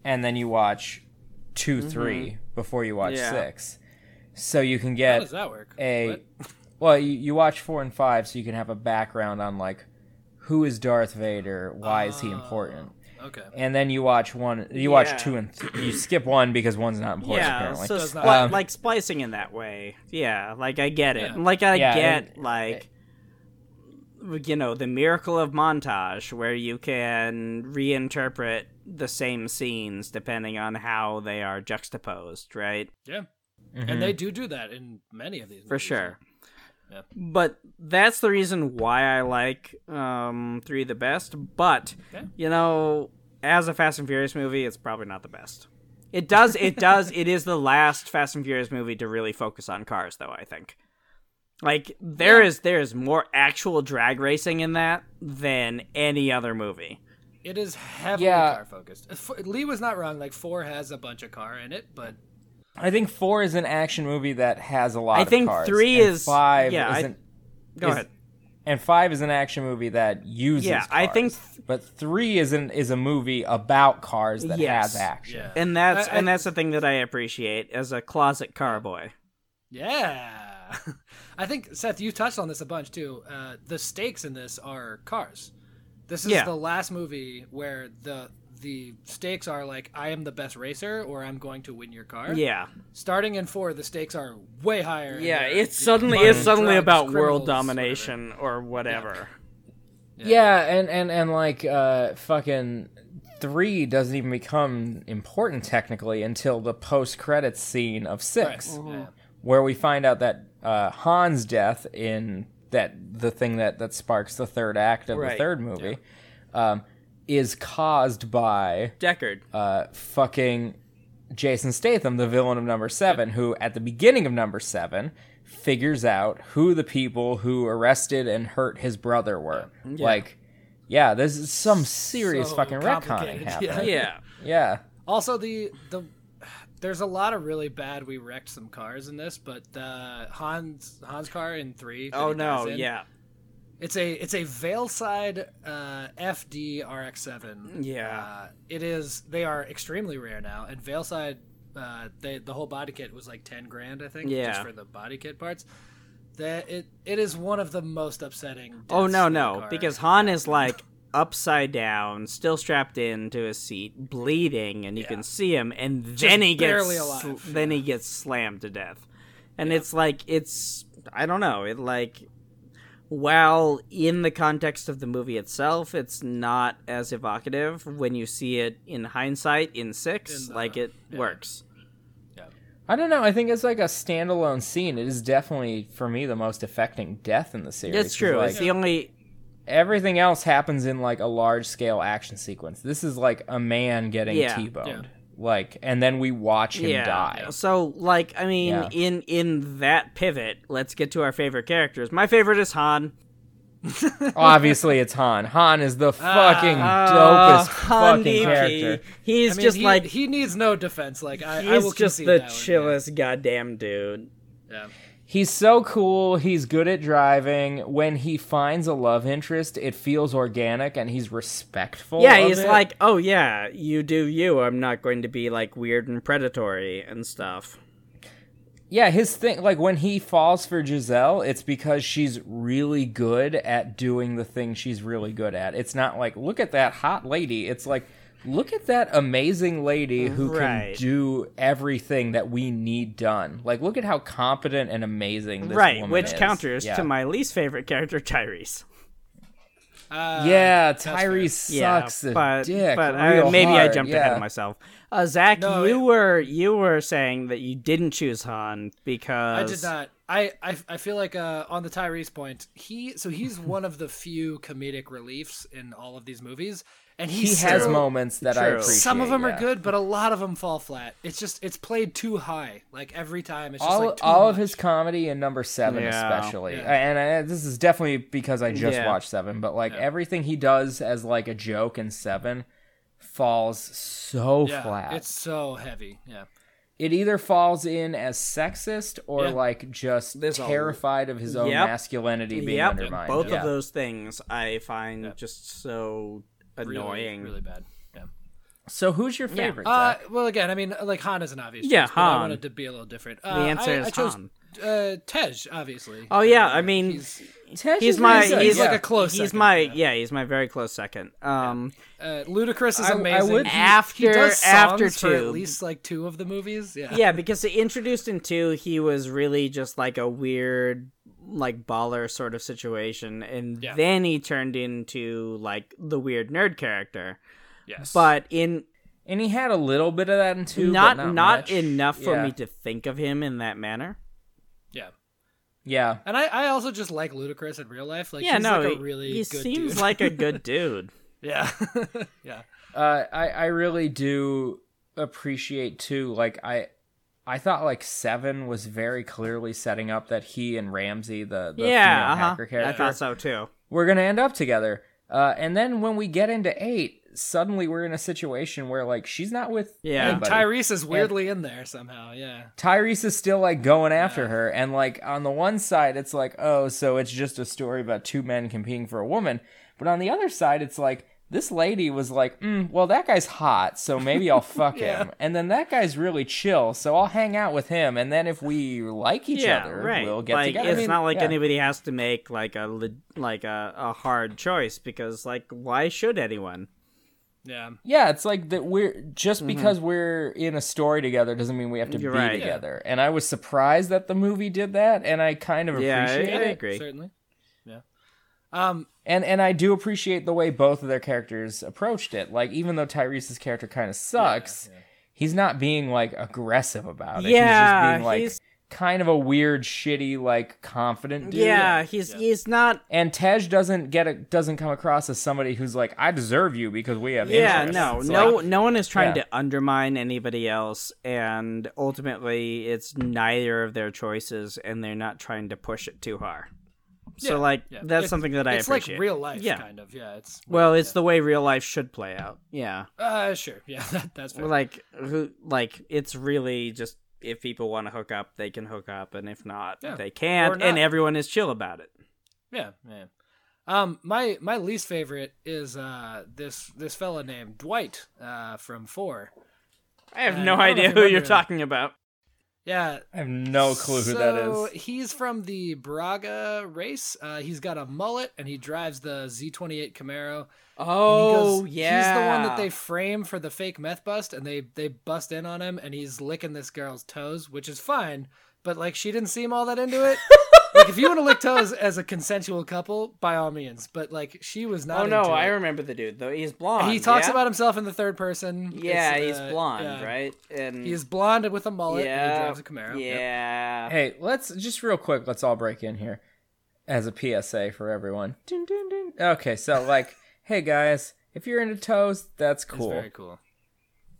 S2: and then you watch 2 three before you watch
S1: Mm-hmm. Yeah.
S2: six, so you can
S3: how
S2: get
S3: does that work?
S2: a
S3: What?
S2: well you, you watch four and five so you can have a background on like who is darth vader why is
S1: Oh.
S2: he important
S3: Okay.
S2: and then you watch one
S1: Yeah.
S2: you watch two and th- you skip one because one's not important
S1: Yeah.
S2: apparently
S1: So
S3: Does not-
S1: spli-
S2: Um,
S1: like splicing in that way. Yeah. Like I get it.
S3: Yeah.
S1: Like I
S2: Yeah,
S1: get
S2: and-
S1: like. You know the miracle of montage, where you can reinterpret the same scenes depending on how they are juxtaposed, right?
S3: Yeah. And they do do that in many of these.
S1: Mm-hmm. for
S3: movies.
S1: sure.
S3: Yeah.
S1: But that's the reason why I like um, three the best. But
S3: Okay.
S1: you know, as a Fast and Furious movie, it's probably not the best. It does, it does, it is the last Fast and Furious movie to really focus on cars, though. I think, like there is there is more actual drag racing in that than any other movie.
S3: It is heavily
S2: Yeah.
S3: car focused. Lee was not wrong. Like four has a bunch of car in it, but
S2: i think four is an action movie that has a lot
S1: I
S2: of
S1: think
S2: cars,
S1: three
S2: and
S1: is-
S2: five
S1: yeah, I-
S2: isn't
S1: Go
S2: Is-
S1: ahead.
S2: and five is an action movie that uses
S1: Yeah, I think-
S2: cars. but three is an is a movie about cars that
S1: Yes.
S2: has action
S3: yeah.
S1: And that's
S3: I- I-
S1: and that's the thing that I appreciate as a closet car boy.
S3: Yeah. [LAUGHS] I think Seth, you touched on this a bunch too. Uh, the stakes in this are cars. This is
S1: Yeah.
S3: the last movie where the the stakes are like I am the best racer or I'm going to win your car.
S1: Yeah.
S3: Starting in four, the stakes are way higher. and
S1: Yeah,
S3: they're
S1: it's
S3: the
S1: suddenly
S3: money,
S1: it's suddenly
S3: drugs,
S1: about
S3: criminals,
S1: world domination or whatever.
S2: Yeah, and and and like uh fucking three doesn't even become important technically until the post credits scene of
S3: whatever.
S2: six,
S3: Right.
S2: where we find out that uh Han's death in that the thing that that sparks the third act of
S1: Right.
S2: the third movie, um, is caused by
S1: Deckard.
S2: uh fucking Jason Statham, the villain of number seven, who at the beginning of number seven figures out who the people who arrested and hurt his brother were. Like, yeah, this is some serious
S3: So
S2: fucking retconning
S3: complicated,
S2: happening. Yeah.
S1: Yeah.
S3: Also, the the there's a lot of really bad. We wrecked some cars in this, but uh, Hans Hans car in three. that
S1: Oh
S3: he dies
S1: no.
S3: in,
S1: Yeah.
S3: It's a it's a Veilside uh, FD RX7.
S1: Yeah.
S3: uh, it is. They are extremely rare now, and Veilside. Uh, they, the whole body kit was like ten grand, I think, just
S1: Yeah.
S3: for the body kit parts. That it it is one of the most upsetting.
S1: Oh
S3: deaths
S1: no,
S3: in a
S1: no,
S3: car.
S1: because Han is like upside down, still strapped into his seat, bleeding, and you can see him, and then he gets
S3: barely alive.
S1: sl- then he gets slammed to death, and it's like it's I don't know, it like while in the context of the movie itself, it's not as evocative when you see it in hindsight in six,
S3: In the-
S1: like it works.
S2: I don't know. I think it's like a standalone scene. It is definitely for me the most affecting death in the series.
S1: It's
S2: 'cause,
S1: true.
S2: like,
S1: it's the only
S2: everything else happens in like a large scale action sequence. This is like a man getting
S1: Yeah.
S2: T-boned.
S3: Yeah.
S2: Like and then we watch him die.
S1: So like I mean
S2: Yeah.
S1: in in that pivot, let's get to our favorite characters. My favorite is Han.
S2: Obviously it's Han. Han is the fucking
S1: Uh,
S2: dopest
S1: Han DP.
S2: fucking character.
S1: He's
S3: I mean,
S1: just
S3: he,
S1: like
S3: he needs no defense. Like I, I
S1: he's
S3: will
S1: just
S3: concede
S1: the
S3: that one, yeah.
S1: chillest goddamn dude.
S3: Yeah.
S2: He's so cool. He's good at driving. When he finds a love interest, it feels organic and he's respectful.
S1: yeah,
S2: of
S1: he's
S2: it.
S1: like, oh yeah, you do you. I'm not going to be like weird and predatory and stuff.
S2: Yeah, his thing, like when he falls for Giselle, it's because she's really good at doing the thing she's really good at. It's not like, look at that hot lady. It's like, look at that amazing lady who
S1: Right.
S2: can do everything that we need done. Like, look at how competent and amazing this
S1: right,
S2: woman
S1: which
S2: is.
S1: counters
S2: Yeah.
S1: to my least favorite character, Tyrese.
S3: Uh,
S2: Yeah,
S3: fair.
S2: Tyrese
S1: Yeah,
S2: sucks a
S1: but
S2: dick.
S1: but
S2: real
S1: I, maybe I
S2: hard,
S1: jumped ahead
S2: yeah.
S1: of myself. Uh, Zach,
S3: No,
S1: you
S3: it-
S1: were you were saying that you didn't choose Han because
S3: I did not. I, I, I feel like uh, on the Tyrese point, he so he's
S1: [LAUGHS]
S3: one of the few comedic reliefs in all of these movies, and
S2: He
S3: he's
S2: has
S3: still-
S2: moments that I
S1: True.
S2: appreciate.
S3: Some of them
S2: yeah.
S3: are good, but a lot of them fall flat. It's just it's played too high, like every time. It's just
S2: all,
S3: like too
S2: all of
S3: much.
S2: his comedy in number seven
S1: Yeah.
S2: especially
S3: Yeah.
S2: and I, this is definitely because i just
S1: Yeah.
S2: watched seven but like everything he does as like a joke in seven falls so
S3: yeah,
S2: flat
S3: It's so heavy. Yeah,
S2: it either falls in as sexist or
S3: Yeah.
S2: like just
S1: There's a-
S2: terrified of his own
S1: Yep.
S2: masculinity being
S1: Yep,
S2: undermined
S1: both
S2: Yeah.
S1: of those things I find
S3: Yep.
S1: just so
S3: Really,
S1: annoying.
S3: really bad. Yeah.
S2: so who's your favorite
S3: Uh,
S2: Zach?
S3: well, again, I mean, like Han is an obvious.
S1: Yeah,
S3: choice, but I
S1: Han.
S3: wanted to be a little different. Uh,
S1: The answer
S3: I,
S1: is
S3: I chose,
S1: Han.
S3: Uh, Tej, obviously.
S1: Oh yeah,
S3: Uh,
S1: I mean,
S3: he's-
S1: he's,
S2: Tej is
S1: my
S2: really good,
S1: he's
S2: yeah.
S3: like a close
S1: He's
S3: second,
S1: my
S3: yeah.
S1: yeah. he's my very close second. Um,
S3: Uh, Ludacris is
S2: I- I
S3: amazing.
S2: would-
S3: He- he
S1: After-
S3: does songs
S1: after
S3: for at
S1: two.
S3: least like two of the movies. Yeah,
S1: yeah, because introduced in two, he was really just like a weird like baller sort of situation, and
S3: Yeah.
S1: then he turned into like the weird nerd character.
S3: yes.
S1: But in
S2: and he had a little bit of that in two but
S1: not
S2: not
S1: not,
S2: much.
S1: enough for
S2: Yeah.
S1: me to think of him in that manner.
S3: yeah,
S2: yeah
S3: and I, I also just like Ludacris in real life. Like,
S1: yeah,
S3: he's
S1: no,
S3: like
S1: he-
S3: a really
S1: he,
S3: good
S1: seems
S3: dude.
S1: like a good dude.
S3: [LAUGHS] yeah, [LAUGHS] yeah,
S2: uh, I I really do appreciate too. Like I I thought like Seven was very clearly setting up that he and Ramsey, the, the
S1: yeah,
S2: female
S1: uh-huh.
S2: hacker
S1: I
S2: character,
S1: thought so too.
S2: we're gonna end up together. Uh, and then when we get into eight, suddenly we're in a situation where like she's not with
S1: Yeah.
S3: And
S2: anybody.
S3: Tyrese is weirdly in there somehow. Yeah,
S2: Tyrese is still like going after her, and like on the one side, it's like, oh, so it's just a story about two men competing for a woman, but on the other side, it's like this lady was like, mm, well, that guy's hot, so maybe
S1: [LAUGHS]
S2: I'll fuck him, and then that guy's really chill, so I'll hang out with him, and then if we like each
S1: yeah,
S2: other,
S1: right.
S2: we'll get
S1: like,
S2: together.
S1: It's
S2: I mean,
S1: not like
S2: yeah.
S1: anybody has to make like a le- like a, a hard choice because like why should anyone?
S3: yeah.
S2: Yeah, it's like that we're just because we're in a story together doesn't mean we have to
S1: Mm-hmm. You're
S2: be
S1: right. Yeah.
S2: together. And I was surprised that the movie did that, and I kind of
S1: Yeah,
S2: appreciate
S1: I
S2: it.
S1: agree.
S3: Certainly. Yeah. Um.
S2: And and I do appreciate the way both of their characters approached it. Like even though Tyrese's character kind of sucks, he's not being like aggressive about it. he's just
S1: Yeah,
S2: being like
S1: he's-
S2: kind of a weird, shitty, like confident dude.
S1: yeah, he's he's not.
S2: And Tej doesn't get it. Doesn't come across as somebody who's like, I deserve you because we have.
S1: Yeah,
S2: interests."
S1: no,
S2: It's
S1: no,
S2: like-
S1: no one is trying
S2: yeah.
S1: to undermine anybody else, and ultimately, it's neither of their choices, and they're not trying to push it too hard.
S3: Yeah,
S1: So like
S3: yeah.
S1: that's
S3: It's-
S1: something that I
S3: it's
S1: appreciate.
S3: like real life,
S1: Yeah.
S3: kind of. Yeah, it's
S1: Well, it's the way real life should play out. Yeah.
S3: uh, sure. [LAUGHS] Yeah, that, that's fair.
S1: Well, Like who like it's really just if people want to hook up, they can hook up and if not,
S3: Yeah.
S1: they can't
S3: Or not.
S1: and everyone is chill about it.
S3: Yeah, man. Um, my my least favorite is uh this this fella named Dwight uh from Four.
S1: I have
S3: Uh,
S1: no
S3: I don't know
S1: idea
S3: if you
S1: who you're
S3: remember him.
S1: talking about.
S3: Yeah.
S2: I have no clue who
S3: so
S2: that is.
S3: He's from the Braga race. Uh, he's got a mullet and he drives the Z28 Camaro.
S1: Oh,
S3: And he goes- He's the one that they frame for the fake meth bust and they they bust in on him and he's licking this girl's toes, which is fine, but like she didn't seem all that into
S1: [LAUGHS]
S3: it. like if you want to lick toes as a consensual couple, by all means, but like she was not
S1: Oh no,
S3: into
S1: I
S3: it.
S1: remember the dude. Though he's blonde.
S3: He talks
S1: yeah?
S3: about himself in the third person.
S1: Yeah,
S3: It's,
S1: he's
S3: uh,
S1: blonde,
S3: yeah.
S1: right? And
S3: He is blonde with a mullet and he
S1: yeah,
S3: drives a Camaro. Yep.
S1: Yeah.
S2: Hey, let's just real quick, let's all break in here as a PSA for everyone. Dun, dun, dun. Okay, so like, hey guys, if you're into toes, that's
S3: It's
S2: cool.
S3: very cool.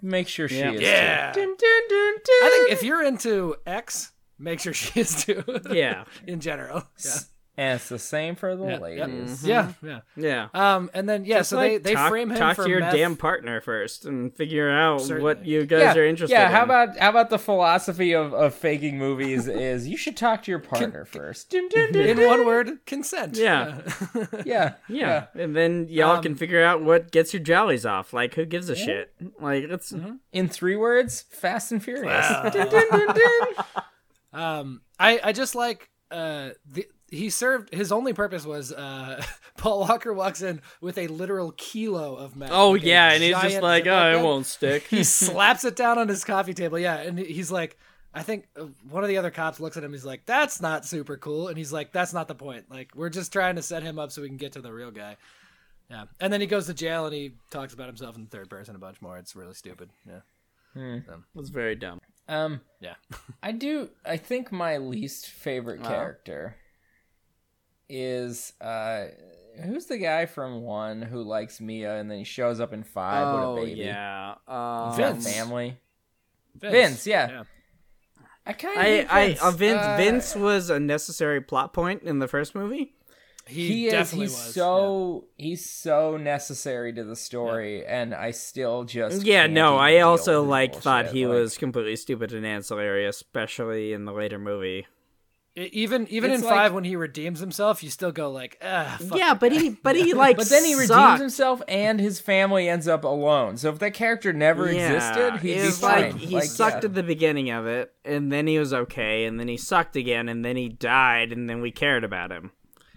S2: Make sure she
S1: Yeah.
S2: is.
S3: Yeah.
S2: Too. Dun, dun, dun, dun.
S3: I think if you're into X, make sure she is too.
S1: Yeah.
S3: [LAUGHS] in general. Yeah.
S2: S- And it's the same for the
S3: Yeah, yeah. Mm-hmm.
S2: ladies.
S3: Yeah. Yeah.
S1: [LAUGHS] Yeah.
S3: Um, and then yeah,
S1: Just,
S3: so
S1: like,
S3: they, they
S1: talk,
S3: frame him
S1: talk
S3: for
S1: to your
S3: meth.
S1: damn partner first and figure out what
S3: Certainly.
S1: you guys are interested
S2: yeah. How
S1: in.
S2: about how about the philosophy of, of faking movies is you should talk to your partner first. Dun, dun, dun,
S3: in
S2: dun.
S3: one word, consent.
S1: [LAUGHS] Yeah.
S3: Mm-hmm. Yeah.
S2: Yeah,
S1: yeah. and then y'all
S3: Um,
S1: can figure out what gets your jollies off. Like, who gives a shit? Like, it's
S3: Mm-hmm.
S2: In three words, Fast and Furious. Dun, dun, dun, dun.
S3: Um, I I just like uh the. He served his only purpose was uh, [LAUGHS] Paul Walker walks in with a literal kilo of meth.
S1: oh
S3: like a
S1: yeah, and he's just
S3: giant
S1: like, oh,
S3: ziploc
S1: it
S3: bag.
S1: won't
S3: [LAUGHS]
S1: stick. [LAUGHS]
S3: he slaps it down on his coffee table. Yeah, and he's like, I think uh, one of the other cops looks at him. He's like, "That's not super cool," and he's like, "That's not the point. Like, we're just trying to set him up so we can get to the real guy." Yeah, and then he goes to jail and he talks about himself in the third person a bunch more. It's really stupid. Yeah,
S1: That's very dumb.
S2: Um,
S3: yeah.
S2: I do. I think my least favorite character is uh, who's the guy from one who likes Mia and then he shows up in five.
S1: oh
S2: what a baby!
S1: yeah, uh,
S2: He's got
S3: Vince.
S2: family. Vince, yeah. I kind of
S1: I, I,
S2: Vince.
S1: uh, Vince,
S2: Uh,
S1: Vince was a necessary plot point in the first movie.
S3: he,
S2: He, is.
S3: definitely
S2: He's
S3: was.
S2: so he's so necessary to the story, and I still just
S1: Yeah,
S2: can't
S1: no,
S2: even
S1: I
S2: deal
S1: also
S2: with his
S1: like thought
S2: bullshit,
S1: he
S2: like-
S1: was completely stupid and ancillary, especially in the later movie.
S3: Yeah. E- even even
S2: It's
S3: in
S2: like-
S3: five when he redeems himself, you still go like, ah, fuck
S1: yeah,
S3: that
S1: but
S3: guy."
S1: he, but
S2: [LAUGHS]
S1: he like,
S2: But then he redeems
S1: sucked.
S2: himself, and his family ends up alone. So if that character never existed, he'd
S1: it
S2: be
S1: was like
S2: fine.
S1: he
S2: Like,
S1: sucked
S2: yeah.
S1: at the beginning of it, and then he was okay, and then he sucked again, and then he died, and then we cared about him.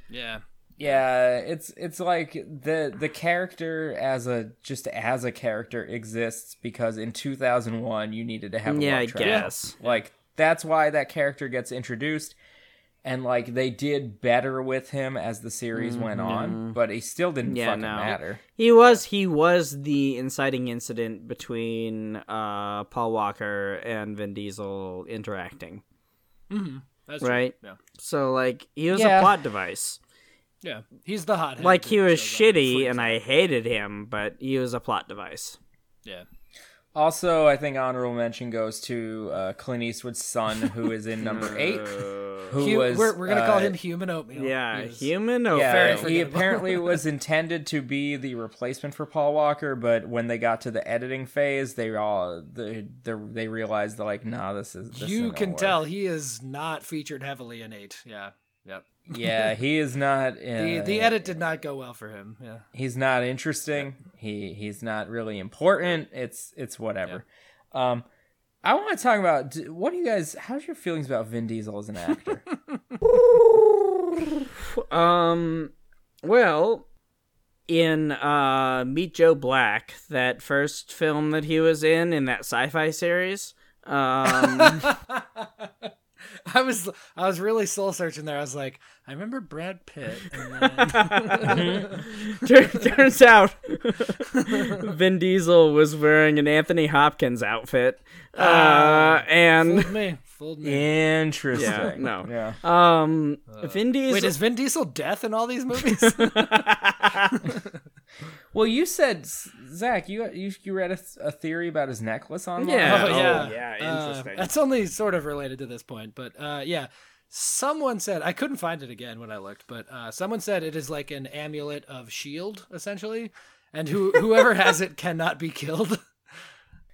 S3: yeah.
S2: Yeah, it's it's like the the character as a just as a character exists because in 2001 you needed to have a
S1: yeah,
S2: love
S1: I
S2: triangle.
S1: guess.
S2: Like that's why that character gets introduced and like they did better with him as the series went
S3: Mm-hmm.
S2: on, but he still didn't
S1: Yeah,
S2: fucking
S1: no.
S2: matter.
S1: He was he was the inciting incident between uh, Paul Walker and Vin Diesel interacting.
S3: That's true.
S1: Right.
S3: Yeah.
S1: So like he was
S2: Yeah.
S1: a plot device.
S3: Yeah. He's the hot.
S1: Like he was shitty and I hated him, but he was a plot device.
S3: Yeah.
S2: Also, I think honorable mention goes to uh, Clint Eastwood's son, who is in
S3: [LAUGHS]
S2: number eight, who
S3: Hu-
S2: was
S3: we're, we're gonna call
S2: uh,
S3: him human oatmeal.
S1: Yeah,
S3: Uh, He was-
S1: human or
S2: Yeah,
S3: Very
S2: he
S3: forgettable. [LAUGHS]
S2: apparently was intended to be the replacement for Paul Walker, but when they got to the editing phase, they all the, the they realized they're like, nah, this is this
S3: you
S2: isn't
S3: can
S2: gonna
S3: tell
S2: work."
S3: he is not featured heavily in eight. Yeah, yep.
S2: Yeah, he is not. Uh,
S3: [LAUGHS] The the edit did not go well for him. Yeah, [LAUGHS]
S2: He's not interesting. He he's not really important. It's it's whatever. Um, I want to talk about d- what do you guys? How's your feelings about Vin Diesel as an actor?
S3: [LAUGHS]
S1: Um, well, in uh, Meet Joe Black, that first film that he was in in that sci-fi series.
S3: [LAUGHS]
S1: Um, [LAUGHS]
S3: I was I was really soul searching there. I was like, I remember Brad Pitt. And then,
S1: tur- turns out, [LAUGHS] Vin Diesel was wearing an Anthony Hopkins outfit, uh,
S3: Ah.
S1: and
S2: [LAUGHS]
S3: fooled me, fooled me.
S2: interesting.
S1: Yeah, no.
S2: Yeah.
S3: Uh,
S1: um, Vin Diesel.
S3: Wait, is Vin Diesel death in all these movies? [LAUGHS]
S2: [LAUGHS] Oh, Well, you said Zach, you you, you read a, a theory about his necklace online.
S1: Yeah.
S3: Oh, yeah.
S1: yeah,
S3: Uh,
S1: interesting.
S3: that's only sort of related to this point, but uh, yeah. someone said I couldn't find it again when I looked, but uh, someone said it is like an amulet of shield, E essentially, and who whoever has it cannot be killed.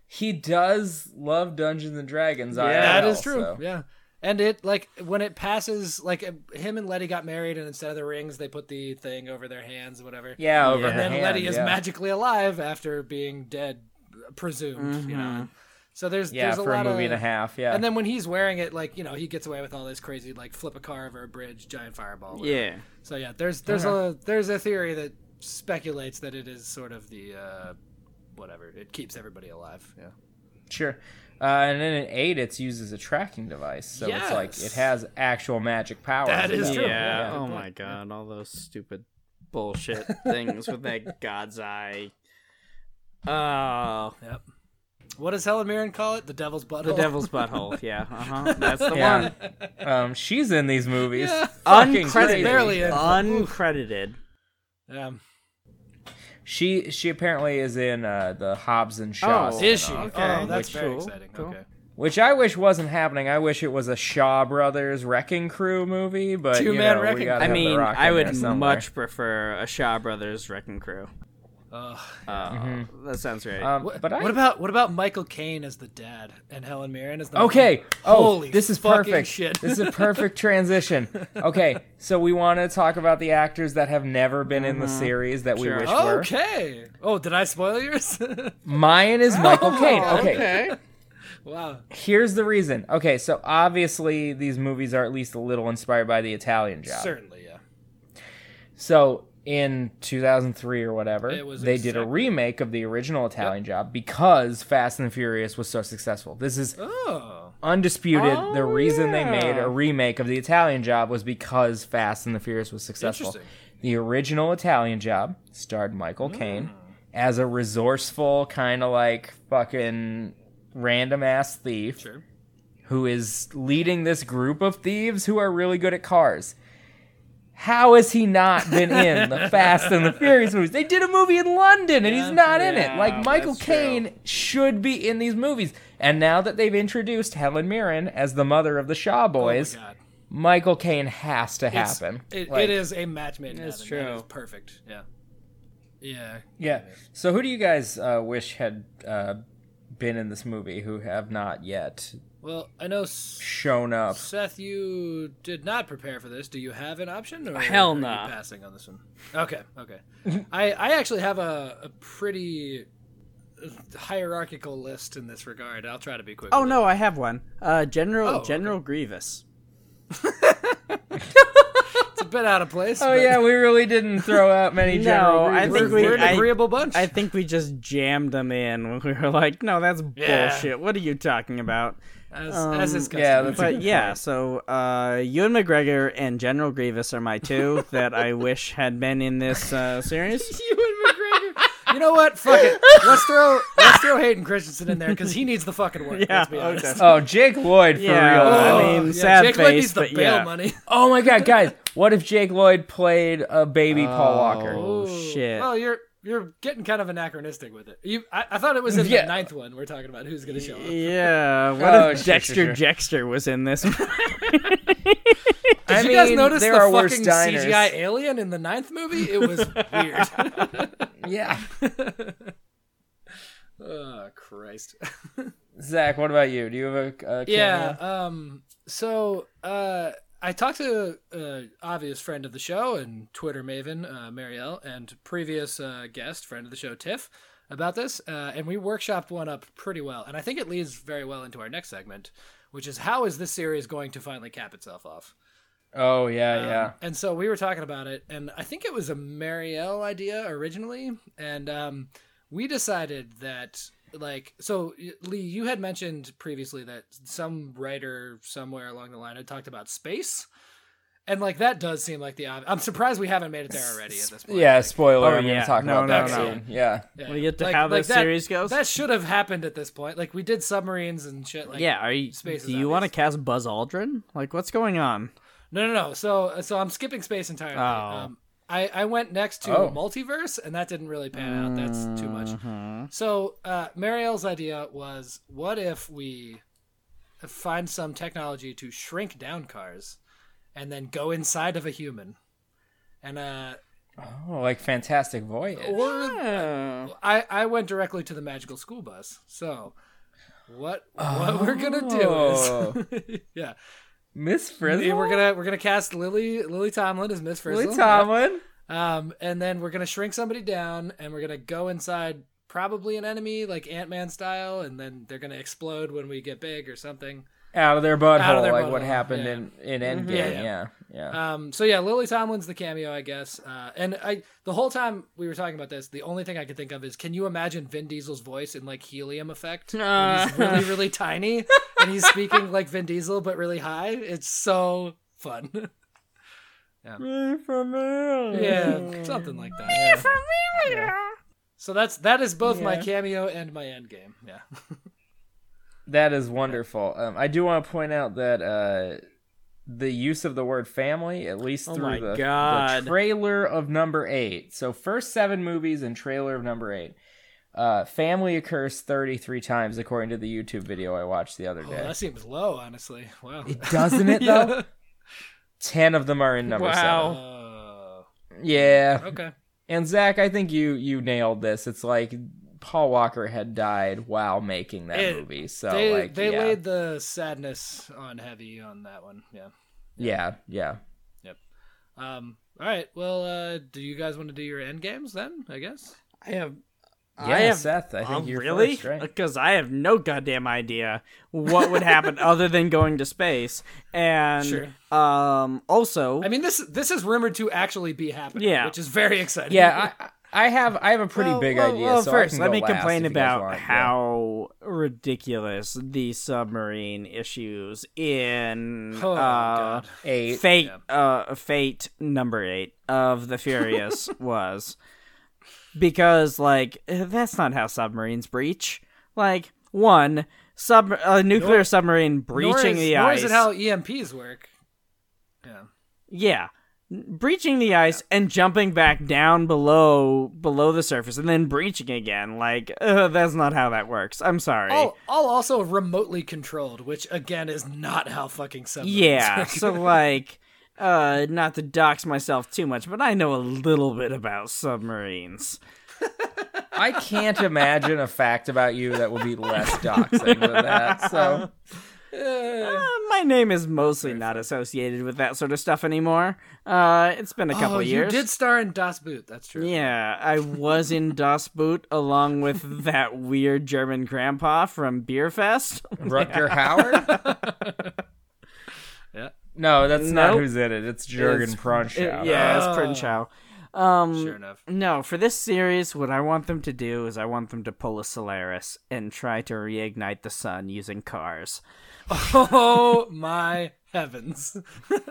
S2: He does love Dungeons and Dragons. Yeah,
S3: that is true. Yeah. And it like when it passes like uh, him and Letty got married and instead of the rings they put the thing over their hands or whatever.
S2: Yeah, over
S3: And
S2: her
S3: then
S2: hand,
S3: Letty is
S2: yeah.
S3: magically alive after being dead presumed, you know. So there's
S2: Mm-hmm. Yeah,
S3: there's a
S2: for a
S3: lot
S2: movie
S3: of
S2: and a half. Yeah,
S3: And then when he's wearing it like, you know, he gets away with all this crazy like flip a car over a bridge, giant fireball. whatever.
S1: Yeah.
S3: So yeah, there's there's a there's a theory that speculates that it is sort of the uh whatever. It keeps everybody alive. Yeah.
S2: sure. Uh, and then in eight, it's used as a tracking device, so it's like it
S3: Yes.
S2: has actual magic power.
S3: That is
S1: Yeah.
S3: true. Yeah,
S1: Oh
S3: good
S1: my
S3: point.
S1: god, all those stupid bullshit things with [LAUGHS] that God's eye. Oh,
S3: Yep. What does Helen Mirren call it? The devil's butthole.
S1: the devil's [LAUGHS] butthole. Yeah, uh-huh. That's the
S2: Yeah.
S1: one.
S2: [LAUGHS] Um, she's in these movies.
S3: Yeah.
S2: Fucking
S1: Uncredited.
S2: crazy.
S3: Barely in.
S1: Uncredited.
S3: [LAUGHS] Yeah.
S2: She she apparently is in uh, the Hobbs and Shaw,
S1: Oh.
S2: spin-off,
S3: Is she?
S1: Okay.
S3: Oh, that's
S1: Which-
S3: very
S1: cool,
S3: exciting.
S1: cool.
S3: Okay.
S2: which I wish wasn't happening. I wish it was a Shaw Brothers Wrecking Crew movie, but you
S3: Two-man
S2: know, we
S3: wrecking-
S2: gotta
S1: I
S2: have The
S1: mean,
S2: Rock
S1: I
S2: in
S1: would
S2: there somewhere.
S1: much prefer a Shaw Brothers Wrecking Crew.
S3: Ugh.
S1: Uh, That sounds right.
S2: Um,
S3: What,
S2: but I,
S3: what about what about Michael Caine as the dad and Helen Mirren as the
S2: Okay.
S3: mom?
S2: Oh,
S3: Holy
S2: this is
S3: fucking
S2: perfect.
S3: Shit.
S2: this is a
S3: [LAUGHS]
S2: perfect transition. Okay, so we want to talk about the actors that have never been in the series that
S1: Mm-hmm. Sure.
S2: we wish were.
S3: okay. Oh, did I spoil
S2: [LAUGHS]
S3: yours? [LAUGHS]
S2: Mine is
S3: Oh,
S2: Michael Caine. Okay.
S3: wow.
S2: here's the reason. Okay, so obviously these movies are at least a little inspired by the Italian Job.
S3: Certainly, yeah.
S2: So in 2003 or whatever,
S3: It was
S2: they did a
S3: exactly-
S2: remake of the original Italian Job because Fast and the Furious was so successful. This is
S3: Oh.
S2: undisputed
S1: Oh,
S2: the reason
S1: yeah.
S2: they made a remake of the Italian Job was because Fast and the Furious was successful.
S3: Interesting. Hmm.
S2: The original Italian Job starred Michael Caine as a resourceful kind of like fucking random ass thief
S3: Sure.
S2: who is leading this group of thieves who are really good at cars. How has he not been in the
S3: [LAUGHS]
S2: Fast and the Furious movies? They did a movie in London and he's not in it.
S1: Yeah,
S2: Like Michael
S1: that's true.
S2: Caine should be in these movies. And now that they've introduced Helen Mirren as the mother of the Shaw Boys,
S3: Oh my God.
S2: Michael Caine has to
S3: It's-
S2: happen.
S3: It,
S2: Like,
S3: it is a match made in heaven.
S1: It's
S3: It's
S1: true.
S3: perfect. Yeah. Yeah.
S2: Yeah. So who do you guys uh, wish had uh, been in this movie who have not yet
S3: Well, I know S-
S2: shown up?
S3: Seth, you did not prepare for this. Do you have an option? Or
S1: Hell
S3: are you
S1: nah.
S3: Passing on this one. Okay. [LAUGHS] Okay. I I actually have a, a pretty hierarchical list in this regard. I'll try to be quick.
S1: oh
S3: with
S1: no, I have one. Uh, General
S3: Oh, okay.
S1: General Grievous.
S3: it. it's a bit out of place.
S2: Oh
S3: but
S2: yeah, we really didn't throw out
S1: [LAUGHS]
S2: many
S1: No,
S2: general.
S1: I
S2: reasons.
S3: we're,
S1: think we-
S3: we're an
S1: I-
S3: agreeable bunch.
S1: I think we just jammed them in [LAUGHS] when we were like, no, that's
S3: Yeah.
S1: bullshit. What are you talking about?
S3: as, as is customary.
S2: yeah, that's
S1: [LAUGHS]
S2: a
S1: But
S2: good
S1: Um, yeah, so uh, Ewan McGregor and General Grievous are my
S2: [LAUGHS]
S1: two that I wish had been in this uh, series.
S3: Ewan McGregor. You know what? Fuck it. Let's throw let's throw Hayden Christensen in there because he needs the fucking work.
S1: [LAUGHS] Yeah,
S3: let's be honest.
S1: okay.
S2: Oh, Jake Lloyd for
S1: Yeah,
S2: real.
S1: I
S3: Oh,
S1: mean, sad
S3: Jake Lloyd
S1: face,
S3: needs the
S1: but
S3: bail
S1: yeah.
S3: money.
S2: oh my god, guys, what if Jake Lloyd played a baby Paul Walker?
S1: Oh
S3: Ooh.
S1: shit!
S3: Well, you're you're getting kind of anachronistic with it. You, I, I thought it was in
S2: Yeah.
S3: the ninth one we're talking about who's gonna show up.
S1: Yeah, what
S2: Oh,
S1: if
S2: sure,
S1: Dexter
S2: sure, sure.
S1: Dexter was in
S2: [LAUGHS]
S1: this? [LAUGHS]
S3: Did
S2: I
S3: you guys
S2: mean,
S3: notice the
S2: there are worse
S3: fucking
S2: diners.
S3: CGI alien in the ninth movie? It was weird.
S2: [LAUGHS]
S3: [LAUGHS]
S2: Yeah.
S3: oh Christ. [LAUGHS]
S2: Zach, what about you? Do you have a, a cameo?
S3: yeah. Um. So, uh, I talked to uh, obvious friend of the show and Twitter maven uh, Marielle and previous uh, guest friend of the show Tiff about this, uh, and we workshopped one up pretty well, and I think it leads very well into our next segment, which is how is this series going to finally cap itself off?
S2: Oh yeah,
S3: Um,
S2: yeah.
S3: And so we were talking about it, and I think it was a Marielle idea originally, and um, we decided that like so y- Lee, you had mentioned previously that some writer somewhere along the line had talked about space. And like that does seem like the ob- I'm surprised we haven't made it there already at this point.
S2: Yeah,
S3: Like,
S2: spoiler.
S1: Oh,
S2: I'm
S1: yeah.
S2: gonna talk
S1: No,
S2: about
S1: no,
S2: that
S1: no.
S2: soon. Yeah.
S3: yeah.
S1: When we get to how this
S3: that-
S1: series goes?
S3: That should have happened at this point. Like we did submarines and shit like
S1: yeah, are you?
S3: Space is
S1: do you want to
S3: obvious.
S1: cast Buzz Aldrin? Like, what's going on?
S3: No, no, no. So, so I'm skipping space entirely.
S1: Oh.
S3: Um, I, I went next to
S2: Oh.
S3: multiverse, and that didn't really pan out. That's too much. So, uh, Marielle's idea was, what if we find some technology to shrink down cars and then go inside of a human. And uh,
S2: Oh, like Fantastic Voyage.
S3: or
S1: Oh.
S2: Uh,
S3: I, I went directly to the magical school bus. So what what we're gonna
S2: Oh.
S3: do is [LAUGHS] yeah,
S2: Miss
S3: Yeah,
S2: Frizzle.
S3: we're gonna we're gonna cast Lily Lily Tomlin as Miss Frizzle.
S2: Lee Tomlin.
S3: Um, and then we're gonna shrink somebody down, and we're gonna go inside probably an enemy like Ant Man style, and then they're gonna explode when we get big or something.
S2: Out of their butthole,
S3: Out of their
S2: like what
S3: butthole,
S2: happened
S3: yeah. Mm-hmm.
S2: in in Endgame.
S3: Yeah,
S2: Yeah,
S3: yeah.
S2: yeah.
S3: Um, so yeah, Lily Tomlin's the cameo, I guess. Uh, and I the whole time we were talking about this, the only thing I could think of is can you imagine Vin Diesel's voice in like helium effect? When he's really really tiny, and he's speaking like Vin Diesel but really high. It's so fun. [LAUGHS] yeah, something like that. So that's that is both my
S2: Yeah.
S3: cameo and my end game. Yeah.
S2: That is wonderful. Um, I do want to point out that uh, the use of the word family, at least
S1: Oh my
S2: through the,
S1: God.
S2: the trailer of number eight. So, first seven movies and trailer of number eight. Uh, family occurs 33 times, according to the YouTube video I watched the other
S3: Oh,
S2: day.
S3: that seems low, honestly. Wow.
S2: it doesn't
S3: [LAUGHS]
S2: it, though? 10 of them are in number
S1: Wow.
S3: Oh,
S2: seven. Yeah.
S3: okay.
S2: And Zach, I think you you nailed this. It's like Paul Walker had died while making that
S3: It-
S2: movie. [LAUGHS] So
S3: they
S2: like
S3: they
S2: yeah.
S3: laid the sadness on heavy on that one. Yeah.
S2: yeah, yeah.
S3: Um. All right. Well, uh, do you guys want to do your end games then? I guess.
S1: I have.
S2: Yeah,
S1: I have,
S2: Seth, I think
S1: um,
S2: you're
S1: really?
S2: first, right?
S1: Because I have no goddamn idea what would
S2: [LAUGHS]
S1: happen other than going to space. And
S3: Sure.
S1: um, also,
S3: I mean this this is rumored to actually be happening.
S1: Yeah.
S3: Which is very exciting.
S2: Yeah, I, I have I have a pretty
S1: Well,
S2: big
S1: well,
S2: idea.
S1: well,
S2: so I
S1: first,
S2: can
S1: let
S2: go
S1: me
S2: last
S1: complain
S2: if you guys
S1: about
S2: want, yeah.
S1: how ridiculous the submarine issues in
S3: [LAUGHS] Oh,
S1: uh,
S3: God.
S2: eight.
S1: Fate, uh, Fate number eight of the Furious
S3: [LAUGHS]
S1: was, because like that's not how submarines breach. Like one sub a nuclear
S3: Nor-
S1: submarine
S3: Nor
S1: breaching
S3: is-
S1: the
S3: nor
S1: ice.
S3: is it how EMPs work. Yeah.
S1: Yeah. Breaching the ice and jumping back down below below the surface and then breaching again. Like uh, that's not how that works. I'm sorry.
S3: All, all also remotely controlled, which again is not how fucking submarines
S1: yeah.
S3: [LAUGHS] work.
S1: so like uh not to dox myself too much, but I know a little bit about submarines.
S2: [LAUGHS] I can't imagine a fact about you that would be
S1: [LAUGHS]
S2: less doxing than that. So
S1: Uh, my name is mostly not associated with that sort of stuff anymore. Uh it's been a couple
S3: oh,
S1: years.
S3: You did star in Das Boot. That's true.
S1: Yeah, I was
S3: [LAUGHS]
S1: in Das Boot along with that weird German grandpa from Beerfest.
S2: Rutger Howard.
S1: [LAUGHS]
S3: Yeah.
S2: No, that's not
S1: Nope.
S2: who's in it. It's Jurgen Prochnow.
S1: It- [LAUGHS] yeah, it's Prin Chow. Um,
S3: Sure enough.
S1: No, for this series, what I want them to do is I want them to pull a Solaris and try to reignite the sun using cars.
S3: [LAUGHS] Oh my heavens!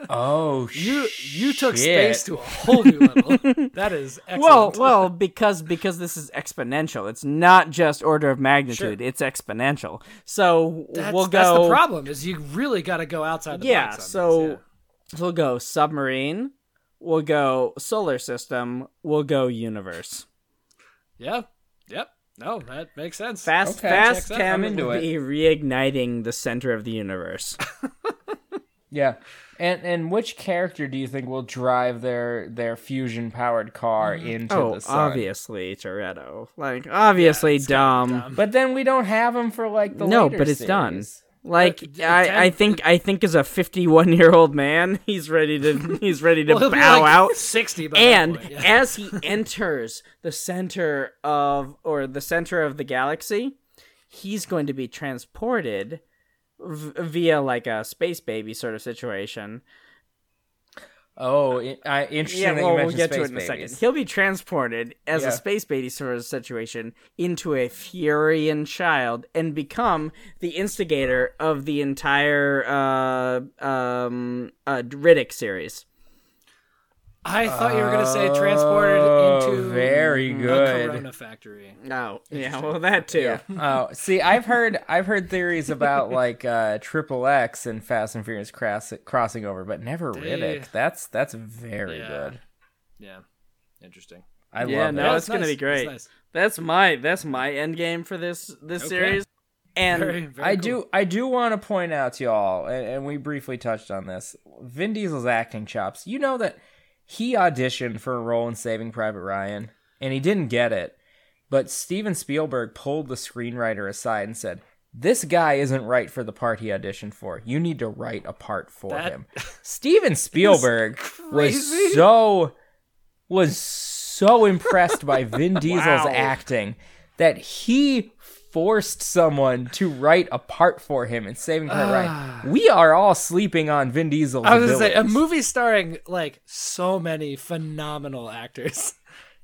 S2: Oh,
S3: You you took
S2: Shit.
S3: space to a whole
S1: [LAUGHS]
S3: new level. That is
S1: Well,
S3: excellent.
S1: well, because because this is exponential. It's not just order of magnitude; it's exponential. So
S3: that's,
S1: we'll go.
S3: that's the problem. Is you really got to go outside the
S1: yeah
S3: box. on
S1: so
S3: this,
S1: so we'll go submarine we'll go solar system we'll go universe
S3: yeah. yeah, yep. No, that makes sense.
S1: fast
S2: Okay,
S1: fast
S3: checks out. I'm
S1: cam
S2: into
S1: would
S2: it.
S1: be reigniting the center of the
S3: [LAUGHS]
S1: universe
S2: Yeah. And and which character do you think will drive their their fusion powered car into
S1: oh
S2: the sun?
S1: obviously toretto like obviously dumb.
S2: But then we don't have him for like the
S1: no
S2: later
S1: but it's done
S2: series.
S1: like
S3: But, Dan-
S1: I, I think I think as a fifty one year old man [LAUGHS] he's ready to
S3: [LAUGHS]
S1: he's ready to
S3: [LAUGHS] Well, he'll be
S1: bow
S3: like [LAUGHS]
S1: out
S3: Sixty, by that
S1: and
S3: point, yeah.
S1: as he enters the center of or the center of the galaxy he's going to be transported v- via like a space baby sort of situation
S2: Oh, i- I, interesting that you
S1: well, we'll
S2: mentioned
S1: get to
S2: Space
S1: it in a second
S2: Babies.
S1: he'll be transported as
S2: Yeah.
S1: a space baby sort of situation into a furian child and become the instigator of the entire uh um uh riddick series
S3: I thought you were gonna say transported
S2: Oh,
S3: into
S2: very
S3: a
S2: good.
S3: Corona factory.
S1: no Oh, [LAUGHS] yeah well that too
S2: [LAUGHS] Yeah. Oh, see, I've heard I've heard theories about [LAUGHS] like uh Triple X and Fast and Furious cross, crossing over, but never Riddick. That's that's very
S3: Yeah.
S2: good.
S3: Yeah, interesting.
S2: I
S1: Yeah,
S2: love
S1: no,
S2: that.
S1: it's gonna be great. That's my that's my end game for this this
S3: Okay.
S1: series. And
S3: Very, very
S2: I
S3: cool.
S2: do I do want to point out to y'all, and, and we briefly touched on this, Vin Diesel's acting chops. You know that he auditioned for a role in Saving Private Ryan, and he didn't get it. But Steven Spielberg pulled the screenwriter aside and said, "This guy isn't right for the part he auditioned for. You need to write a part for
S3: That- [LAUGHS]
S2: him." Steven Spielberg
S3: crazy.
S2: was so was so impressed by
S3: [LAUGHS]
S2: Vin Diesel's acting that he forced someone to write a part for him in Saving Private Ryan. We are all sleeping on Vin Diesel's
S3: Ah. I was gonna say a
S2: abilities.
S3: movie starring like so many phenomenal actors.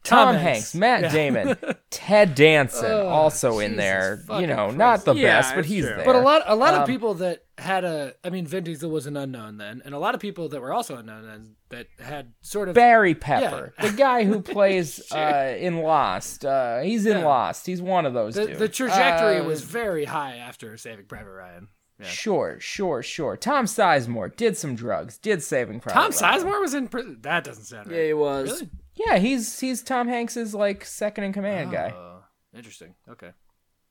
S2: Tom, Hanks, Matt
S3: [LAUGHS]
S2: Damon, Ted Danson also in
S3: Oh, Jesus
S2: there. You
S3: fucking
S2: know,
S3: Christ.
S2: not the
S1: Yeah,
S2: best, but
S1: it's
S2: he's
S1: true.
S2: there.
S3: But a lot, a lot
S2: Um,
S3: of people that had a, I mean, Vin Diesel was an unknown then, and a lot of people that were also unknown then that had sort of
S2: Barry Pepper, the guy
S3: [LAUGHS]
S2: who plays uh, in Lost. Uh, he's in
S3: Yeah.
S2: Lost. He's one of those
S3: the,
S2: dudes.
S3: the trajectory
S2: Uh,
S3: was
S1: Um,
S3: very high after Saving Private Ryan. Yeah.
S2: Sure, sure, sure. Tom Sizemore did some drugs, did Saving Private.
S3: Tom
S2: Ryan.
S3: Sizemore was in prison. That doesn't sound right.
S1: Yeah, he was.
S3: Really?
S2: Yeah, he's he's Tom Hanks's like second in command guy.
S3: Oh, interesting. Okay.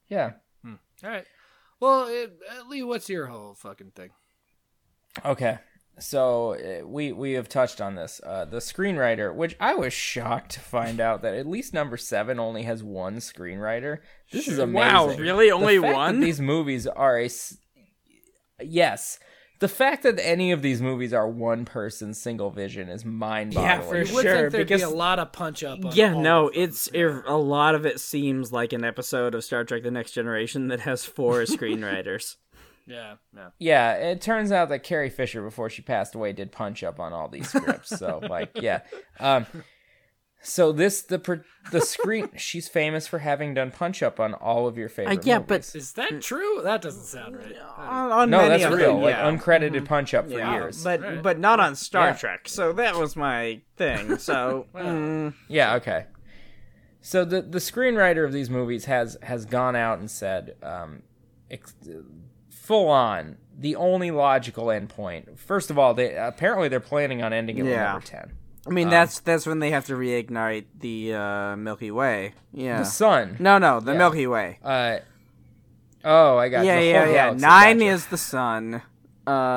S2: Yeah.
S3: All right. Well, it, uh, Lee, what's your whole fucking thing?
S2: Okay. So uh, we we have touched on this. Uh, the screenwriter, which I was shocked to find out that at least number seven only has one screenwriter. This is amazing.
S1: Wow, really?
S2: The
S1: Only
S2: fact that
S1: one?
S2: these movies are a s- yes. The fact that any of these movies are one person's single vision is mind-boggling.
S1: Yeah, for
S3: You would
S1: Sure,
S3: think there'd
S1: because-
S3: be a lot of punch up. On
S1: yeah,
S3: all
S1: no,
S3: of them.
S1: it's ir- a lot of it seems like an episode of Star Trek: The Next Generation that has [LAUGHS] four screenwriters.
S3: yeah, yeah.
S2: Yeah, it turns out that Carrie Fisher, before she passed away, did punch up on all these scripts. so, like, yeah. Um, so this the pr- the screen. she's famous for having done punch up on all of your favorite.
S1: Uh, yeah, but-
S2: movies.
S3: Is that true? That doesn't sound right.
S1: on, on
S2: no,
S1: many
S2: that's
S1: of
S2: real.
S1: them,
S2: Like
S1: yeah. Mm-hmm.
S2: uncredited punch up for
S1: Yeah,
S2: years.
S1: but
S3: Right.
S1: but not on Star
S2: Yeah.
S1: Trek. So that was my
S2: [LAUGHS]
S1: thing. So mm,
S2: Yeah, okay. So the the screenwriter of these movies has has gone out and said, um, ex- full on the only logical endpoint. First of all, they apparently they're planning on ending it
S1: Yeah.
S2: with number ten.
S1: I mean, that's that's when they have to reignite the uh, Milky Way. Yeah.
S2: The sun.
S1: no, no, the Milky Way.
S2: Uh, oh, I got
S1: yeah,
S2: the
S1: yeah,
S2: whole
S1: yeah.
S2: galaxy,
S1: Nine
S2: gotcha.
S1: is the sun.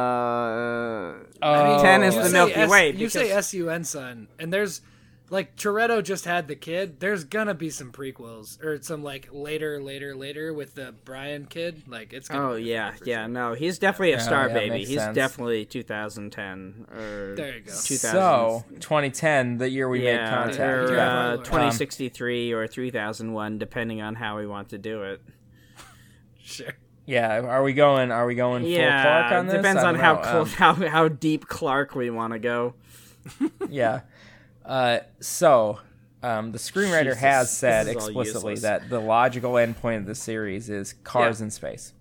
S1: Uh,
S2: Oh.
S1: ten is
S3: You
S1: the
S3: say
S1: Milky
S3: S-
S1: Way.
S3: You
S1: Because,
S3: say S-U-N son, and there's like Toretto just had the kid. There's gonna be some prequels or some like later, later, later with the Brian kid. Like it's gonna.
S1: oh
S3: be
S1: yeah,
S3: for
S1: yeah.
S3: sure.
S1: No, he's definitely a star
S2: yeah,
S1: baby.
S2: makes
S1: He's
S2: sense.
S1: definitely 2010 or
S3: There you go.
S1: 2000.
S2: So 2010, the year we made
S1: yeah,
S2: contact.
S1: or
S3: Yeah.
S1: uh,
S3: Um,
S1: 2063 or 3001, depending on how we want to do it.
S3: Sure.
S2: Yeah, are we going? Are we going full Clark on this?
S1: depends
S2: I
S1: on
S2: don't
S1: how,
S2: know.
S1: cl-
S2: Um,
S1: how how deep Clark we want to go.
S2: yeah. Uh, so, um, the screenwriter
S1: Jesus,
S2: has said
S1: this is all
S2: explicitly
S1: useless.
S2: that the logical endpoint of the series is cars in space.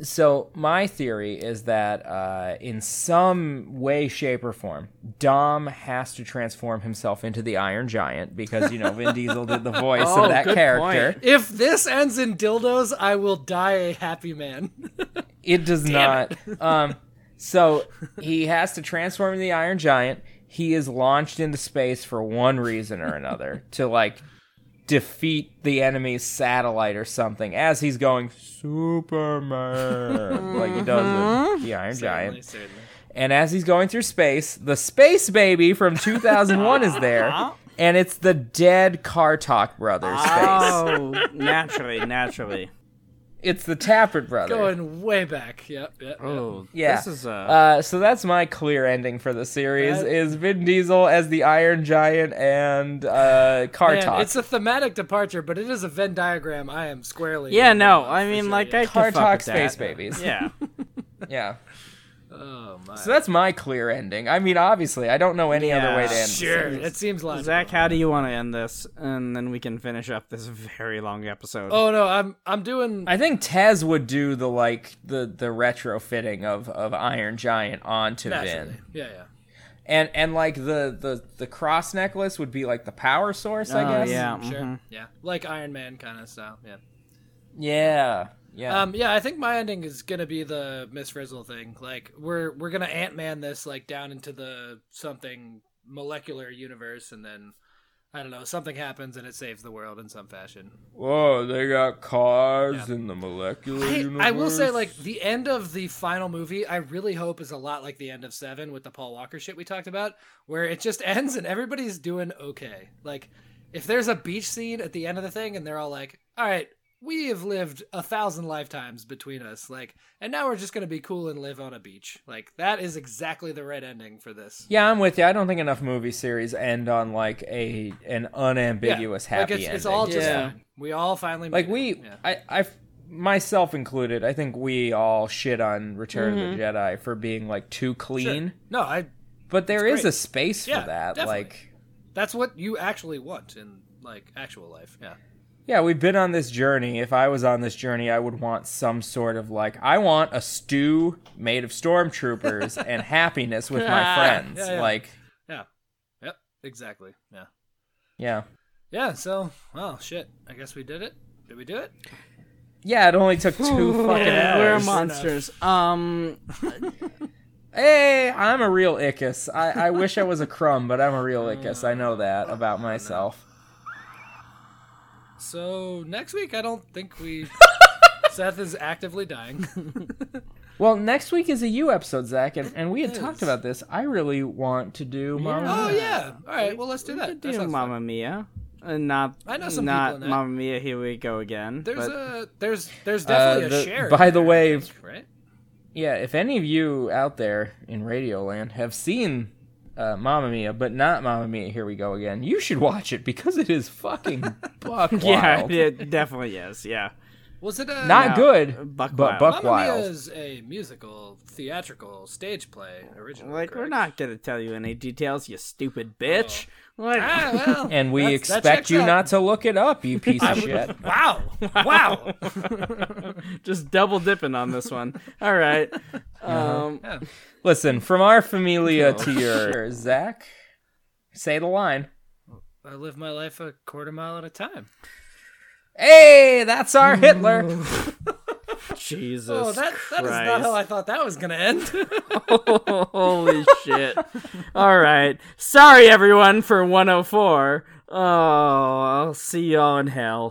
S2: So, my theory is that uh, in some way, shape, or form, Dom has to transform himself into the Iron Giant because, you know, Vin Diesel did
S1: [LAUGHS]
S2: the voice
S1: Oh,
S2: of that
S1: good
S2: character.
S1: point.
S3: If this ends in dildos, I will die a happy man. [LAUGHS]
S2: It does not. um, so he has to transform into the Iron Giant. He is launched into space for one reason or another to like defeat the enemy's satellite or something as he's going Superman like he does the, the Iron
S3: certainly,
S2: Giant.
S3: certainly.
S2: And as he's going through space, the space baby from 2001 is
S3: [LAUGHS] Uh-huh.
S2: there. And it's the dead Car Talk brothers
S3: Ah.
S2: face.
S1: Oh, naturally, [LAUGHS] naturally.
S2: It's the Tappert brothers.
S3: Going way back. Yep. yep, yep.
S1: Oh,
S2: Yeah.
S1: this is a
S2: Uh, so that's my clear ending for the series:
S3: That-
S2: is Vin Diesel as the Iron Giant and uh, Car
S3: Man,
S2: Talk.
S3: it's a thematic departure, but it is a Venn diagram. I am squarely.
S1: yeah. No,
S3: involved for
S1: I mean
S3: sure,
S1: like
S3: yeah.
S1: I
S2: Car
S1: could fuck
S2: Talk
S1: with that.
S2: space babies.
S1: Yeah,
S2: Yeah.
S3: Oh my.
S2: So that's my clear ending. I mean, obviously, I don't know any other way to
S1: Yeah.
S2: end.
S3: sure, it seems logical.
S1: Zach, how do you want to end this, and then we can finish up this very long episode.
S3: Oh no, I'm I'm doing
S2: I think Tez would do the like the the retrofitting of of Iron Giant onto
S3: naturally.
S2: Vin,
S3: Yeah, yeah.
S2: and and like the the the cross necklace would be like the power source. I
S1: Oh,
S2: guess.
S1: yeah.
S3: Sure.
S1: mhm.
S3: Yeah. Like Iron Man kind of style. Yeah.
S2: Yeah. Yeah.
S3: Um, yeah, I think my ending is gonna be the Miss Frizzle thing. Like we're we're gonna Ant Man this like down into the something molecular universe, and then I don't know. Something happens and it saves the world in some fashion.
S2: Whoa, they got cars in the molecular
S3: I, I will say, like, the end of the final movie, I really hope is a lot like the end of Seven with the Paul Walker shit we talked about, where it just [LAUGHS] ends and everybody's doing okay. Like, if there's a beach scene at the end of the thing and they're all like, all right, we have lived a thousand lifetimes between us, like, and now we're just going to be cool and live on a beach. Like, that is exactly the right ending for this.
S2: yeah, I'm with you. I don't think enough movie series end on like a an unambiguous
S3: Yeah,
S2: happy
S3: like it's,
S2: ending.
S3: it's all just
S1: Yeah.
S3: fine. we all finally
S2: like
S3: made
S2: we,
S3: it. Yeah.
S2: I, I, myself included. I think we all shit on Return of the Jedi for being like too clean,
S3: no i
S2: but there is a space
S3: Yeah,
S2: for that.
S3: definitely.
S2: Like,
S3: that's what you actually want in like actual life yeah
S2: yeah, we've been on this journey. If I was on this journey, I would want some sort of like, I want a stew made of
S3: [LAUGHS]
S2: stormtroopers and happiness with my friends.
S3: Yeah, yeah.
S2: Like,
S3: yeah yep exactly yeah
S2: yeah.
S3: yeah so well shit i guess we did it did we do it
S2: Yeah, it only took two fucking
S3: Yeah.
S1: We're
S2: hours.
S1: monsters. Um,
S2: Hey, I'm a real ickus. I, I wish I was a
S3: [LAUGHS]
S2: crumb, but I'm a real ickus. I know
S3: Oh,
S2: that about myself.
S3: so next week i don't think we
S2: [LAUGHS]
S3: seth is actively dying
S2: Well, next week is a you episode, Zach, and, and we had talked about this. I really want to do Mama.
S3: oh
S2: Mia.
S3: yeah all right well let's do
S1: we
S3: that,
S1: could
S3: That
S1: do
S3: sounds fun.
S1: Mamma Mia. And not,
S3: I know some people
S1: not
S3: in that.
S1: Mamma Mia. Here we go again.
S3: there's
S1: but-
S3: a there's there's definitely
S2: uh, the-
S3: a share
S2: by
S3: in
S2: the
S3: there,
S2: way-
S3: right
S2: Yeah, if any of you out there in Radio Land have seen uh, Mamma Mia, but not Mamma Mia, here we go again, you should watch it because it is
S3: [LAUGHS]
S2: fucking buck
S1: [LAUGHS]
S2: wild.
S1: yeah, it definitely is. Yeah,
S3: was it a
S1: No,
S2: Not good,
S1: buck wild.
S2: but buck
S3: Mamma Mia
S2: wild.
S3: is a musical, theatrical, stage play originally.
S1: like we're
S3: correct?
S1: not gonna tell you any details, you stupid bitch. Like,
S3: Ah, well,
S2: [LAUGHS] and we
S3: that's- that
S2: expect
S3: checks
S2: you
S3: out.
S2: not to look it up,
S3: [LAUGHS]
S2: you piece of shit. [LAUGHS]
S3: Wow! Wow!
S1: [LAUGHS] just double dipping on this one. All right. Um,
S2: Listen, from our familia to your Zach, say the line.
S3: I live my life a quarter mile at a time.
S2: Hey, that's [LAUGHS] our Hitler.
S1: Jesus.
S3: Oh, that, that is not how I thought that was going to end.
S1: [LAUGHS]
S3: [LAUGHS]
S1: Holy shit. All right. Sorry, everyone, for 104. Oh, I'll Oh, see y'all in hell.